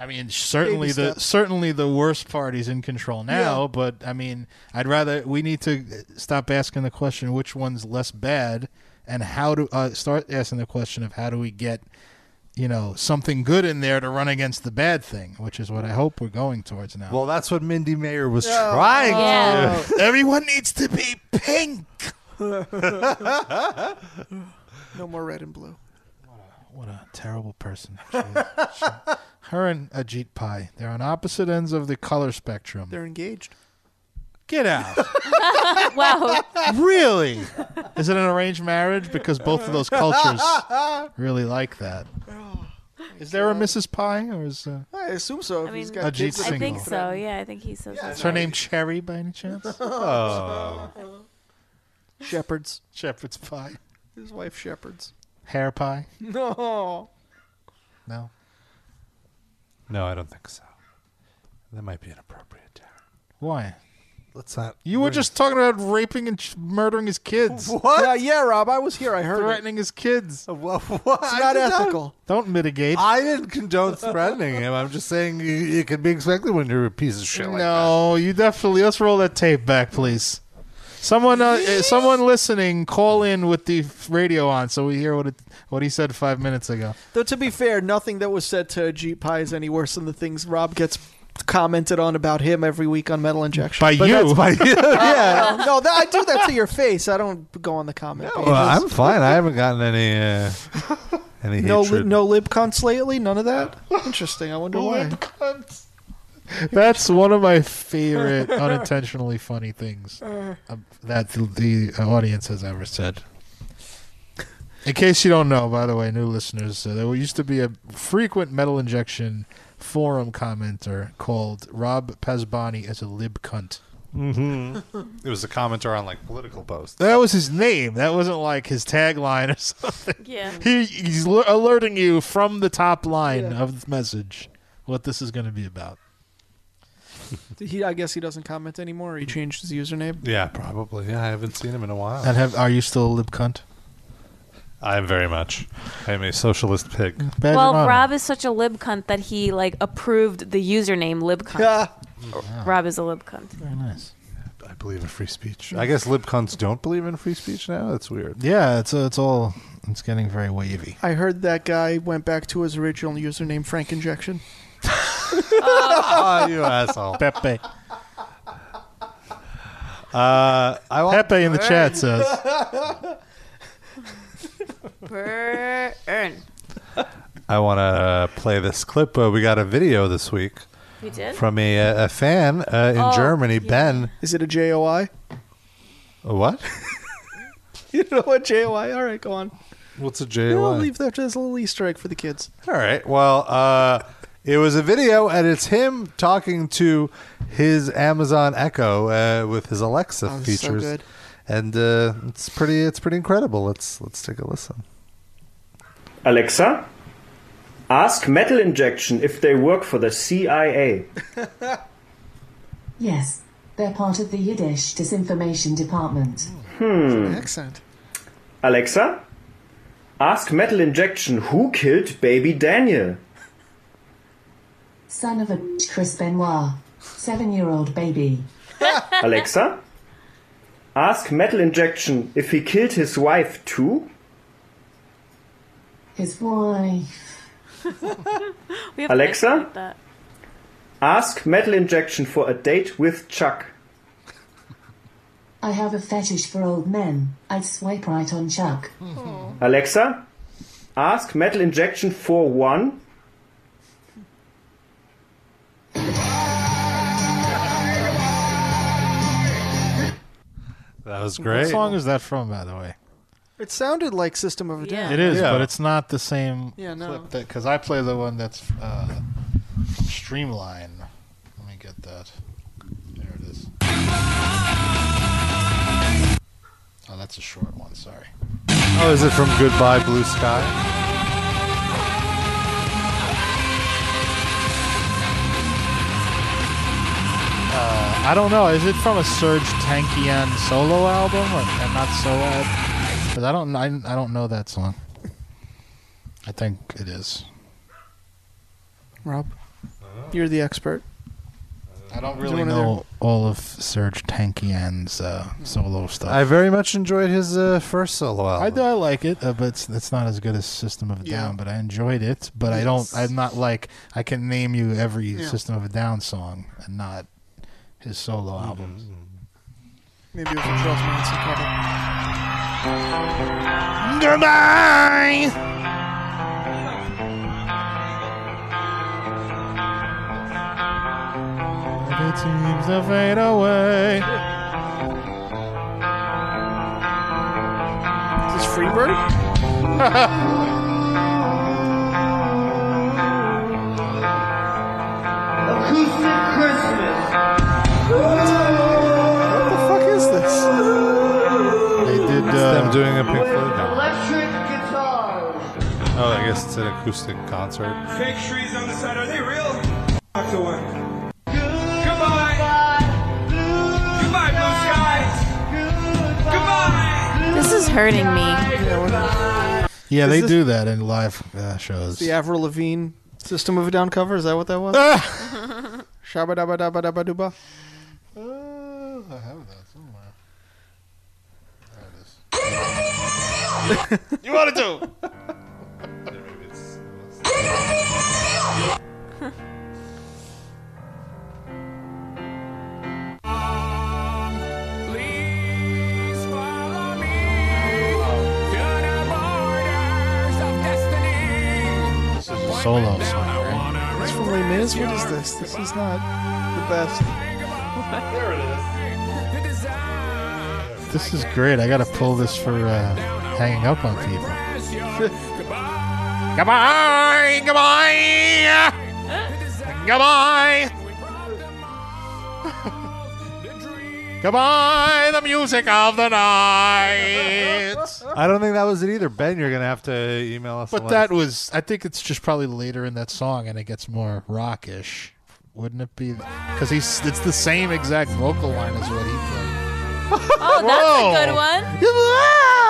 Speaker 4: I mean, certainly the
Speaker 12: steps.
Speaker 4: certainly the worst party's in control now, but I mean, I'd rather we need to stop asking the question which one's less bad and how to uh, start asking the question of how do we get you know something good in there to run against the bad thing, which is what I hope we're going towards now.
Speaker 2: Well, that's what Mindy Mayer was
Speaker 4: Oh.
Speaker 2: trying
Speaker 4: Yeah.
Speaker 2: to do.
Speaker 4: Everyone needs to be pink.
Speaker 3: no more red and blue.
Speaker 4: What a terrible person. She- she- her and Ajit Pai, they're on opposite ends of the color spectrum.
Speaker 3: They're engaged.
Speaker 4: Get out.
Speaker 5: wow.
Speaker 4: really? Is it an arranged marriage? Because both of those cultures really like that. Is there a Mrs. Pie, or is uh,
Speaker 3: I assume so. If
Speaker 5: I
Speaker 3: he's
Speaker 5: mean,
Speaker 3: got
Speaker 4: Ajit
Speaker 5: I
Speaker 3: kids with
Speaker 5: think
Speaker 4: single.
Speaker 5: so. Yeah, I think he says.
Speaker 4: is her name Cherry by any chance?
Speaker 2: Oh.
Speaker 3: Shepherds.
Speaker 4: Shepherd's pie.
Speaker 3: His wife shepherds.
Speaker 4: Hair pie?
Speaker 3: No.
Speaker 4: No.
Speaker 2: No, I don't think so. That might be inappropriate, Darren.
Speaker 4: Why?
Speaker 2: Let's not.
Speaker 4: You were just talking about raping and ch- murdering his kids.
Speaker 3: What? Yeah, yeah, Rob, I was here. I heard
Speaker 4: threatening his kids.
Speaker 2: What?
Speaker 3: It's not ethical.
Speaker 4: Don't mitigate.
Speaker 2: I didn't condone threatening him. I'm just saying it it can be expected when you're a piece of shit. Like
Speaker 4: no, you definitely. Let's roll that tape back, please. Someone, uh, uh, someone listening, call in with the f- radio on so we hear what it, what he said five minutes ago.
Speaker 3: Though to be fair, nothing that was said to Ajit Pai is any worse than the things Rob gets commented on about him every week on Metal Injection.
Speaker 4: By you.
Speaker 3: that's
Speaker 4: By you.
Speaker 3: yeah. No, that, I do that to your face. I don't go on the comment.
Speaker 2: that.
Speaker 3: pages.
Speaker 2: Well, I'm fine. I haven't gotten any uh, any
Speaker 3: no, li-
Speaker 2: hatred.
Speaker 3: no lib cunts lately. None of that. Interesting. I wonder why.
Speaker 4: That's one of my favorite unintentionally funny things um, that the, the audience has ever said. In case you don't know, by the way, new listeners, uh, there used to be a frequent metal injection forum commenter called Rob Pazbani is a lib cunt.
Speaker 2: Mm-hmm. it was a commenter on like political posts.
Speaker 4: That was his name. That wasn't like his tagline or something.
Speaker 5: Yeah.
Speaker 4: He, he's l- alerting you from the top line of the message what this is going to be about.
Speaker 3: He, I guess he doesn't comment anymore. He changed his username.
Speaker 2: Yeah, probably. Yeah, I haven't seen him in a while.
Speaker 4: And have, are you still a lib cunt?
Speaker 2: I'm very much. I'm a socialist pig.
Speaker 4: Badge
Speaker 5: well,
Speaker 4: of honor.
Speaker 5: Rob is such a lib cunt that he like approved the username lib cunt. Oh, Rob is a lib cunt.
Speaker 4: Very nice.
Speaker 2: I believe in free speech. I guess libcons don't believe in free speech now. That's weird.
Speaker 4: Yeah, it's uh, it's all it's getting very wavy.
Speaker 3: I heard that guy went back to his original username, Frank Injection.
Speaker 2: oh, you asshole.
Speaker 4: Pepe.
Speaker 2: Uh, I wa-
Speaker 4: Pepe in the chat says.
Speaker 5: Burn.
Speaker 2: I want to uh, play this clip. Uh, we got a video this week
Speaker 5: We did?
Speaker 2: from a, uh, a fan uh, in
Speaker 5: Oh,
Speaker 2: Germany, Ben.
Speaker 3: Is it a JOI?
Speaker 2: A what?
Speaker 3: You know what JOI? All right, go on.
Speaker 2: What's a
Speaker 3: We'll
Speaker 2: JOI?
Speaker 3: leave that as a little Easter egg for the kids.
Speaker 2: All right. Well, uh, it was a video, and it's him talking to his Amazon Echo uh, with his Alexa
Speaker 3: Oh, this is so
Speaker 2: features,
Speaker 3: good.
Speaker 2: and uh, it's pretty. It's pretty incredible. Let's let's take a listen.
Speaker 15: Alexa, ask Metal Injection if they work for the CIA.
Speaker 16: Yes, they're part of the Yiddish disinformation department.
Speaker 15: Hmm.
Speaker 3: Accent.
Speaker 15: Alexa, ask Metal Injection who killed baby Daniel.
Speaker 16: Son of a bitch, Chris Benoit, seven year old baby.
Speaker 15: Alexa, ask Metal Injection if he killed his wife too.
Speaker 16: His wife.
Speaker 5: We have
Speaker 15: Alexa?
Speaker 5: to isolate that.
Speaker 15: Ask Metal Injection for a date with Chuck.
Speaker 16: I have a fetish for old men. I'd swipe right on Chuck.
Speaker 15: Alexa, ask Metal Injection for one.
Speaker 2: That was
Speaker 4: What song is that from, by the way?
Speaker 3: It sounded like System of a Down.
Speaker 4: It is, but it's not the same
Speaker 3: Yeah, no.
Speaker 4: clip that because I play the one that's uh, Streamline. Let me get that. There it is. Oh, that's a short one. Sorry.
Speaker 2: Oh, is it from Goodbye Blue Sky?
Speaker 4: Uh, I don't know. Is it from a Serge Tankian solo album or and not solo? Because I don't. I, I don't know that song. I think it is.
Speaker 3: Rob,
Speaker 2: Uh-huh.
Speaker 3: you're the expert.
Speaker 4: I don't
Speaker 3: Do
Speaker 4: really
Speaker 3: you wanna
Speaker 4: know all of Serge Tankian's uh, solo stuff.
Speaker 2: I very much enjoyed his uh, first solo album.
Speaker 4: I do. I like it, uh, but it's, it's not as good as System of a
Speaker 2: Yeah.
Speaker 4: Down. But I enjoyed it. But I
Speaker 2: Yes.
Speaker 4: don't. I'm not like I can name you every
Speaker 2: Yeah.
Speaker 4: System of a Down song and not his solo albums.
Speaker 3: Maybe it was a Charles Manson cover.
Speaker 12: Goodbye!
Speaker 4: It seems to fade away.
Speaker 3: Is this Freebird?
Speaker 13: Acoustic Christmas. What the fuck is this?
Speaker 2: They did uh, them doing a Pink Floyd.
Speaker 13: Electric guitar.
Speaker 2: Oh, I guess it's an acoustic concert.
Speaker 7: Fake trees on the side, are they real? Talk to one.
Speaker 13: Goodbye. Goodbye, blue skies. Goodbye.
Speaker 5: This is hurting me.
Speaker 4: Yeah,
Speaker 3: Is
Speaker 4: they
Speaker 3: this-
Speaker 4: do that in live uh, shows.
Speaker 3: The Avril Lavigne System of a Down cover. Is that what that was? Shabba dabba dabba dabba dooba.
Speaker 4: Uh, I have that somewhere.
Speaker 12: You want to do?
Speaker 4: This is a solo song. Right?
Speaker 3: It's from Les Mis. What is this? This is not the best. There it
Speaker 4: This is great. I gotta pull this for uh, hanging up on people.
Speaker 12: Goodbye! Goodbye! Goodbye! Goodbye, the music of the night!
Speaker 2: I don't think that was it either. Ben, you're gonna have to email us.
Speaker 4: But that was, I think it's just probably later in that song, and it gets more rockish, wouldn't it be? Because he's it's the same exact vocal line as what he played.
Speaker 5: Oh, that's a good one.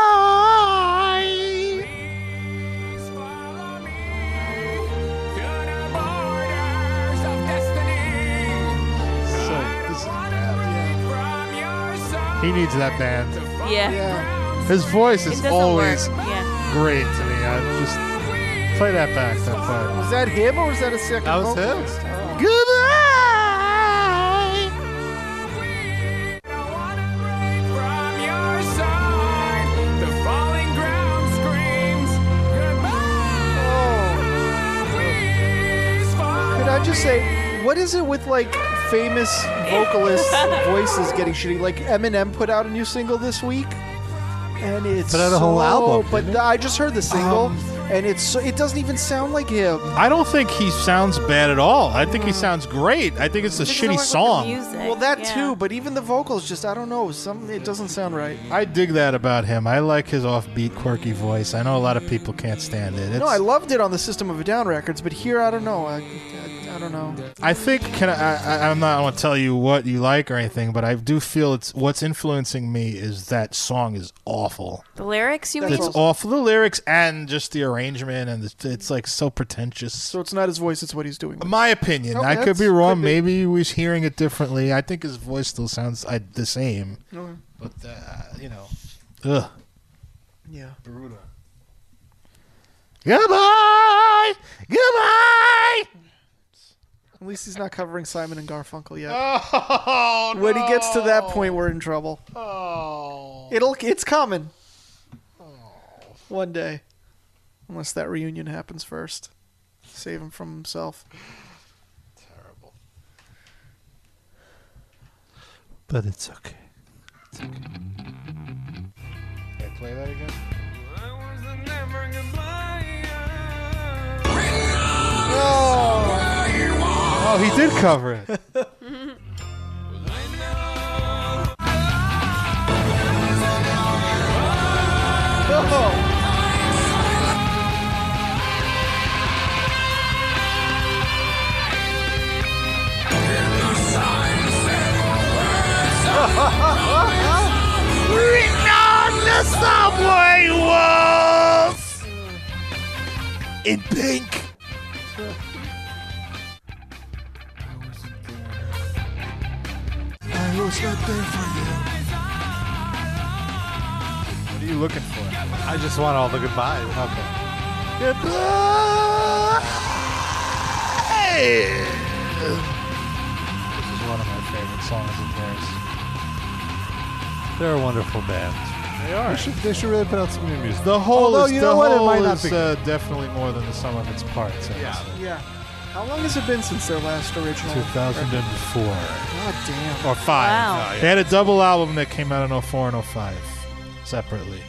Speaker 4: He needs that band.
Speaker 5: Yeah.
Speaker 4: His voice is
Speaker 5: It doesn't
Speaker 4: always
Speaker 5: work. Yeah.
Speaker 4: great to me. I just play that back. That part.
Speaker 3: Was that him or was that a second?
Speaker 4: That was
Speaker 3: vocalist?
Speaker 12: Goodbye!
Speaker 3: Could I just say, what is it with like famous vocalists' voices getting shitty? Like Eminem put out a new single this week, and it's
Speaker 2: Put out a
Speaker 3: so-
Speaker 2: whole album, Um,
Speaker 3: But I just heard the single, and it's so, it doesn't even sound like him.
Speaker 4: I don't think he sounds bad at all. I think he sounds great. I think it's a shitty song.
Speaker 3: Well, that too, but even the vocals, just I don't know. Some it doesn't sound right.
Speaker 4: I dig that about him. I like his offbeat, quirky voice. I know a lot of people can't stand it. It's,
Speaker 3: no, I loved it on the System of a Down records, but here I don't know. I, I, I don't know.
Speaker 4: I think can I, I I'm not going to tell you what you like or anything, but I do feel it's what's influencing me is that song is awful.
Speaker 5: The lyrics you mean?
Speaker 4: It's awful. The lyrics and just the arrangement and it's, it's like so pretentious. So
Speaker 3: it's not his voice; it's what he's doing.
Speaker 4: My opinion.
Speaker 3: Okay,
Speaker 4: I could
Speaker 3: that's-
Speaker 4: be wrong.
Speaker 3: could be.
Speaker 4: Maybe he was hearing it differently. I think his voice still sounds I, the same.
Speaker 3: Okay.
Speaker 4: But uh, you know. Ugh.
Speaker 3: Yeah.
Speaker 4: Brutal.
Speaker 12: Goodbye! Goodbye!
Speaker 3: At least he's not covering Simon and Garfunkel yet.
Speaker 12: Oh,
Speaker 3: when he gets to that point, we're in trouble.
Speaker 12: Oh.
Speaker 3: It'll it's coming. One day, unless that reunion happens first, save him from himself.
Speaker 2: but it's okay.
Speaker 4: Can I play that again?
Speaker 12: Oh.
Speaker 4: Oh, he did cover it.
Speaker 12: Oh.
Speaker 13: Written on the subway walls in pink. I was not there for you.
Speaker 4: What are you looking for?
Speaker 2: I just want all the goodbyes. Okay.
Speaker 13: Goodbye.
Speaker 4: This is one of my favorite songs of theirs.
Speaker 2: They're a wonderful band.
Speaker 4: They are.
Speaker 2: They should, they should really put out some new music.
Speaker 4: The whole
Speaker 2: Although,
Speaker 4: is,
Speaker 2: you
Speaker 4: the
Speaker 2: know what? It
Speaker 4: whole
Speaker 2: might not
Speaker 4: is,
Speaker 2: be.
Speaker 4: uh, definitely more than the sum of its parts. I
Speaker 3: Yeah.
Speaker 4: would say.
Speaker 3: Yeah. How long has it been since their last original?
Speaker 4: 2004.
Speaker 3: God damn.
Speaker 4: Or 5.
Speaker 3: Wow.
Speaker 4: They had a double album that came out in 04 and 05 separately.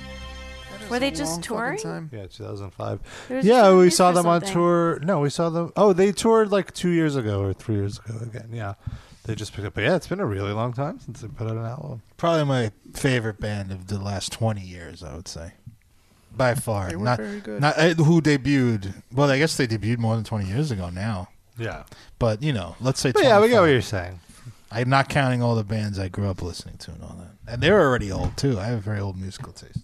Speaker 5: Were they just touring?
Speaker 2: Yeah, 2005.
Speaker 5: There was
Speaker 2: yeah,
Speaker 5: just
Speaker 2: we
Speaker 5: news
Speaker 2: saw
Speaker 5: for
Speaker 2: them on
Speaker 5: something.
Speaker 2: tour. No, we saw them. Oh, they toured like two years ago or three years ago again. Yeah, they just picked up. But yeah, it's been a really long time since they put out an album.
Speaker 4: Probably my favorite band of the last 20 years, I would say. By far.
Speaker 2: They were
Speaker 4: not,
Speaker 2: very good.
Speaker 4: Not, uh, who debuted. Well, I guess they debuted more than 20 years ago now.
Speaker 2: Yeah.
Speaker 4: But, you know, let's say
Speaker 2: But yeah, we get what
Speaker 4: 25.
Speaker 2: you're saying.
Speaker 4: I'm not counting all the bands I grew up listening to and all that. And they're already old, too. I have very old musical taste.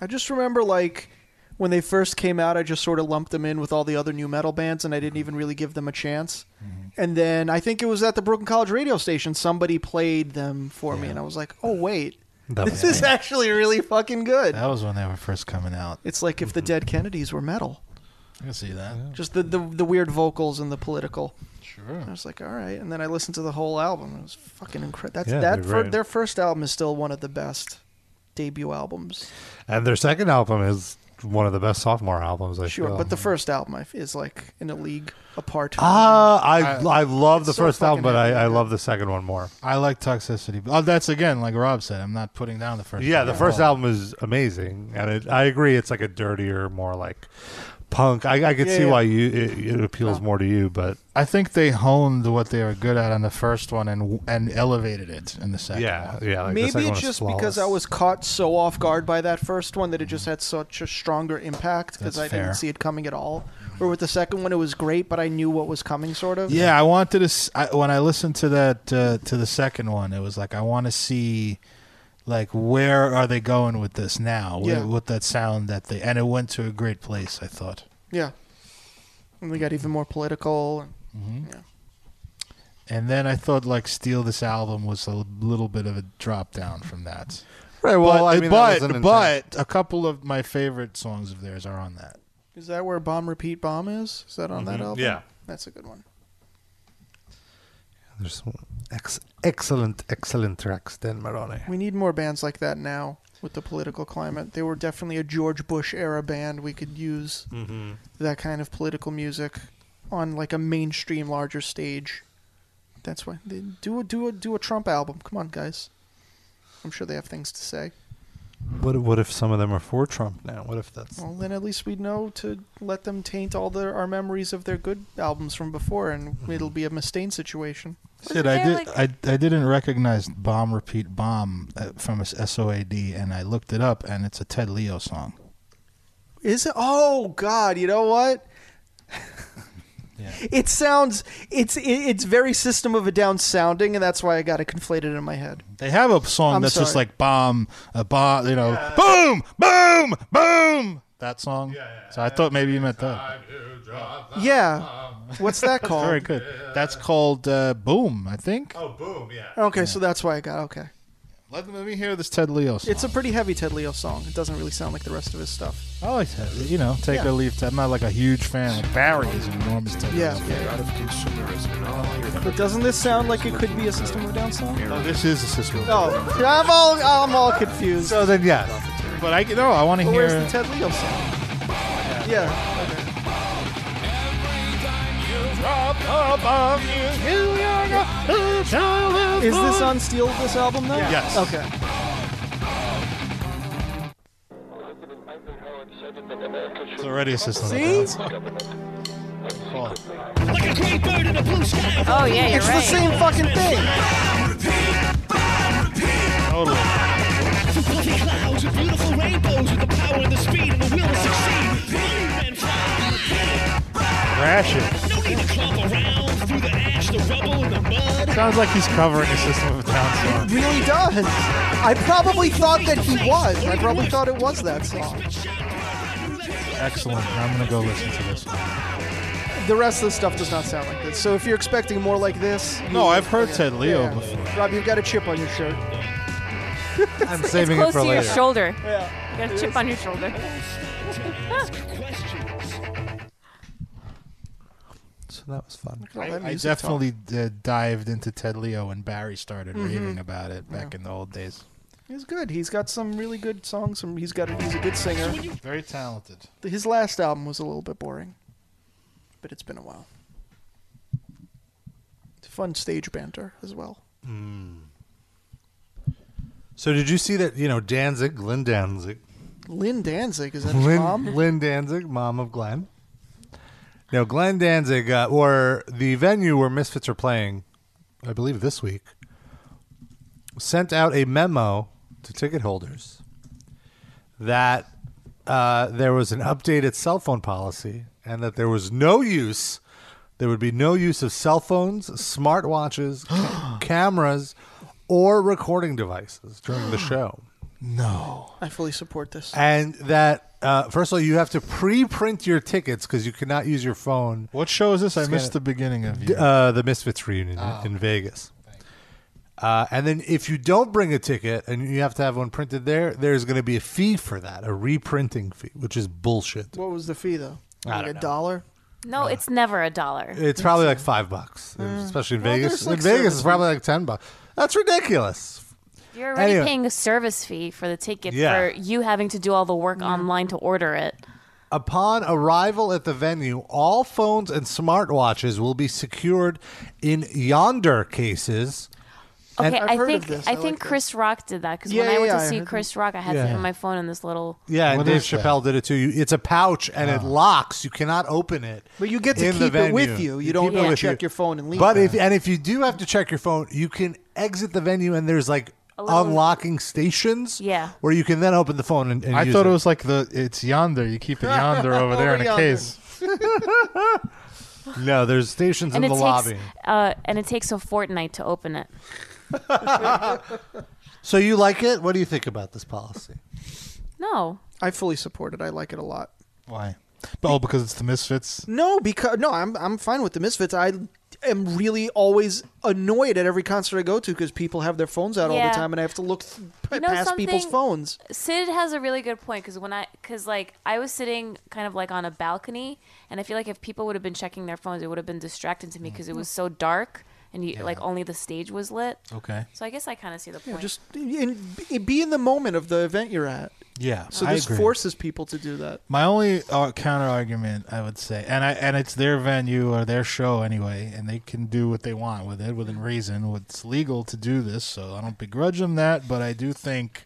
Speaker 3: I just remember like when they first came out, I just sort of lumped them in with all the other new metal bands, and I didn't even really give them a chance.
Speaker 4: Mm-hmm.
Speaker 3: And then I think it was at the Brooklyn College radio station, somebody played them for me, and I was like, oh wait,
Speaker 4: That
Speaker 3: this
Speaker 4: was
Speaker 3: is
Speaker 4: me.
Speaker 3: actually really fucking good.
Speaker 4: That was when Mm-hmm. they were first coming out.
Speaker 3: It's like if the Dead Kennedys were metal,
Speaker 4: I can see that.
Speaker 2: Oh.
Speaker 3: just the the, the weird vocals and the political.
Speaker 4: Sure.
Speaker 3: I was like, all right, and then I listened to the whole album. It was fucking incredible. That's
Speaker 2: Yeah,
Speaker 3: that.
Speaker 2: they're
Speaker 3: For,
Speaker 2: great.
Speaker 3: their first album is still one of the best debut albums.
Speaker 2: And their second album is one of the best sophomore albums. I
Speaker 3: Sure,
Speaker 2: feel.
Speaker 3: but the first album I f- is like in a league apart.
Speaker 2: ah, I I love the
Speaker 3: It's so
Speaker 2: first album,
Speaker 3: fucking
Speaker 2: but I,
Speaker 3: heavy.
Speaker 2: I love the second one more.
Speaker 4: I like toxicity. Oh, that's again like Rob said. I'm not putting down the first.
Speaker 2: Yeah,
Speaker 4: album
Speaker 2: the
Speaker 4: at
Speaker 2: first
Speaker 4: all.
Speaker 2: album is amazing, and it, I agree. It's like a dirtier, more like punk. I, I could
Speaker 4: Yeah,
Speaker 2: see
Speaker 4: yeah.
Speaker 2: why you it, it appeals more to you, but
Speaker 4: I think they honed what they were good at on the first one and and elevated it in the second.
Speaker 2: Yeah,
Speaker 4: one.
Speaker 2: yeah.
Speaker 3: Maybe it's just because I was caught so off guard by that first one that it just had such a stronger impact because
Speaker 4: That's
Speaker 3: I
Speaker 4: fair.
Speaker 3: didn't see it coming at all. Or with the second one, it was great, but I knew what was coming, sort of.
Speaker 4: Yeah, I wanted to. s I when I listened to that uh, to the second one, it was like I want to see, like where are they going with this now?
Speaker 3: Yeah.
Speaker 4: With, with that sound that they and it went to a great place. I thought.
Speaker 3: Yeah. And we got even more political.
Speaker 2: Mm-hmm.
Speaker 4: And then I thought like steal this album was a little bit of a drop down from that.
Speaker 2: Right,
Speaker 4: but,
Speaker 2: well, I mean, that
Speaker 4: but,
Speaker 2: wasn't
Speaker 4: but a couple of my favorite songs of theirs are on that.
Speaker 3: Is that where Bomb Repeat Bomb is? Is that on that
Speaker 4: Mhm.
Speaker 3: album?
Speaker 4: Yeah.
Speaker 3: That's a good one.
Speaker 2: there's some ex- excellent, excellent tracks. Dan Marone.
Speaker 3: We need more bands like that now with the political climate. They were definitely a George Bush era band. We could use
Speaker 2: Mhm.
Speaker 3: that kind of political music on like a mainstream, larger stage. That's why they do a do a do a Trump album. Come on, guys. I'm sure they have things to say.
Speaker 2: What what if some of them are for Trump now? What if that's
Speaker 3: Well, then at least we know to let them taint all their our memories of their good albums from before, and it'll be a Mustaine situation.
Speaker 4: Shit, Mm-hmm. I did. I, I didn't recognize "Bomb Repeat Bomb" uh, from S- SOAD, and I looked it up, and it's a Ted Leo song.
Speaker 3: Is it? Oh God! You know what? It sounds it's it, it's very System of a Down sounding, and that's why I got it conflated in my head.
Speaker 4: They have a song
Speaker 3: I'm
Speaker 4: that's just
Speaker 3: sorry.
Speaker 4: like "bomb," a bomb, you know, "boom, boom, boom." That song. so I thought maybe you meant that.
Speaker 3: Yeah, what's that
Speaker 4: That's
Speaker 3: called?
Speaker 4: Very good. That's called uh, "Boom," I think. Oh,
Speaker 2: boom! Yeah.
Speaker 3: Okay, so that's why I got okay.
Speaker 4: Let, me hear this Ted Leo song.
Speaker 3: It's a pretty heavy Ted Leo song. It doesn't really sound like the rest of his stuff.
Speaker 4: I like Ted. You know, take
Speaker 3: Yeah.
Speaker 4: or leave. Ted. I'm not like a huge fan. Like Barry is an enormous Ted. Leo
Speaker 3: Yeah.
Speaker 4: fan.
Speaker 3: But doesn't this sound like it could be a System of a Down song?
Speaker 4: No, this is a Cisco.
Speaker 3: Oh, I'm all I'm all confused. So
Speaker 2: then yes.
Speaker 4: But I no, I want to
Speaker 3: Well,
Speaker 4: hear.
Speaker 3: where's the Ted Leo song? Yeah. Okay. Is this on Steal this album though?
Speaker 13: Yeah. Yes.
Speaker 3: Okay.
Speaker 4: It's already a system.
Speaker 3: See?
Speaker 2: fall.
Speaker 5: Oh yeah, you're
Speaker 3: it's
Speaker 5: right.
Speaker 3: the same fucking thing.
Speaker 4: Totally.
Speaker 7: Fluffy clouds with beautiful rainbows with the power and the speed and the will to succeed. Flying men fly.
Speaker 4: Crash it.
Speaker 7: No need to clump around through the ash, the rubble, and the mud.
Speaker 4: Sounds like he's covering a system of a down song.
Speaker 3: It really does. I probably thought that he was. I probably thought it was that song.
Speaker 4: Excellent. I'm gonna go listen to this.
Speaker 3: The rest of the stuff does not sound like this. So if you're expecting more like this,
Speaker 4: No, I've heard Ted Leo before.
Speaker 3: Rob, you've got a chip on your shirt.
Speaker 4: I'm
Speaker 5: It's
Speaker 4: saving it
Speaker 5: close
Speaker 4: for
Speaker 5: to your
Speaker 4: later.
Speaker 5: shoulder. You got a chip on your shoulder.
Speaker 2: So that was fun.
Speaker 4: I, I definitely uh, dived into Ted Leo when Barry started
Speaker 3: Mhm.
Speaker 4: raving about it back in the old days.
Speaker 3: He's good. He's got some really good songs. Some he's got. He's a good singer.
Speaker 4: Very talented.
Speaker 3: His last album was a little bit boring, but it's been a while. It's fun stage banter as well.
Speaker 2: Hmm. So did you see that? You know, Danzig, Lynn Danzig,
Speaker 3: Lynn Danzig is that his
Speaker 2: Lynn,
Speaker 3: mom?
Speaker 2: Lynn Danzig, mom of Glenn. Now, Glenn Danzig, uh, or the venue where Misfits are playing, I believe this week, sent out a memo to ticket holders that uh, there was an updated cell phone policy and that there was no use, there would be no use of cell phones, smartwatches, ca- cameras, or recording devices during the show.
Speaker 4: No.
Speaker 3: I fully support this.
Speaker 2: And that uh, first of all, you have to pre-print your tickets because you cannot use your phone.
Speaker 4: What show is this? I
Speaker 2: Scan
Speaker 4: missed
Speaker 2: it.
Speaker 4: the beginning of
Speaker 2: D-
Speaker 4: you.
Speaker 2: uh, the Misfits reunion
Speaker 5: Oh.
Speaker 2: in Vegas. Uh, and then if you don't bring a ticket and you have to have one printed there, there's going to be a fee for that, a reprinting fee, which is bullshit.
Speaker 3: What was the fee though?
Speaker 2: I
Speaker 3: Like a dollar?
Speaker 5: No, it's never a dollar.
Speaker 2: It's probably like five bucks, especially in Vegas.
Speaker 5: Hmm. there's, like,
Speaker 2: in Vegas,
Speaker 5: service
Speaker 2: it's probably like ten bucks. That's ridiculous.
Speaker 5: You're already
Speaker 2: Anyway.
Speaker 5: paying a service fee for the ticket
Speaker 2: Yeah.
Speaker 5: for you having to do all the work online to order it.
Speaker 2: Upon arrival at the venue, all phones and smartwatches will be secured in yonder cases.
Speaker 5: Okay,
Speaker 2: And-
Speaker 5: I think I, think Chris Rock did that because
Speaker 3: Yeah,
Speaker 5: when I went
Speaker 3: yeah,
Speaker 5: to
Speaker 3: I
Speaker 5: see
Speaker 3: heard
Speaker 5: Chris Rock, I had
Speaker 2: Yeah.
Speaker 5: to put my phone in this little.
Speaker 2: Yeah, and
Speaker 4: What
Speaker 2: Dave
Speaker 4: is that? Ah.
Speaker 2: Chappelle did it too. You- It's a pouch and it locks. You cannot open it.
Speaker 3: But you get to
Speaker 2: in the
Speaker 3: keep it with
Speaker 2: venue.
Speaker 3: you. You don't
Speaker 2: keep it with
Speaker 3: check your phone and leave.
Speaker 2: But if and if you do have to check your phone, you can exit the venue and there's like unlocking stations.
Speaker 5: Yeah.
Speaker 2: Where you can then open the phone and, and
Speaker 4: I
Speaker 2: use
Speaker 4: thought it was like the it's yonder. You keep it yonder over there in a case.
Speaker 2: No, there's stations
Speaker 5: and
Speaker 2: in
Speaker 5: it
Speaker 2: the
Speaker 5: takes
Speaker 2: lobby.
Speaker 5: Uh, and it takes a fortnight to open it.
Speaker 2: So you like it? What do you think about this policy?
Speaker 5: No.
Speaker 3: I fully support it. I like it a lot.
Speaker 4: Why? Oh, because it's the Misfits.
Speaker 3: No, because no, I'm I'm fine with the Misfits. I am really always annoyed at every concert I go to because people have their phones out all
Speaker 5: Yeah.
Speaker 3: the time, and I have to look th-
Speaker 5: You know
Speaker 3: past people's
Speaker 5: something?
Speaker 3: phones.
Speaker 5: Sid has a really good point because when I because like I was sitting kind of like on a balcony, and I feel like if people would have been checking their phones, it would have been distracting to me
Speaker 3: Mm.
Speaker 5: because it was so dark and you like only the stage was lit.
Speaker 4: Okay.
Speaker 5: So I guess I kind of see the
Speaker 3: You know,
Speaker 5: point.
Speaker 3: just in, be in the moment of the event you're at.
Speaker 4: Yeah,
Speaker 3: So
Speaker 4: I
Speaker 3: this
Speaker 4: agree.
Speaker 3: forces people to do that.
Speaker 4: My only uh, counter argument, I would say, and I and it's their venue or their show anyway, and they can do what they want with it within reason. It's legal to do this, so I don't begrudge them that. But I do think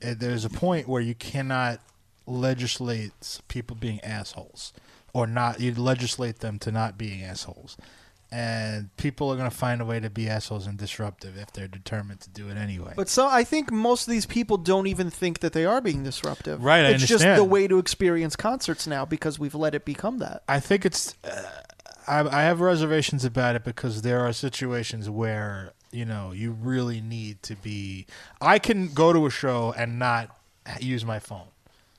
Speaker 4: uh, there's a point where you cannot legislate s- people being assholes, or not. You legislate them to not being assholes, and people are going to find a way to be assholes and disruptive if they're determined to do it anyway.
Speaker 3: But so I think most of these people don't even think that they are being disruptive.
Speaker 4: Right, I
Speaker 3: It's just the
Speaker 4: understand.
Speaker 3: way to experience concerts now because we've let it become that.
Speaker 4: I think it's. Uh, I, I have reservations about it because there are situations where you know you really need to be. I can go to a show and not h- use my phone.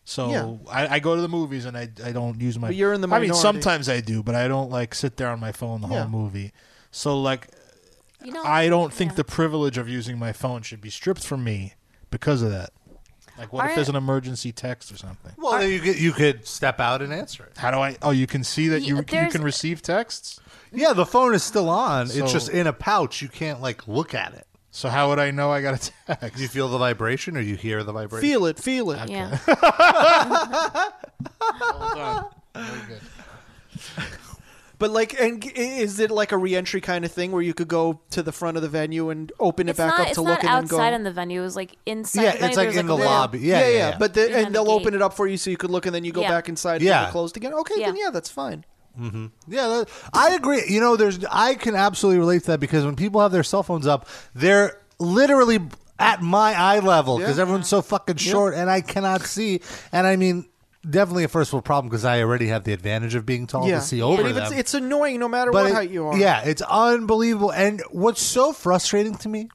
Speaker 4: So
Speaker 3: Yeah.
Speaker 4: I, I go to the movies and I, I don't use my.
Speaker 3: But you're in the
Speaker 4: I mean,
Speaker 3: minority.
Speaker 4: sometimes I do, but I don't like sit there on my phone the
Speaker 3: Yeah.
Speaker 4: whole movie. So like,
Speaker 5: You know,
Speaker 4: I don't think the privilege of using my phone should be stripped from me because of that. Like, what if
Speaker 5: Aren't-
Speaker 4: there's an emergency text or something?
Speaker 2: Well, then you could, you could step out and answer it.
Speaker 4: How do I? Oh, you can see that you, you
Speaker 5: there's-
Speaker 4: can receive texts.
Speaker 2: Yeah, the phone is still on.
Speaker 4: So-
Speaker 2: it's just in a pouch. You can't like look at it.
Speaker 4: So how would I know I got a text?
Speaker 2: You feel the vibration, or you hear the vibration?
Speaker 3: Feel it, feel it.
Speaker 5: Yeah.
Speaker 3: But like, and g- is it like a reentry kind of thing where you could go to the front of the venue and open it
Speaker 5: it's
Speaker 3: back
Speaker 5: not,
Speaker 3: up
Speaker 5: it's
Speaker 3: to
Speaker 5: not
Speaker 3: look and
Speaker 5: outside
Speaker 3: then
Speaker 5: in
Speaker 3: go?
Speaker 5: the venue. It was like inside.
Speaker 2: Yeah,
Speaker 5: the venue,
Speaker 2: it's
Speaker 5: there
Speaker 2: like
Speaker 5: was,
Speaker 2: in
Speaker 5: a
Speaker 2: the
Speaker 5: little-
Speaker 2: lobby. Yeah, yeah, yeah.
Speaker 3: But the, and
Speaker 5: Behind the
Speaker 3: they'll
Speaker 5: gate.
Speaker 3: open it up for you so you could look and then you go
Speaker 5: Yeah.
Speaker 3: back inside.
Speaker 2: Yeah.
Speaker 3: Yeah, closed again. Okay, then yeah, that's fine.
Speaker 2: Mm-hmm. Yeah, that, I agree. You know, there's I can absolutely relate to that because when people have their cell phones up, they're literally at my eye level because
Speaker 4: Yeah.
Speaker 2: everyone's so fucking short and I cannot see. And I mean, definitely a first world problem because I already have the advantage of being tall
Speaker 3: yeah.
Speaker 2: to see over
Speaker 3: but if
Speaker 2: them.
Speaker 3: it's, it's annoying no matter
Speaker 2: But
Speaker 3: what
Speaker 2: it-
Speaker 3: height you are.
Speaker 2: Yeah, it's unbelievable. And what's so frustrating to me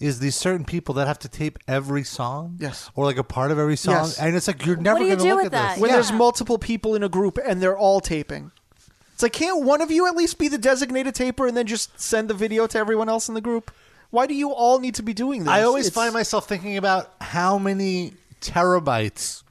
Speaker 2: is these certain people that have to tape every song, yes, or like a part of every song,
Speaker 3: Yes.
Speaker 2: and it's like you're never going to look at this.
Speaker 3: When
Speaker 2: Yeah.
Speaker 3: there's multiple people in a group and they're all taping. It's like, can't one of you at least be the designated taper and then just send the video to everyone else in the group? Why do you all need to be doing this?
Speaker 2: I always
Speaker 3: It's-
Speaker 2: find myself thinking about how many terabytes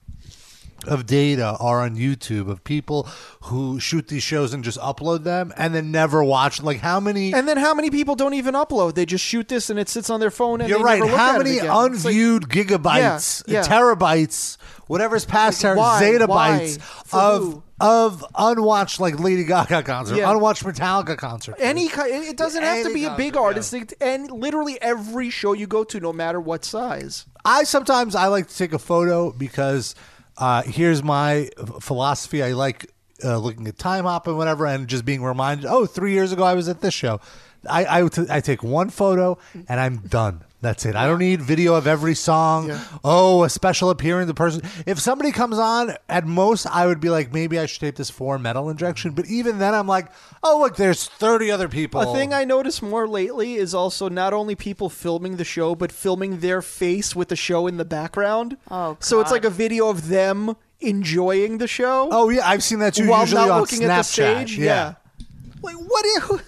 Speaker 2: of data are on YouTube of people who shoot these shows and just upload them and then never watch. Like how many?
Speaker 3: And then how many people don't even upload? They just shoot this and it sits on their phone and
Speaker 2: You're
Speaker 3: they
Speaker 2: right.
Speaker 3: never look
Speaker 2: How
Speaker 3: at it
Speaker 2: many
Speaker 3: again. It's like-
Speaker 2: unviewed gigabytes,
Speaker 3: Yeah, yeah.
Speaker 2: terabytes, whatever's past
Speaker 3: Like,
Speaker 2: ter-
Speaker 3: why?
Speaker 2: zettabytes
Speaker 3: Why? For
Speaker 2: of
Speaker 3: who?
Speaker 2: of unwatched like Lady Gaga concert,
Speaker 3: Yeah.
Speaker 2: unwatched Metallica concert.
Speaker 3: Any kind, it it doesn't have to be a
Speaker 2: Any
Speaker 3: big
Speaker 2: concert,
Speaker 3: artist. It- And literally every show you go to, no matter what size.
Speaker 2: I sometimes I like to take a photo because uh, here's my philosophy. I like uh, looking at time hop and whatever, and just being reminded. Oh, three years ago I was at this show. I I would t- I take one photo and I'm done. That's it. I don't need video of every song. Oh, a special appearance. The person. If somebody comes on, at most I would be like, maybe I should tape this for metal injection. But even then, I'm like, oh look, there's 30 other people.
Speaker 3: A thing I notice more lately is also not only people filming the show, but filming their face with the show in the background. Oh, so it's
Speaker 2: God.
Speaker 3: like a video of them enjoying the show.
Speaker 2: Oh yeah, I've seen that too.
Speaker 3: While
Speaker 2: usually
Speaker 3: not
Speaker 2: on
Speaker 3: looking
Speaker 2: Snapchat.
Speaker 3: at the stage, yeah. Like what? Are you,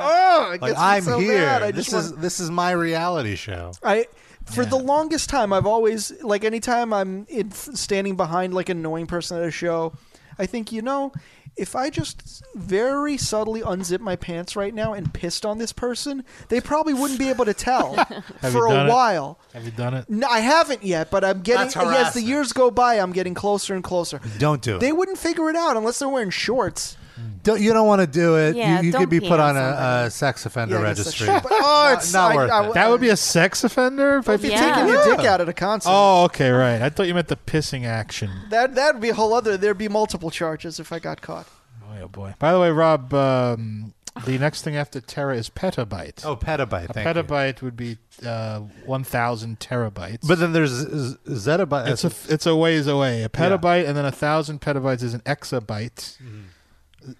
Speaker 3: oh, it
Speaker 2: Like,
Speaker 3: gets me
Speaker 2: I'm
Speaker 3: so
Speaker 2: here.
Speaker 3: mad. I
Speaker 2: this
Speaker 3: just wanna-
Speaker 2: is this is my reality show.
Speaker 3: I for the longest time I've always like anytime I'm in, standing behind like an annoying person at a show, I think you know if I just very subtly unzip my pants right now and pissed on this person, they probably wouldn't be able to tell
Speaker 4: Have
Speaker 3: for
Speaker 4: you done
Speaker 3: a
Speaker 4: it?
Speaker 3: while.
Speaker 4: Have you done it?
Speaker 3: No, I haven't yet, but I'm getting
Speaker 4: That's
Speaker 3: as the
Speaker 4: harassment.
Speaker 3: years go by, I'm getting closer and closer.
Speaker 2: Don't do it.
Speaker 3: They wouldn't figure it out unless they're wearing shorts.
Speaker 2: Don't, you don't want to do it. You-
Speaker 3: Yeah,
Speaker 2: you
Speaker 3: don't
Speaker 2: could be
Speaker 3: pee
Speaker 2: put
Speaker 3: on
Speaker 2: on a, a sex offender
Speaker 3: Yeah, I guess that's
Speaker 2: registry.
Speaker 3: true, but- oh, it's-
Speaker 2: not
Speaker 3: I-
Speaker 2: worth
Speaker 3: I-
Speaker 2: it.
Speaker 4: That would be a sex offender. If,
Speaker 3: If you're taking your dick out at a concert.
Speaker 4: Oh, okay, right. I thought you meant the pissing action.
Speaker 3: That that'd be a whole other. There'd be multiple charges if I got caught.
Speaker 4: Boy, oh boy. By the way, Rob, um, the next thing after Terra is petabyte.
Speaker 2: Oh, petabyte.
Speaker 4: A
Speaker 2: Thank you.
Speaker 4: petabyte would be uh, 1,000 terabytes.
Speaker 2: But then there's z- zettabyte.
Speaker 4: It's a, it's a ways away. A petabyte and then a 1,000 petabytes is an exabyte.
Speaker 2: Mm-hmm.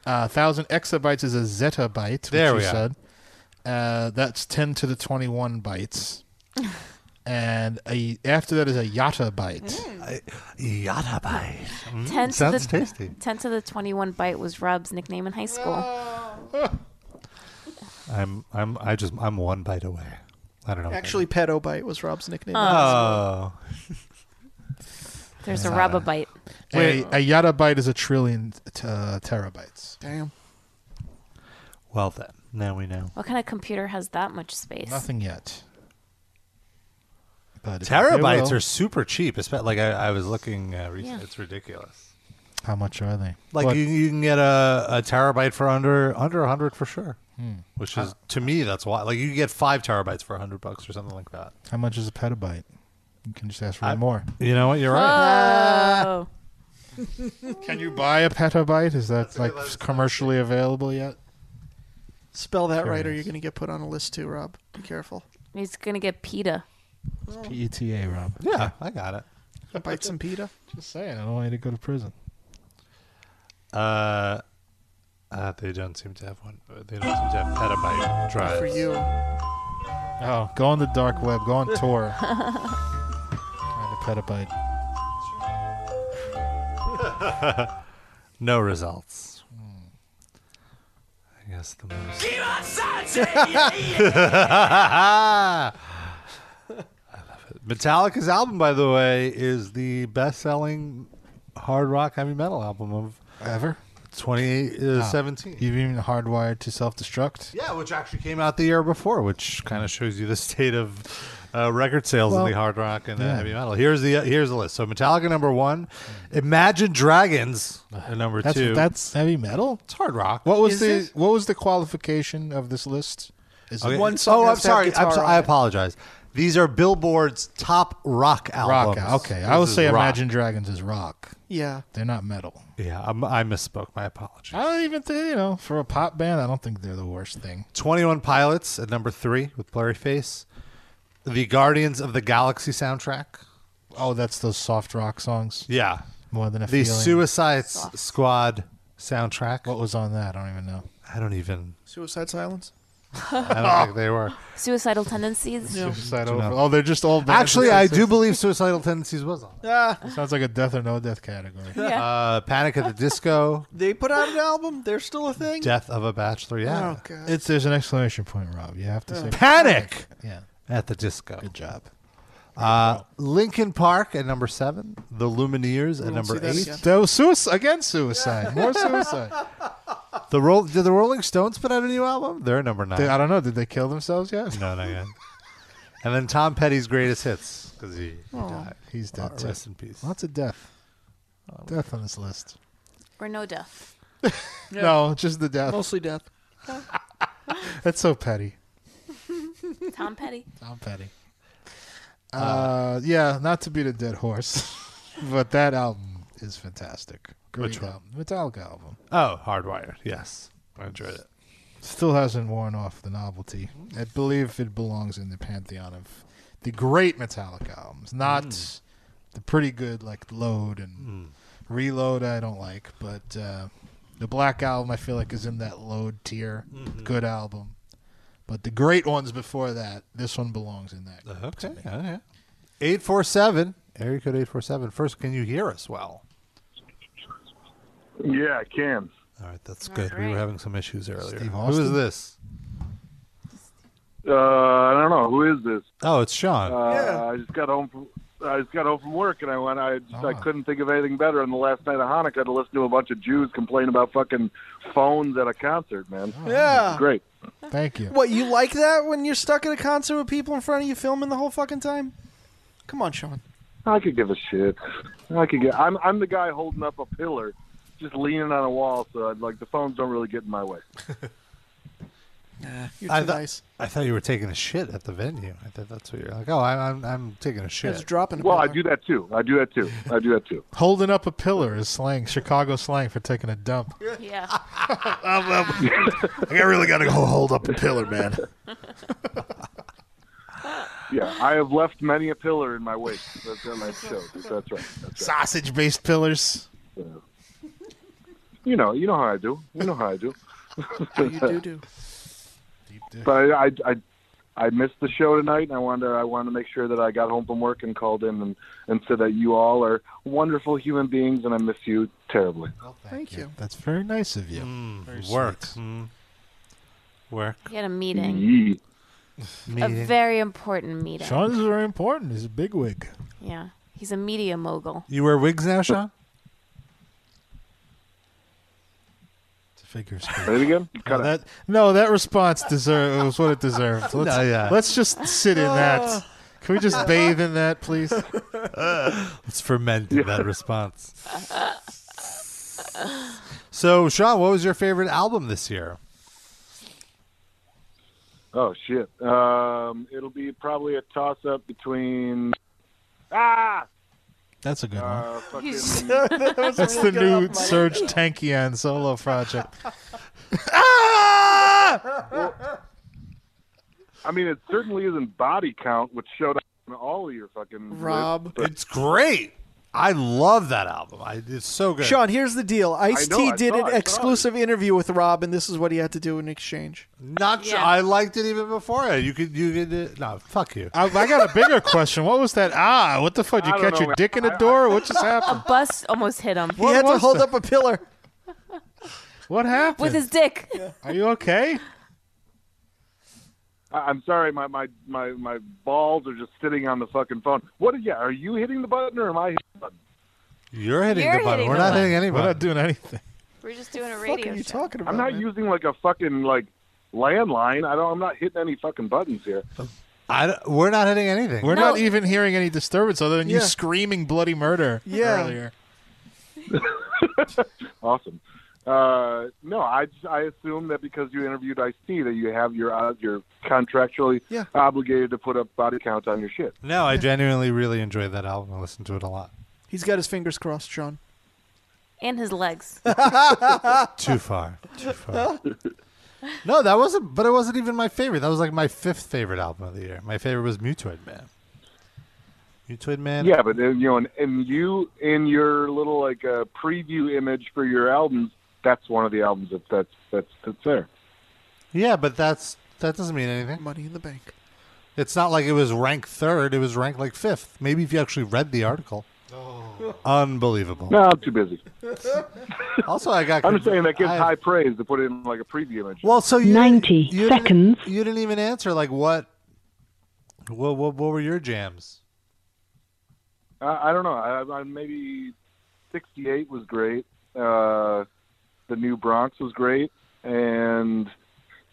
Speaker 4: A 1,000 exabytes is a zettabyte, which
Speaker 2: There
Speaker 4: you
Speaker 2: we are.
Speaker 4: said. Uh, that's 10 to the 21 bytes. and a, after that is a yottabyte.
Speaker 2: Yottabyte.
Speaker 5: Mm. Ten to the, Ten to the twenty-one bite was Rob's nickname in high school.
Speaker 2: I'm I'm I just I'm one bite away. I don't know.
Speaker 3: Actually, pedobite was Rob's nickname.
Speaker 2: oh,
Speaker 5: There's a Robobite.
Speaker 4: Ah. Wait, a yottabyte is a trillion t- uh, terabytes.
Speaker 3: Damn.
Speaker 2: well then. Now we know.
Speaker 5: What kind of computer has that much space?
Speaker 4: Nothing yet. But if they
Speaker 2: Terabytes
Speaker 4: will-
Speaker 2: are super cheap. espe- Like I, I was looking, uh, recently.
Speaker 5: Yeah.
Speaker 2: it's ridiculous.
Speaker 4: How much are they?
Speaker 2: Like
Speaker 4: What?
Speaker 2: you, you can get a, a terabyte for under under hundred for sure.
Speaker 4: Hmm.
Speaker 2: Which is to me that's why. Like you can get five terabytes for hundred bucks or something like that.
Speaker 4: How much is a petabyte? You can just ask for more.
Speaker 2: You know what? You're right.
Speaker 5: Oh.
Speaker 4: Can you buy a petabyte? Is that like commercially available yet?
Speaker 3: Spell that right, or you're going to get put on a list too, Rob. Be careful.
Speaker 5: He's gonna get PETA.
Speaker 3: Oh.
Speaker 4: P E T A, Rob.
Speaker 2: Yeah, I got it.
Speaker 3: Bite some pita.
Speaker 4: Just saying, I don't want you to go to prison.
Speaker 2: Uh, uh, they don't seem to have one. uh, They don't seem to have petabyte drives.
Speaker 3: For you.
Speaker 4: Oh, go on the dark web. Go on Tor. Find a petabyte.
Speaker 2: no results. I guess the most. I love it. Metallica's album, by the way, is the best-selling hard rock heavy metal album of uh,
Speaker 4: ever. Ah.
Speaker 2: 2017.
Speaker 4: You've even hardwired to self-destruct.
Speaker 2: Yeah, which actually came out the year before, which kind of shows you the state of uh, record sales
Speaker 4: Well,
Speaker 2: in the hard rock and
Speaker 4: yeah.
Speaker 2: the heavy metal. Here's the uh, here's the list. So Metallica number one, Imagine Dragons at number
Speaker 4: That's
Speaker 2: two.
Speaker 4: that's heavy metal.
Speaker 2: It's hard rock.
Speaker 4: What was the
Speaker 2: Is it?
Speaker 4: what was the qualification of this list? Is
Speaker 2: Okay.
Speaker 4: it-
Speaker 2: oh, I'm sorry. I'm so- I apologize. These are Billboard's top rock albums.
Speaker 4: Rock. Okay, I will
Speaker 2: This is
Speaker 4: say
Speaker 2: rock.
Speaker 4: Imagine Dragons is rock.
Speaker 3: Yeah.
Speaker 4: They're not metal.
Speaker 2: Yeah, I'm, I misspoke. My apologies.
Speaker 4: I don't even think you know for a pop band. I don't think they're the worst thing.
Speaker 2: Twenty One Pilots at number three with Blurry Face. The Guardians of the Galaxy soundtrack.
Speaker 4: Oh, that's those soft rock songs.
Speaker 2: Yeah.
Speaker 4: More than a
Speaker 2: the
Speaker 4: feeling.
Speaker 2: Suicide S- Squad soundtrack.
Speaker 4: What was on that? I don't even know.
Speaker 2: I don't even.
Speaker 3: Suicide Silence.
Speaker 2: I don't think they were.
Speaker 5: Suicidal tendencies.
Speaker 4: Suicidal.
Speaker 2: No.
Speaker 4: Oh, they're just all. bands.
Speaker 2: Actually, I do believe Suicidal Tendencies was on.
Speaker 4: Sounds like a death or no death category.
Speaker 3: Yeah.
Speaker 2: Uh, Panic at the Disco,
Speaker 3: They put out an album. They're still a thing.
Speaker 2: Death of a Bachelor. Yeah.
Speaker 3: Oh, God.
Speaker 4: It's there's an exclamation point, Rob. You have to say
Speaker 2: Panic.
Speaker 4: Yeah.
Speaker 2: At the Disco.
Speaker 4: Good job.
Speaker 2: Uh, Lincoln Park at number seven. The Lumineers at
Speaker 4: won't
Speaker 2: number
Speaker 4: see that
Speaker 2: eight.
Speaker 4: again. That was suicide again. Suicide. More suicide.
Speaker 2: The roll. Did the Rolling Stones put out a new album? They're number nine.
Speaker 4: They- I don't know. Did they kill themselves yet?
Speaker 2: No, not yet. and then Tom Petty's greatest hits because he, he
Speaker 4: Aw.
Speaker 2: died.
Speaker 4: Oh, He's dead.
Speaker 2: Uh,
Speaker 4: too.
Speaker 2: Rest in peace. Oh,
Speaker 4: Lots of death. Death on this list.
Speaker 5: Or no death.
Speaker 4: No, just the death.
Speaker 3: Mostly death.
Speaker 4: That's so petty.
Speaker 5: Tom Petty.
Speaker 4: Tom Petty. Uh,
Speaker 3: Ah.
Speaker 4: yeah, not to beat a dead horse, but that album is fantastic. Great
Speaker 2: Which one?
Speaker 4: album. Metallica album.
Speaker 2: Oh, Hardwired. Yes, I enjoyed it.
Speaker 4: Still hasn't worn off the novelty. I believe it belongs in the pantheon of the great Metallica albums, not
Speaker 2: Hmm.
Speaker 4: the pretty good like Load and Reload. I don't like, but uh, the Black album I feel like is in that Load tier.
Speaker 2: Mm-hmm.
Speaker 4: Good album, but the great ones before that, this one belongs in that.
Speaker 2: Okay. Eight four seven. Area code eight four seven. First, can you hear us well?
Speaker 13: Yeah, I can.
Speaker 2: All right, that's good. We were having some issues earlier. Who is
Speaker 13: Austin?
Speaker 2: this?
Speaker 13: Uh, I don't know who is this.
Speaker 2: Oh, it's Sean.
Speaker 13: Uh, I just got home. From, I just got home from work, and I went. I just,
Speaker 2: Ah.
Speaker 13: I couldn't think of anything better on the last night of Hanukkah to listen to a bunch of Jews complain about fucking phones at a concert. Man,
Speaker 2: Ah.
Speaker 3: Yeah.
Speaker 13: It's Oh, great.
Speaker 4: Thank you.
Speaker 3: What you like that when you're stuck at a concert with people in front of you filming the whole fucking time? Come on, Sean.
Speaker 13: I could give a shit. I could get. I'm I'm the guy holding up a pillar, just leaning on a wall. So I'd, like the phones don't really get in my way.
Speaker 3: You're too
Speaker 2: I, thought-
Speaker 3: nice.
Speaker 2: I thought you were taking a shit at the venue. I thought that's what you're like. Oh, I'm I'm, I'm taking a shit.
Speaker 13: Well, I do that too. I do that too. I do that too.
Speaker 4: Holding up a pillar is slang, Chicago slang for taking a dump.
Speaker 5: Yeah.
Speaker 4: I really gotta go hold up a pillar, man.
Speaker 13: Yeah, I have left many a pillar in my wake. That's, that's, that's right. That's right.
Speaker 4: Sausage-based pillars.
Speaker 13: You know, you know how I do. You know how I do.
Speaker 4: Oh, You do
Speaker 3: do.
Speaker 13: But I, I, I, I missed the show tonight, and I wanted to, I wanted to make sure that I got home from work and called in and, and said that you all are wonderful human beings, and I miss you terribly.
Speaker 3: Thank you.
Speaker 4: That's very nice of you.
Speaker 2: Very work. Mm. Work.
Speaker 5: He had a meeting. A
Speaker 4: Meeting.
Speaker 5: very important meeting.
Speaker 4: Sean is very important. He's a big wig.
Speaker 5: Yeah. He's a media mogul.
Speaker 2: You wear wigs now, Sean?
Speaker 4: It's a figure
Speaker 13: Say it again.
Speaker 4: No, that no, that response deserved was what it deserved. Let's,
Speaker 2: No, yeah.
Speaker 4: let's just sit in that. Can we just bathe in that, please?
Speaker 13: Uh,
Speaker 2: It's fermented that response. So, Sean, what was your favorite album this year?
Speaker 13: Oh shit. Um, it'll be probably a toss up between. Ah.
Speaker 4: That's a good
Speaker 13: Uh,
Speaker 4: one.
Speaker 13: fucking,
Speaker 4: That's the new Serge Tankian solo project.
Speaker 13: Well, I mean, it certainly isn't body count, which showed up in all of your fucking lists, but-
Speaker 2: It's great. I love that album. I, it's so good.
Speaker 3: Sean, here's the deal. Ice
Speaker 2: I know,
Speaker 3: T
Speaker 2: I
Speaker 3: did
Speaker 2: saw, I
Speaker 3: an
Speaker 2: saw.
Speaker 3: exclusive interview with Rob, and this is what he had to do in exchange.
Speaker 2: Not sure. I liked it even before. it. You could, you could, uh, no, fuck you.
Speaker 4: I, I got a bigger question. What was that? Ah, what the fuck? Did
Speaker 2: I
Speaker 4: you
Speaker 2: don't
Speaker 4: catch
Speaker 2: know,
Speaker 4: your
Speaker 2: man.
Speaker 4: dick in the door? What just
Speaker 5: A
Speaker 4: happened?
Speaker 5: bus almost hit him.
Speaker 4: What had to was hold that?
Speaker 3: up a pillar.
Speaker 4: What happened?
Speaker 5: With his dick.
Speaker 4: Are you okay?
Speaker 13: I- I'm sorry, my, my my my balls are just sitting on the fucking phone. What? Yeah, are you hitting the button or am I? Hitting the button?
Speaker 2: You're hitting
Speaker 13: You're
Speaker 2: the button.
Speaker 13: hitting
Speaker 2: We're
Speaker 13: the
Speaker 2: not
Speaker 13: button.
Speaker 2: hitting
Speaker 13: We're
Speaker 2: anybody.
Speaker 13: not
Speaker 4: doing anything.
Speaker 5: We're just doing a radio show.
Speaker 3: talking
Speaker 13: I'm not using like a fucking like landline. I don't. I'm not hitting any fucking buttons here.
Speaker 2: I don't- we're not hitting anything.
Speaker 4: We're not even hearing any disturbance other than you
Speaker 13: Yeah.
Speaker 4: screaming bloody murder
Speaker 13: Yeah.
Speaker 4: earlier.
Speaker 13: Awesome. Uh, no, I just- I assume that because you interviewed Ice T that you have your uh, you're contractually obligated to put up body count on your shit.
Speaker 2: No, I genuinely really enjoy that album. I listen to it a lot.
Speaker 3: He's got his fingers crossed, Sean.
Speaker 5: and his legs.
Speaker 2: Too far. No, that wasn't. But it wasn't even my favorite. That was like my fifth favorite album of the year. My favorite was Mutoid Man. Mutoid Man.
Speaker 13: Yeah, but then, you know, and, and you in your little like uh, preview image for your albums, that's one of the albums that that's that's that's there.
Speaker 2: Yeah, but that's that doesn't mean anything.
Speaker 3: Money in the bank.
Speaker 2: It's not like it was ranked third. It was ranked like fifth. Maybe if you actually read the article. Unbelievable.
Speaker 13: No, I'm too busy.
Speaker 2: also, I got.
Speaker 13: I'm just saying that gives
Speaker 2: I-
Speaker 13: high praise to put it in like a preview image.
Speaker 2: Well, so you
Speaker 13: 90
Speaker 2: didn't, you
Speaker 13: seconds.
Speaker 2: Didn't, you didn't even answer like what, what what what were your jams?
Speaker 13: I, I don't know. I, I maybe '68 was great. Uh, the New Bronx was great, and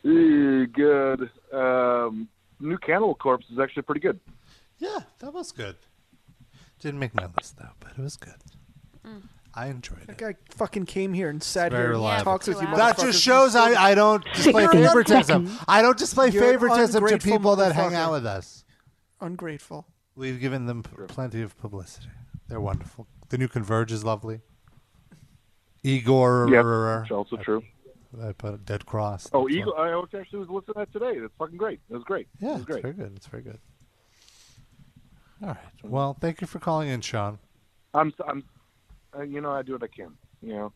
Speaker 13: eh, good. Um, New Cannibal Corpse is actually pretty good.
Speaker 2: Yeah, that was good. Didn't make my list though, but it was good. I enjoyed it.
Speaker 3: That guy fucking came here and sat
Speaker 2: Very
Speaker 3: here and
Speaker 2: reliable.
Speaker 3: talked with you.
Speaker 2: that
Speaker 3: motherfuckers.
Speaker 2: just shows I, I don't display
Speaker 3: You're an
Speaker 2: favoritism.
Speaker 3: ungrateful-
Speaker 2: I don't display
Speaker 3: You're an
Speaker 2: favoritism to
Speaker 3: ungrateful
Speaker 2: people that hang out
Speaker 3: motherfucker.
Speaker 2: with us.
Speaker 3: Ungrateful.
Speaker 2: We've given them p- plenty of publicity. They're wonderful. The new Converge is lovely. Igor.
Speaker 13: Yeah, it's also true.
Speaker 2: I put Dead Cross.
Speaker 13: Oh,
Speaker 2: That's
Speaker 13: Eagle! I was actually was listening to that today. That's fucking great. It was great.
Speaker 2: Yeah,
Speaker 13: it was
Speaker 2: it's
Speaker 13: great.
Speaker 2: very good. It's very good. All right. Well, thank you for calling in, Sean.
Speaker 13: I'm, I'm, uh, you know, I do what I can. You know,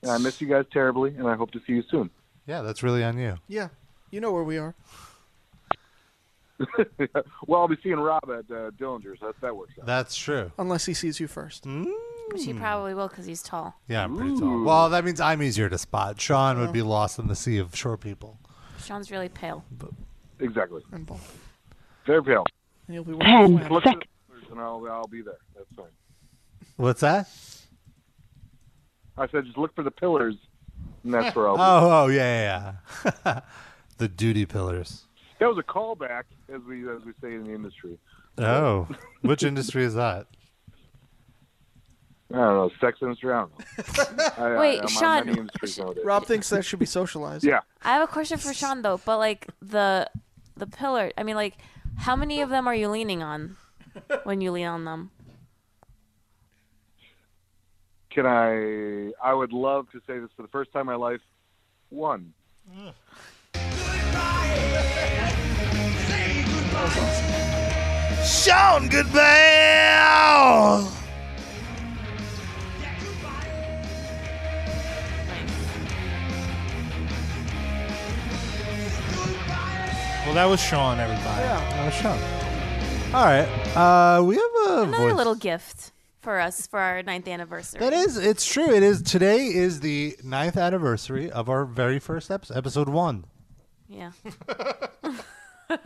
Speaker 13: and I miss you guys terribly, and I hope to see you soon.
Speaker 2: Yeah, that's really on you.
Speaker 3: Yeah, you know where we are.
Speaker 13: well, I'll be seeing Rob at uh, Dillinger's. That that works.
Speaker 2: That's true.
Speaker 3: Unless he sees you first.
Speaker 2: Hmm?
Speaker 5: Which he probably will because he's tall.
Speaker 2: Yeah, I'm pretty tall. Well, that means I'm easier to spot. Sean would be lost in the sea of short people.
Speaker 5: Sean's really pale.
Speaker 13: Exactly. Very pale.
Speaker 3: He'll be
Speaker 2: Ten
Speaker 13: Look for the
Speaker 2: sec-
Speaker 13: numbers and I'll, I'll be there. That's fine.
Speaker 2: What's that?
Speaker 13: I said just look for the pillars, and that's where I'll be.
Speaker 2: Oh, oh yeah, yeah, yeah. the duty pillars.
Speaker 13: That was a callback, as we as we say in the industry.
Speaker 2: Oh, which industry is that?
Speaker 13: I don't know, sex industry. I don't know. I- I-
Speaker 5: Wait,
Speaker 13: I'm on
Speaker 5: Sean-
Speaker 13: many industries nowadays.
Speaker 3: Rob thinks that should be socialized.
Speaker 13: Yeah.
Speaker 5: I have a question for Sean though, but like the the pillar. I mean, like how many of them are you leaning on when you lean on them?
Speaker 13: Can I? I would love to say this for the first time in my life. One.
Speaker 12: Sean Goodball.
Speaker 4: Well, that was Sean, everybody.
Speaker 5: Yeah.
Speaker 2: That was Sean. All right. Uh, we have a
Speaker 5: Another
Speaker 2: voice-
Speaker 5: little gift for us for our ninth anniversary.
Speaker 2: That is, it's true. It is. Today is the ninth anniversary of our very first episode, episode one.
Speaker 5: Yeah.
Speaker 2: Oh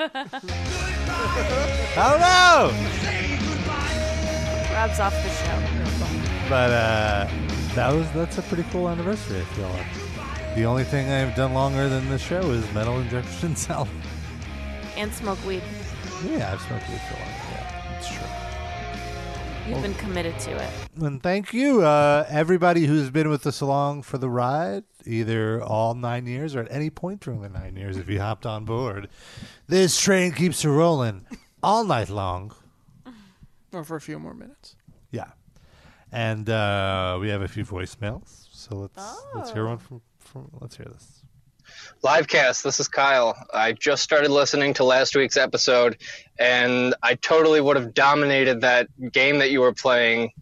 Speaker 5: Rob's off the show.
Speaker 2: no! But uh, that was that's a pretty cool anniversary. I feel like. The only thing I've done longer than this show is metal injection self.
Speaker 5: And smoke weed.
Speaker 2: Yeah, I've smoked weed for a long time. It's true. Oh.
Speaker 5: You've been committed to it.
Speaker 2: And thank you, uh, everybody who's been with us along for the ride, either all nine years or at any point during the nine years if you hopped on board. This train keeps a rolling all night long.
Speaker 3: Or for a few more minutes.
Speaker 2: Yeah. And uh, we have a few voicemails, so let's let's hear
Speaker 4: Oh.
Speaker 2: one from, from let's hear this.
Speaker 17: Livecast, this is Kyle. I just started listening to last week's episode, and I totally would have dominated that game that you were playing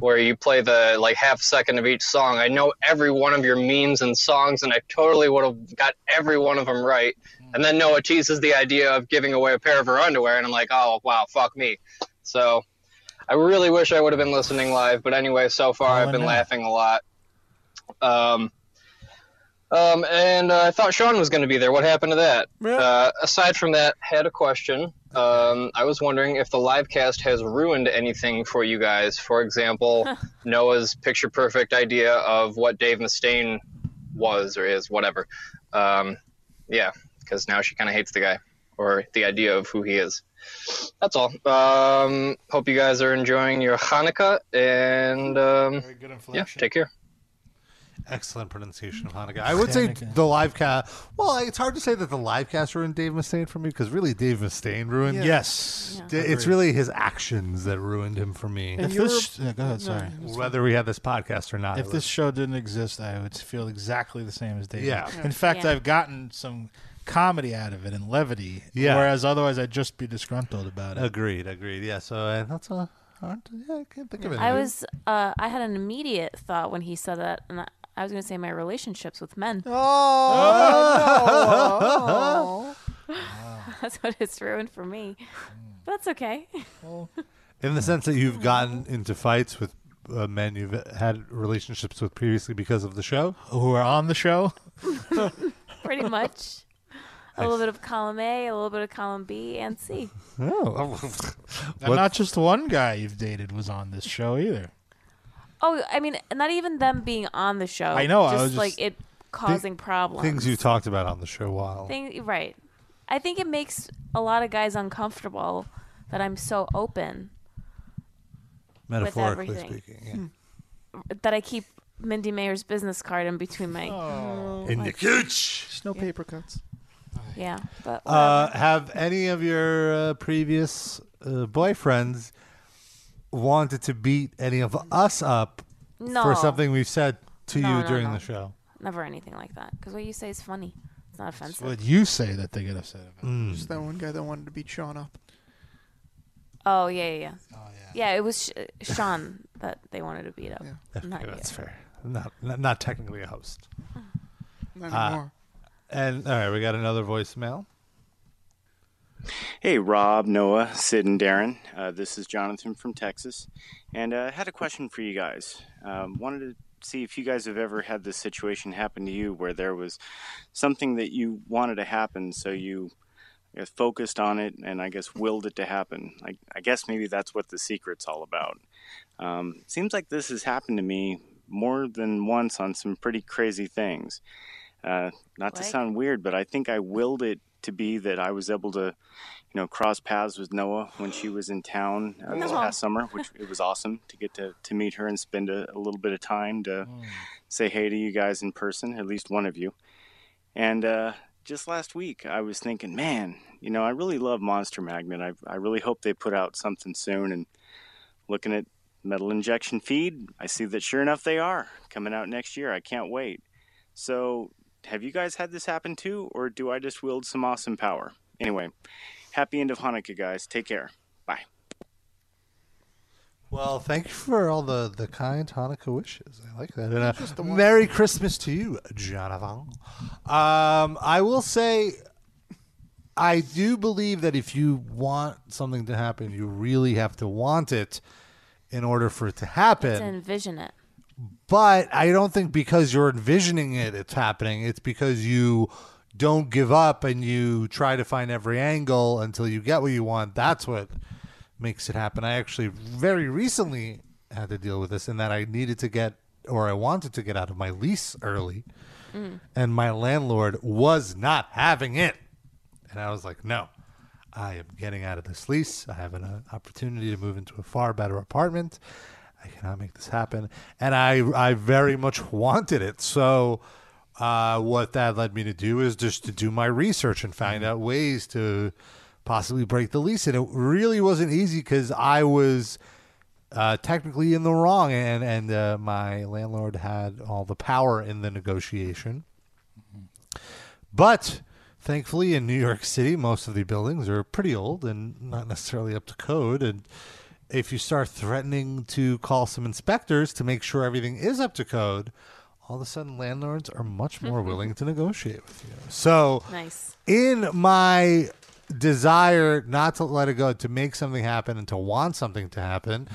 Speaker 17: where you play the like half second of each song. I know every one of your memes and songs, and I totally would have got every one of them right. And then Noah teases the idea of giving away a pair of her underwear, and I'm like, oh, wow, fuck me. So I really wish I would have been listening live, but anyway, so far I've been laughing a lot. Um, um, and uh, I thought Sean was going to be there. What happened to that? Uh, aside from that, had a question. Um, I was wondering if the live cast has ruined anything for you guys. For example, Noah's picture perfect idea of what Dave Mustaine was or is, whatever. Um, yeah, because now she kind of hates the guy or the idea of who he is. That's all. Um, hope you guys are enjoying your Hanukkah and um, yeah, take care.
Speaker 2: Excellent pronunciation of Hanukkah. I would say the live cast. Well, it's hard to say that the live cast ruined Dave Mustaine for me because really Dave Mustaine ruined.
Speaker 4: Yeah. Yes. Yeah.
Speaker 2: D- it's
Speaker 4: Agreed.
Speaker 2: really his actions that ruined him for me.
Speaker 4: If this, yeah, go ahead, sorry.
Speaker 2: Whether we have this podcast or not,
Speaker 4: if this show didn't exist, I would feel exactly the same as David.
Speaker 2: Yeah.
Speaker 4: In fact,
Speaker 2: Yeah.
Speaker 4: I've gotten some comedy out of it and levity.
Speaker 2: Yeah.
Speaker 4: Whereas otherwise, I'd just be disgruntled about it.
Speaker 2: agreed, agreed. Yeah. So uh, that's a. Aren't, yeah, I can't think of it.
Speaker 5: I was, uh, I had an immediate thought when he said that, and I, I was going to say my relationships with men.
Speaker 2: Oh,
Speaker 5: that's what it's ruined for me. But that's okay.
Speaker 2: in the sense that you've gotten into fights with uh, men you've had relationships with previously because of the show,
Speaker 4: who are on the show.
Speaker 5: Pretty much. A little bit of column A, a little bit of column B, and C.
Speaker 2: Oh,
Speaker 4: And not just one guy you've dated was on this show either.
Speaker 5: Oh, I mean, not even them being on the show.
Speaker 4: I know, I
Speaker 5: Just,
Speaker 4: was just
Speaker 5: like it causing problems.
Speaker 2: things you talked about on the show. While
Speaker 5: Thing- right. I think it makes a lot of guys uncomfortable that I'm so open. with
Speaker 2: Metaphorically
Speaker 5: everything. Hmm.
Speaker 2: speaking,
Speaker 5: That I keep Mindy Mayer's business card in between my.
Speaker 2: In the
Speaker 5: my-
Speaker 2: cooch.
Speaker 3: There's Oh. no paper cuts.
Speaker 5: Yeah, but
Speaker 2: uh, have any of your uh, previous uh, boyfriends wanted to beat any of us up
Speaker 5: No.
Speaker 2: for something we've said to
Speaker 5: No,
Speaker 2: you
Speaker 5: no,
Speaker 2: during
Speaker 5: no.
Speaker 2: the show?
Speaker 5: never anything like that. Because what you say is funny. It's not offensive.
Speaker 4: What you say that they get upset about?
Speaker 2: Hmm. Mm.
Speaker 3: Just that one guy that wanted to beat Sean up.
Speaker 5: Oh yeah, yeah, yeah. yeah. it was Sh- Sean that they wanted to beat up. Not
Speaker 2: Okay,
Speaker 5: you.
Speaker 2: that's fair. Not, not not technically a host.
Speaker 3: Not
Speaker 2: Uh,
Speaker 3: anymore.
Speaker 2: and all right, we got another voicemail.
Speaker 18: Hey, Rob, Noah, Sid, and Darren. Uh, this is Jonathan from Texas, and uh, I had a question for you guys. Um, wanted to see if you guys have ever had this situation happen to you where there was something that you wanted to happen, so you I guess, focused on it and I guess willed it to happen. I, I guess maybe that's what the secret's all about. Um, seems like this has happened to me more than once on some pretty crazy things. Uh, not to sound weird, but I think I willed it to be that I was able to, you know, cross paths with Noah when she was in town uh, this
Speaker 19: No.
Speaker 18: past summer, which it was awesome to get to, to meet her and spend a, a little bit of time to say hey to you guys in person, at least one of you. And uh, just last week, I was thinking, man, you know, I really love Monster Magnet. I, I really hope they put out something soon. And looking at Metal Injection Feed, I see that sure enough they are coming out next year. I can't wait. So, have you guys had this happen too, or do I just wield some awesome power? Anyway, happy end of Hanukkah, guys. Take care. Bye.
Speaker 2: Well, thank you for all the, the kind Hanukkah wishes. I like that. And, uh, Just the one. Merry Christmas to you, Jonathan. Um, I will say, I do believe that if you want something to happen, you really have to want it in order for it to
Speaker 5: To
Speaker 2: happen.
Speaker 5: envision it.
Speaker 2: But I don't think because you're envisioning it, it's happening. It's because you don't give up and you try to find every angle until you get what you want. That's what makes it happen. I actually very recently had to deal with this in that I needed to get or I wanted to get out of my lease early
Speaker 7: Mm.
Speaker 2: and my landlord was not having it. And I was like, no, I am getting out of this lease. I have an uh, opportunity to move into a far better apartment. I cannot make this happen. And I, I very much wanted it. So, uh, what that led me to do is just to do my research and find out ways to possibly break the lease. And it really wasn't easy because I was uh, technically in the wrong, and and uh, my landlord had all the power in the negotiation. But thankfully, in New York City, most of the buildings are pretty old and not necessarily up to code. And if you start threatening to call some inspectors to make sure everything is up to code, all of a sudden landlords are much more willing to negotiate with you. So,
Speaker 5: Nice.
Speaker 2: in my desire not to let it go, to make something happen and to want something to happen,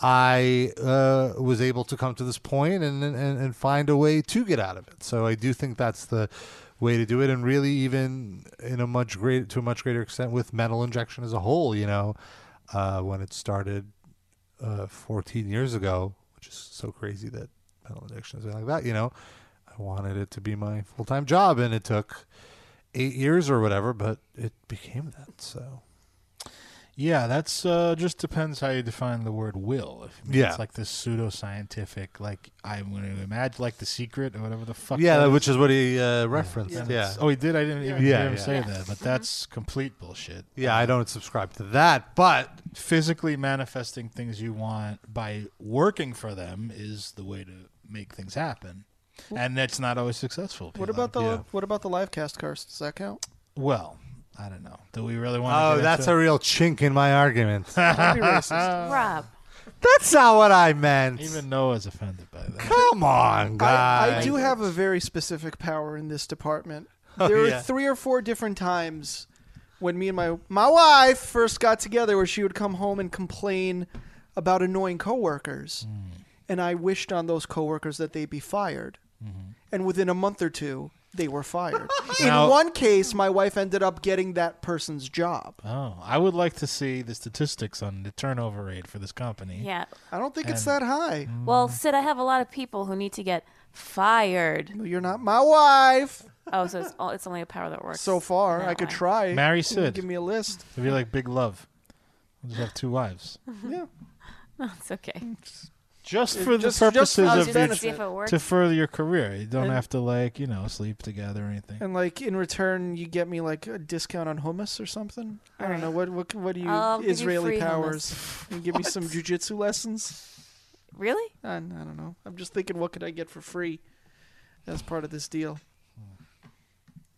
Speaker 2: I uh, was able to come to this point and, and and find a way to get out of it. So I do think that's the way to do it, and really even in a much greater to a much greater extent with metal injection as a whole. You know, uh, when it started uh, 14 years ago, which is so crazy that metal injection has been like that. You know, I wanted it to be my full time job, and it took eight years or whatever, but it became that. So
Speaker 4: Yeah, that's uh, just depends how you define the word will. If it
Speaker 2: Yeah.
Speaker 4: it's like this pseudo scientific, like I'm going to imagine, like the secret or whatever the fuck.
Speaker 2: Yeah,
Speaker 4: that
Speaker 2: which is what he uh, referenced.
Speaker 4: And
Speaker 2: Yeah.
Speaker 4: it's- Oh, he did. I didn't even
Speaker 2: Yeah,
Speaker 4: hear him
Speaker 2: yeah.
Speaker 4: say
Speaker 2: Yes.
Speaker 4: that, but
Speaker 2: Mhm.
Speaker 4: that's complete bullshit.
Speaker 2: Yeah, I don't subscribe to that, but
Speaker 4: physically manifesting things you want by working for them is the way to make things happen, and that's not always successful.
Speaker 3: What
Speaker 4: people.
Speaker 3: about the
Speaker 4: Yeah.
Speaker 3: what about the live cast cars? Does that count?
Speaker 4: Well, I don't know. Do we really want?
Speaker 2: Oh, that's a real chink in my argument.
Speaker 4: Don't be
Speaker 2: that's
Speaker 4: racist.
Speaker 5: Rob.
Speaker 2: not what I meant.
Speaker 4: Even Noah's offended by that.
Speaker 2: Come on, guys.
Speaker 3: I, I do have a very specific power in this department. There were
Speaker 2: yeah.
Speaker 3: three or four different times when me and my my wife first got together where she would come home and complain about annoying coworkers. And I wished on those coworkers that they be fired. And within a month or two, they were fired.
Speaker 4: Now-
Speaker 3: in one case, my wife ended up getting that person's job.
Speaker 4: Oh, I would like to see the statistics on the turnover rate for this company.
Speaker 5: Yeah.
Speaker 3: I don't think it's
Speaker 4: And-
Speaker 3: that
Speaker 4: Mm.
Speaker 3: high.
Speaker 5: Well, Sid, I have a lot of people who need to get fired.
Speaker 3: You're not my wife.
Speaker 5: Oh, so it's, all, it's only a power that works.
Speaker 3: So far, I could try.
Speaker 4: Marry
Speaker 3: You
Speaker 4: Sid.
Speaker 3: Give me a list.
Speaker 4: It'd be like Big Love. We'll just have two wives.
Speaker 3: Yeah.
Speaker 5: No, it's okay.
Speaker 4: Just
Speaker 5: It-
Speaker 4: for
Speaker 5: just-
Speaker 4: the
Speaker 5: just
Speaker 4: purposes
Speaker 5: for
Speaker 4: of
Speaker 5: the
Speaker 4: your-
Speaker 5: benefit.
Speaker 4: to, further your career. You don't
Speaker 3: And-
Speaker 4: have to like you know sleep together or anything.
Speaker 3: And like in return, you get me like a discount on hummus or something. I don't know what what what do you
Speaker 5: Uh, I'll give you
Speaker 3: Israeli
Speaker 5: free
Speaker 3: powers?
Speaker 5: hummus.
Speaker 3: And give me some jujitsu lessons.
Speaker 5: Really?
Speaker 3: I, I don't know. I'm just thinking, what could I get for free as part of this deal?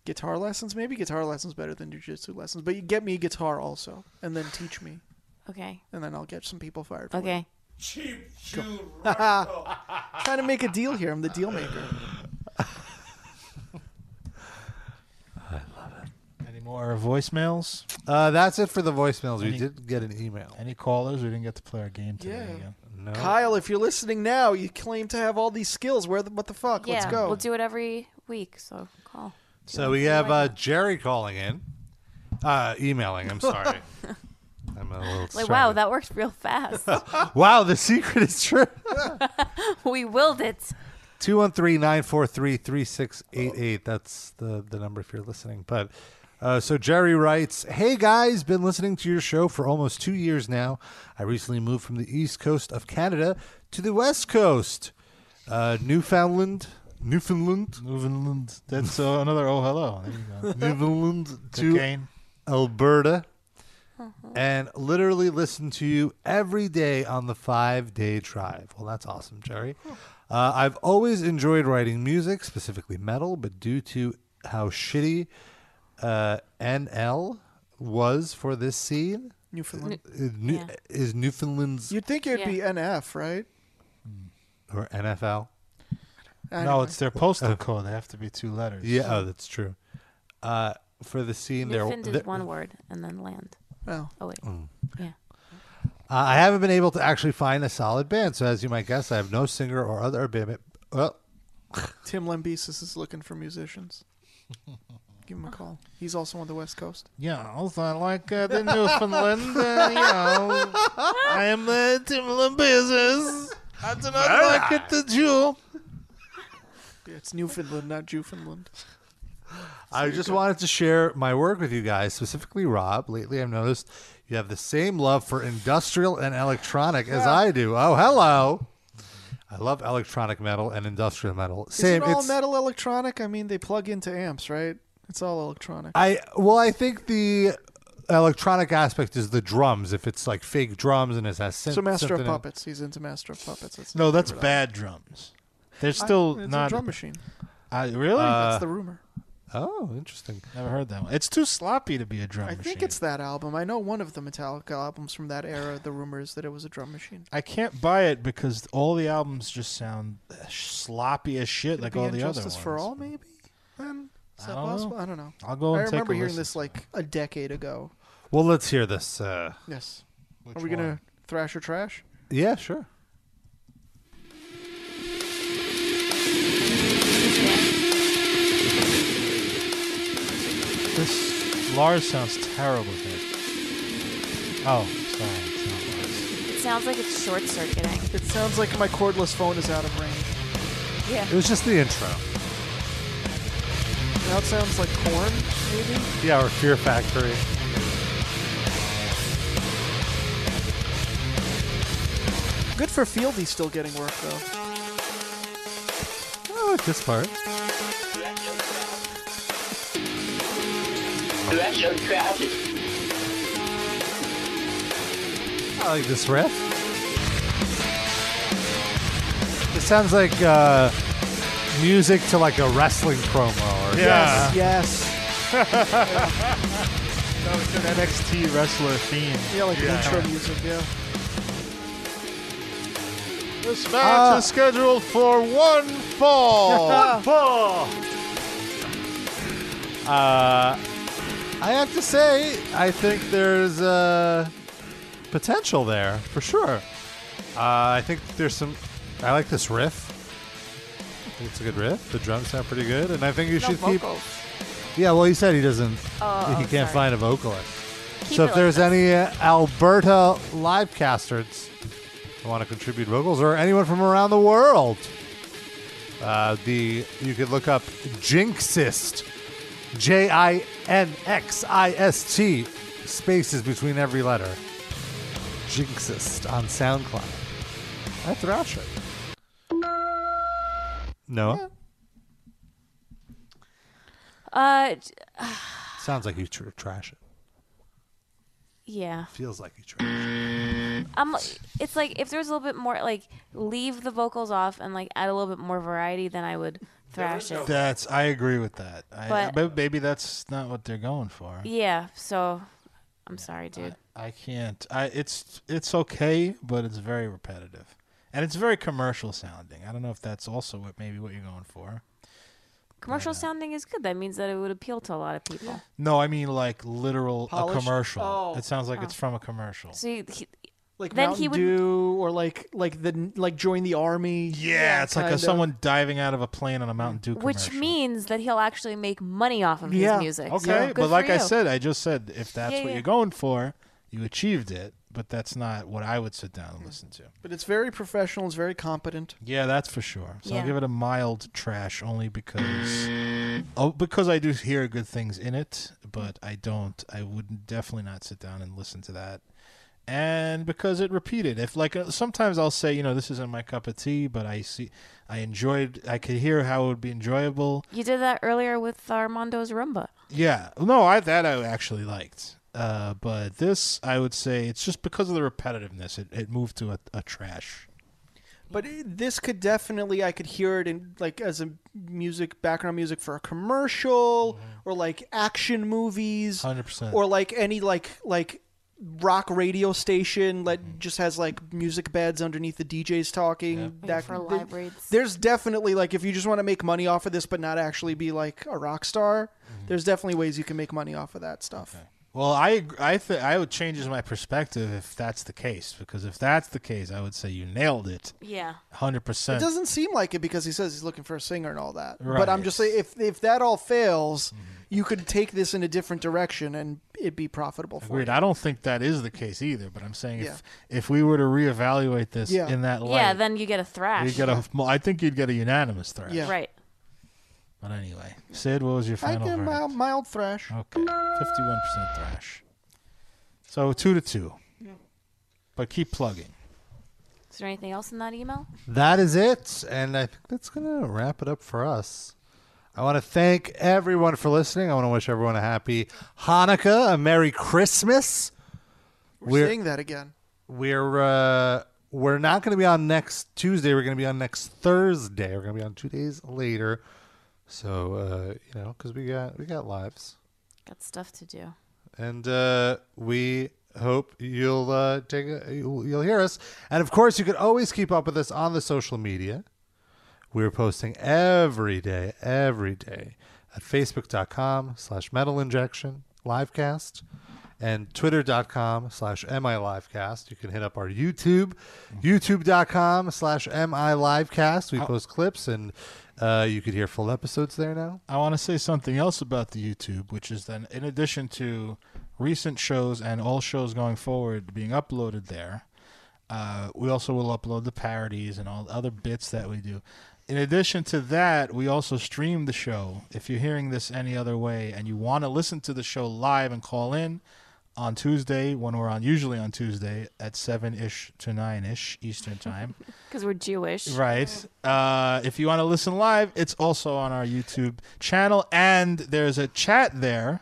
Speaker 3: Guitar lessons, maybe guitar lessons better than jujitsu lessons. But you get me a guitar also, and then teach me,
Speaker 5: Okay.
Speaker 3: and then I'll get some people fired. for
Speaker 5: Okay.
Speaker 7: Cheap
Speaker 3: it. Trying to make a deal here. I'm the deal maker.
Speaker 4: Any more voicemails?
Speaker 2: Uh, that's it for the voicemails. We
Speaker 4: Any-
Speaker 2: did get an email.
Speaker 4: Any callers? We didn't get to play our game today.
Speaker 3: Yeah.
Speaker 4: Again.
Speaker 2: No.
Speaker 3: Kyle, if you're listening now, you claim to have all these skills. Where the what the fuck?
Speaker 5: Yeah,
Speaker 3: Let's go.
Speaker 5: We'll do it every week. So call.
Speaker 2: So we have uh, Jerry calling in, uh, emailing. I'm sorry. I'm a little
Speaker 5: Like, wow, that worked real fast.
Speaker 2: started. wow, the secret is true.
Speaker 5: we willed it.
Speaker 2: 213-943-3688 that's the the number if you're listening but uh, so jerry writes hey guys been listening to your show for almost two years now i recently moved from the east coast of canada to the west coast uh, newfoundland newfoundland
Speaker 4: newfoundland that's uh, another oh hello there you go.
Speaker 2: newfoundland to
Speaker 4: Cocaine.
Speaker 2: alberta and literally listen to you every day on the five day drive. Well, that's awesome, Jerry. Uh, I've always enjoyed writing music, specifically metal, but due to how shitty uh, NL was for this scene,
Speaker 3: Newfoundland.
Speaker 2: is, New-
Speaker 3: Yeah.
Speaker 2: is Newfoundland's
Speaker 3: You'd think it'd be
Speaker 5: Yeah.
Speaker 3: NF, right?
Speaker 2: or NFL?
Speaker 4: No, it's their postal
Speaker 2: Uh,
Speaker 4: code. They have to be two letters.
Speaker 2: Yeah, oh, that's true. Uh, for the scene,
Speaker 4: Oh,
Speaker 2: there,
Speaker 5: Newfin
Speaker 2: there-
Speaker 5: is one word and then land.
Speaker 3: Oh.
Speaker 5: Oh, wait.
Speaker 2: Mm.
Speaker 5: Yeah.
Speaker 2: Uh, I haven't been able to actually find a solid band, so as you might guess, I have no singer or other band. Uh,
Speaker 3: Tim Lambesis is looking for musicians. Give him a call. He's also on the West Coast.
Speaker 4: Yeah, also I like uh, the Newfoundland. Uh, you know, I am the Timberland business. I do not like it the jewel.
Speaker 3: Yeah, it's Newfoundland, not Jewfoundland.
Speaker 2: I just wanted to share my work with you guys, specifically Rob. Lately, I've noticed you have the same love for industrial and electronic as I do. Oh, hello. I love electronic metal and industrial metal. Same.
Speaker 3: Is it all
Speaker 2: it's
Speaker 3: metal electronic? I mean, they plug into amps, right? It's all electronic.
Speaker 2: I well, I think the electronic aspect is the drums. If it's like fake drums and it has synth,
Speaker 3: so Master
Speaker 2: something
Speaker 3: of
Speaker 2: in-
Speaker 3: Puppets. He's into Master of Puppets. That's
Speaker 4: No, that's
Speaker 3: I-
Speaker 4: bad drums. They're
Speaker 3: it's
Speaker 4: still
Speaker 3: a
Speaker 4: not
Speaker 3: drum machine.
Speaker 4: I really.
Speaker 3: that's the rumor.
Speaker 2: Uh, Oh, interesting.
Speaker 4: Never heard that one. It's too sloppy to be a drum
Speaker 3: I
Speaker 4: machine.
Speaker 3: think it's that album. I know one of the Metallica albums from that era. The rumor is that it was a drum machine.
Speaker 4: I can't buy it because all the albums just sound sloppy as shit, like
Speaker 3: be
Speaker 4: all the other
Speaker 3: Injustice
Speaker 4: ones.
Speaker 3: for All, maybe? Then? Is
Speaker 4: I
Speaker 3: that
Speaker 4: don't know.
Speaker 3: possible? I don't know.
Speaker 4: I'll go
Speaker 3: I
Speaker 4: and take a
Speaker 3: remember hearing
Speaker 4: listen.
Speaker 3: this like a decade ago.
Speaker 2: Well, let's hear this. Uh,
Speaker 3: Yes.
Speaker 4: Which
Speaker 3: Are we going to thrash or trash?
Speaker 2: yeah, sure.
Speaker 4: This Lars sounds terrible. Dave. Oh, sorry, it's not Lars.
Speaker 5: It sounds like it's short circuiting.
Speaker 3: It sounds like my cordless phone is out of range.
Speaker 5: Yeah.
Speaker 2: It was just the intro.
Speaker 3: Now it sounds like corn, maybe?
Speaker 2: Yeah, or Fear Factory.
Speaker 3: Good for Fieldy still getting work though.
Speaker 2: I like Oh, this part.
Speaker 7: That's so tragic.
Speaker 2: I like this riff. It sounds like uh, music to like a wrestling promo. Or
Speaker 4: Yeah.
Speaker 3: Yes.
Speaker 4: That was an NXT wrestler theme.
Speaker 3: Yeah, like intro music. Yeah.
Speaker 4: This
Speaker 7: match
Speaker 4: match
Speaker 7: is
Speaker 4: is scheduled for one fall.
Speaker 2: One
Speaker 4: fall.
Speaker 2: Uh, I have to say, I think there's uh, potential there for sure. Uh, I think there's some. I like this riff. I think it's a good riff. The drums sound pretty good, and I think you
Speaker 5: No
Speaker 2: should
Speaker 5: vocals.
Speaker 2: keep. Yeah, well, he said he doesn't.
Speaker 5: Oh,
Speaker 2: he
Speaker 5: oh,
Speaker 2: can't
Speaker 5: sorry.
Speaker 2: find a vocalist.
Speaker 5: Keep
Speaker 2: so
Speaker 5: it
Speaker 2: if
Speaker 5: like
Speaker 2: there's any uh, Alberta livecasters who want to contribute vocals, or anyone from around the world, uh, the you could look up Jinxist, J I N X I S T, spaces between every letter. Jinxist on SoundCloud. I thrash it. Noah,
Speaker 5: Uh, j-
Speaker 2: sounds like you tr- trash it.
Speaker 5: yeah.
Speaker 2: Feels like you trash it.
Speaker 5: I'm. It's like if there was a little bit more, like leave the vocals off and like add a little bit more variety, then I would thrash it.
Speaker 4: That's. I agree with that. I,
Speaker 5: But-
Speaker 4: but maybe that's not what they're going for.
Speaker 5: Yeah. So, I'm sorry, dude.
Speaker 4: I can't. I it's it's okay, but it's very repetitive, and it's very commercial sounding. I don't know if that's also what maybe what you're going for.
Speaker 5: Commercial sounding is good. That means that it would appeal to a lot of people.
Speaker 4: No, I mean like literal
Speaker 3: Polished?
Speaker 4: a commercial.
Speaker 3: Oh.
Speaker 4: It sounds like
Speaker 5: Oh.
Speaker 4: it's from a commercial.
Speaker 5: So you, he,
Speaker 3: Like
Speaker 5: then
Speaker 3: Mountain
Speaker 5: he would.
Speaker 3: Dew, or like like the like join the army.
Speaker 4: Yeah, it's like
Speaker 3: kind
Speaker 4: a,
Speaker 3: of.
Speaker 4: someone diving out of a plane on a Mountain Dew commercial.
Speaker 5: Which means that he'll actually make money off of
Speaker 3: Yeah.
Speaker 5: his music.
Speaker 4: Okay,
Speaker 5: So, good
Speaker 4: but like
Speaker 5: for
Speaker 4: I
Speaker 5: you.
Speaker 4: said, I just said if that's
Speaker 5: Yeah,
Speaker 4: what
Speaker 5: yeah.
Speaker 4: you're going for, you achieved it. But that's not what I would sit down and listen to.
Speaker 3: But it's very professional. It's very competent.
Speaker 4: Yeah, that's for sure. So
Speaker 3: Yeah.
Speaker 4: I'll give it a mild trash only because oh, because I do hear good things in it, but I don't. I would definitely not sit down and listen to that. And because it repeated, if like uh, sometimes I'll say, you know, this isn't my cup of tea, but I see, I enjoyed, I could hear how it would be enjoyable.
Speaker 5: You did that earlier with Armando's rumba.
Speaker 4: Yeah, no, I that I actually liked, uh, but this I would say it's just because of the repetitiveness, it, it moved to a, a trash.
Speaker 3: But it- this could definitely, I could hear it in like as a music background music for a commercial or like action movies,
Speaker 4: 100%.
Speaker 3: or like any like like rock radio station that just has like music beds underneath the DJs talking. That
Speaker 5: for
Speaker 3: could-
Speaker 5: live reads.
Speaker 3: There's definitely like if you just want to make money off of this, but not actually be like a rock star. There's definitely ways you can make money off of that stuff.
Speaker 4: Well, I ag- I th- I would change my perspective if that's the case because if that's the case, I would say you nailed it.
Speaker 5: Yeah.
Speaker 4: hundred
Speaker 3: It
Speaker 4: percent.
Speaker 3: doesn't seem like it because he says he's looking for a singer and all that.
Speaker 4: Right. Mm-hmm.
Speaker 3: But I'm just saying, if if that all fails, you could take this in a different direction and it'd be profitable for
Speaker 4: Agreed.
Speaker 3: you.
Speaker 4: I don't think that is the case either. But I'm saying
Speaker 3: Yeah.
Speaker 4: if if we were to reevaluate this
Speaker 3: Yeah.
Speaker 4: in that
Speaker 5: Yeah,
Speaker 4: light,
Speaker 5: then you get a thrash.
Speaker 4: you get a. well, I think you'd get a unanimous threat.
Speaker 5: Right.
Speaker 4: But anyway, Sid, what was your
Speaker 3: I get
Speaker 4: final?
Speaker 3: a
Speaker 4: verdict?
Speaker 3: mild, mild thrash.
Speaker 4: Okay, fifty-one percent thrash. So two to two.
Speaker 5: Yeah.
Speaker 4: But keep plugging.
Speaker 5: Is there anything else in that email?
Speaker 2: That is it. And I think that's going to wrap it up for us. I want to thank everyone for listening. I want to wish everyone a happy Hanukkah, a Merry Christmas.
Speaker 3: We're, seeing that again.
Speaker 2: We're uh, we're not going to be on next Tuesday. We're going to be on next Thursday. We're going to be on two days later. So uh, you know, because we got we got lives,
Speaker 5: Got stuff to do.
Speaker 2: and uh, we hope you'll uh, take a, you'll you'll hear us. And of course, you can always keep up with us on the social media. We're posting every day, every day at facebook.com slash metal injection livecast and twitter.com slash mi livecast. You can hit up our YouTube, youtube.com slash mi livecast. We post clips and uh, you could hear full episodes there now.
Speaker 4: I want to say something else about the YouTube, which is that in addition to recent shows and all shows going forward being uploaded there, uh, we also will upload the parodies and all the other bits that we do. In addition to that, we also stream the show. If you're hearing this any other way and you want to listen to the show live and call in, on Tuesday when we're on, usually on Tuesday at 7 ish to 9 ish Eastern Time.
Speaker 5: because we're Jewish.
Speaker 4: Right. Uh, if you want to listen live, it's also on our YouTube channel, and there's a chat there,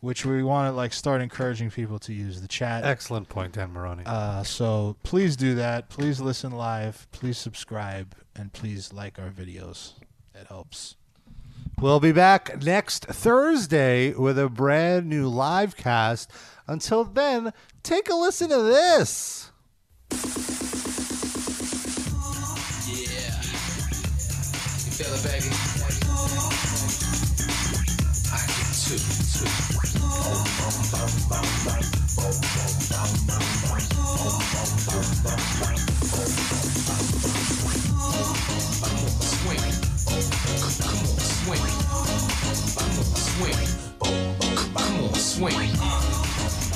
Speaker 4: which we want to like start encouraging people to use the chat.
Speaker 2: Excellent point, Dan Maroney.
Speaker 4: Uh, so please do that. Please listen live. Please subscribe, and please like our videos. It helps.
Speaker 2: We'll be back next Thursday with a brand new live cast. Until then, take a listen to this.
Speaker 12: Yeah. You feel it, baby? I get two, two. Boom, boom, boom, boom, boom. Boom, boom, boom, boom, boom. Boom, boom, boom, boom, boom. Boom, boom, boom, boom, boom. Boom, boom, I'm on the swing. Boom, boom, I'm on the swing. Boom, I'm on the swing. Boom, boom, I'm on the swing.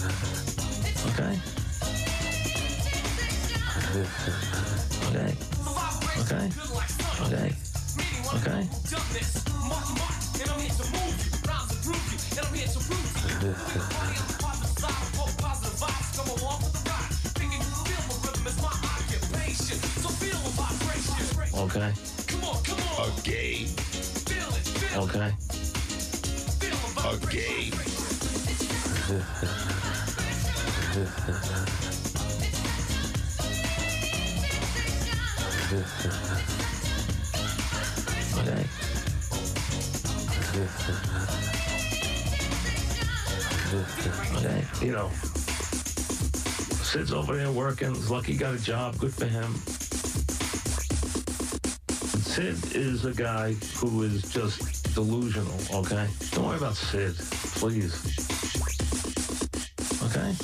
Speaker 8: Okay. Okay. Okay. Okay. Okay.
Speaker 12: Dumbness. Marky Mark, and I'm here to move you. Rhymes and prove you, and I'm here to prove you. Everybody on the positive side, both positive vibes. Come along for the ride. Thinking you feel the rhythm is my occupation. So feel the vibration.
Speaker 8: Okay.
Speaker 12: Come on, come on. Okay. Feel it, feel it.
Speaker 8: Okay.
Speaker 12: Feel the vibration. Okay.
Speaker 8: Okay. Okay. You know, Sid's over there working. He's lucky he got a job. Good for him. Sid is a guy who is just delusional, okay? Don't worry about Sid, please. Okay?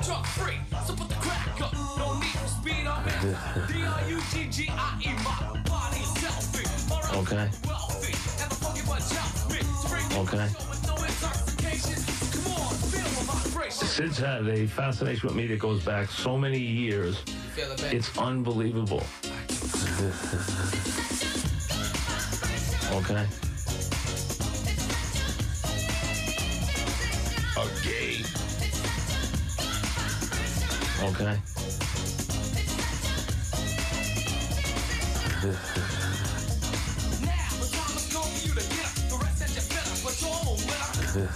Speaker 12: Truck free, so put the crack up. No need for speed, I'm in. D R U G G I E, my body is selfie.
Speaker 8: Okay.
Speaker 12: Wealthy, and the funky bunch helps me to bring you
Speaker 8: Okay.
Speaker 12: with no intoxication. Come on, feel the vibration.
Speaker 8: Sid's had a fascination with me that goes back so many years.
Speaker 12: Feel it, baby.
Speaker 8: It's unbelievable. Okay.
Speaker 12: Okay.
Speaker 8: Okay.
Speaker 12: Now the time has come for you to get up. The rest that you better, but you're all wet up. Rhyme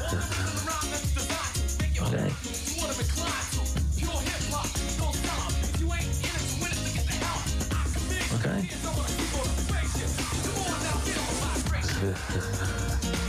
Speaker 12: that's designed to make your
Speaker 8: Okay.
Speaker 12: You wanna recline to pure hip hop. Don't sell out. If you ain't in it, win it to get the hell out. I commit.
Speaker 8: Okay.
Speaker 12: Here's all the people on the spaceship. Come on now, feel the vibration.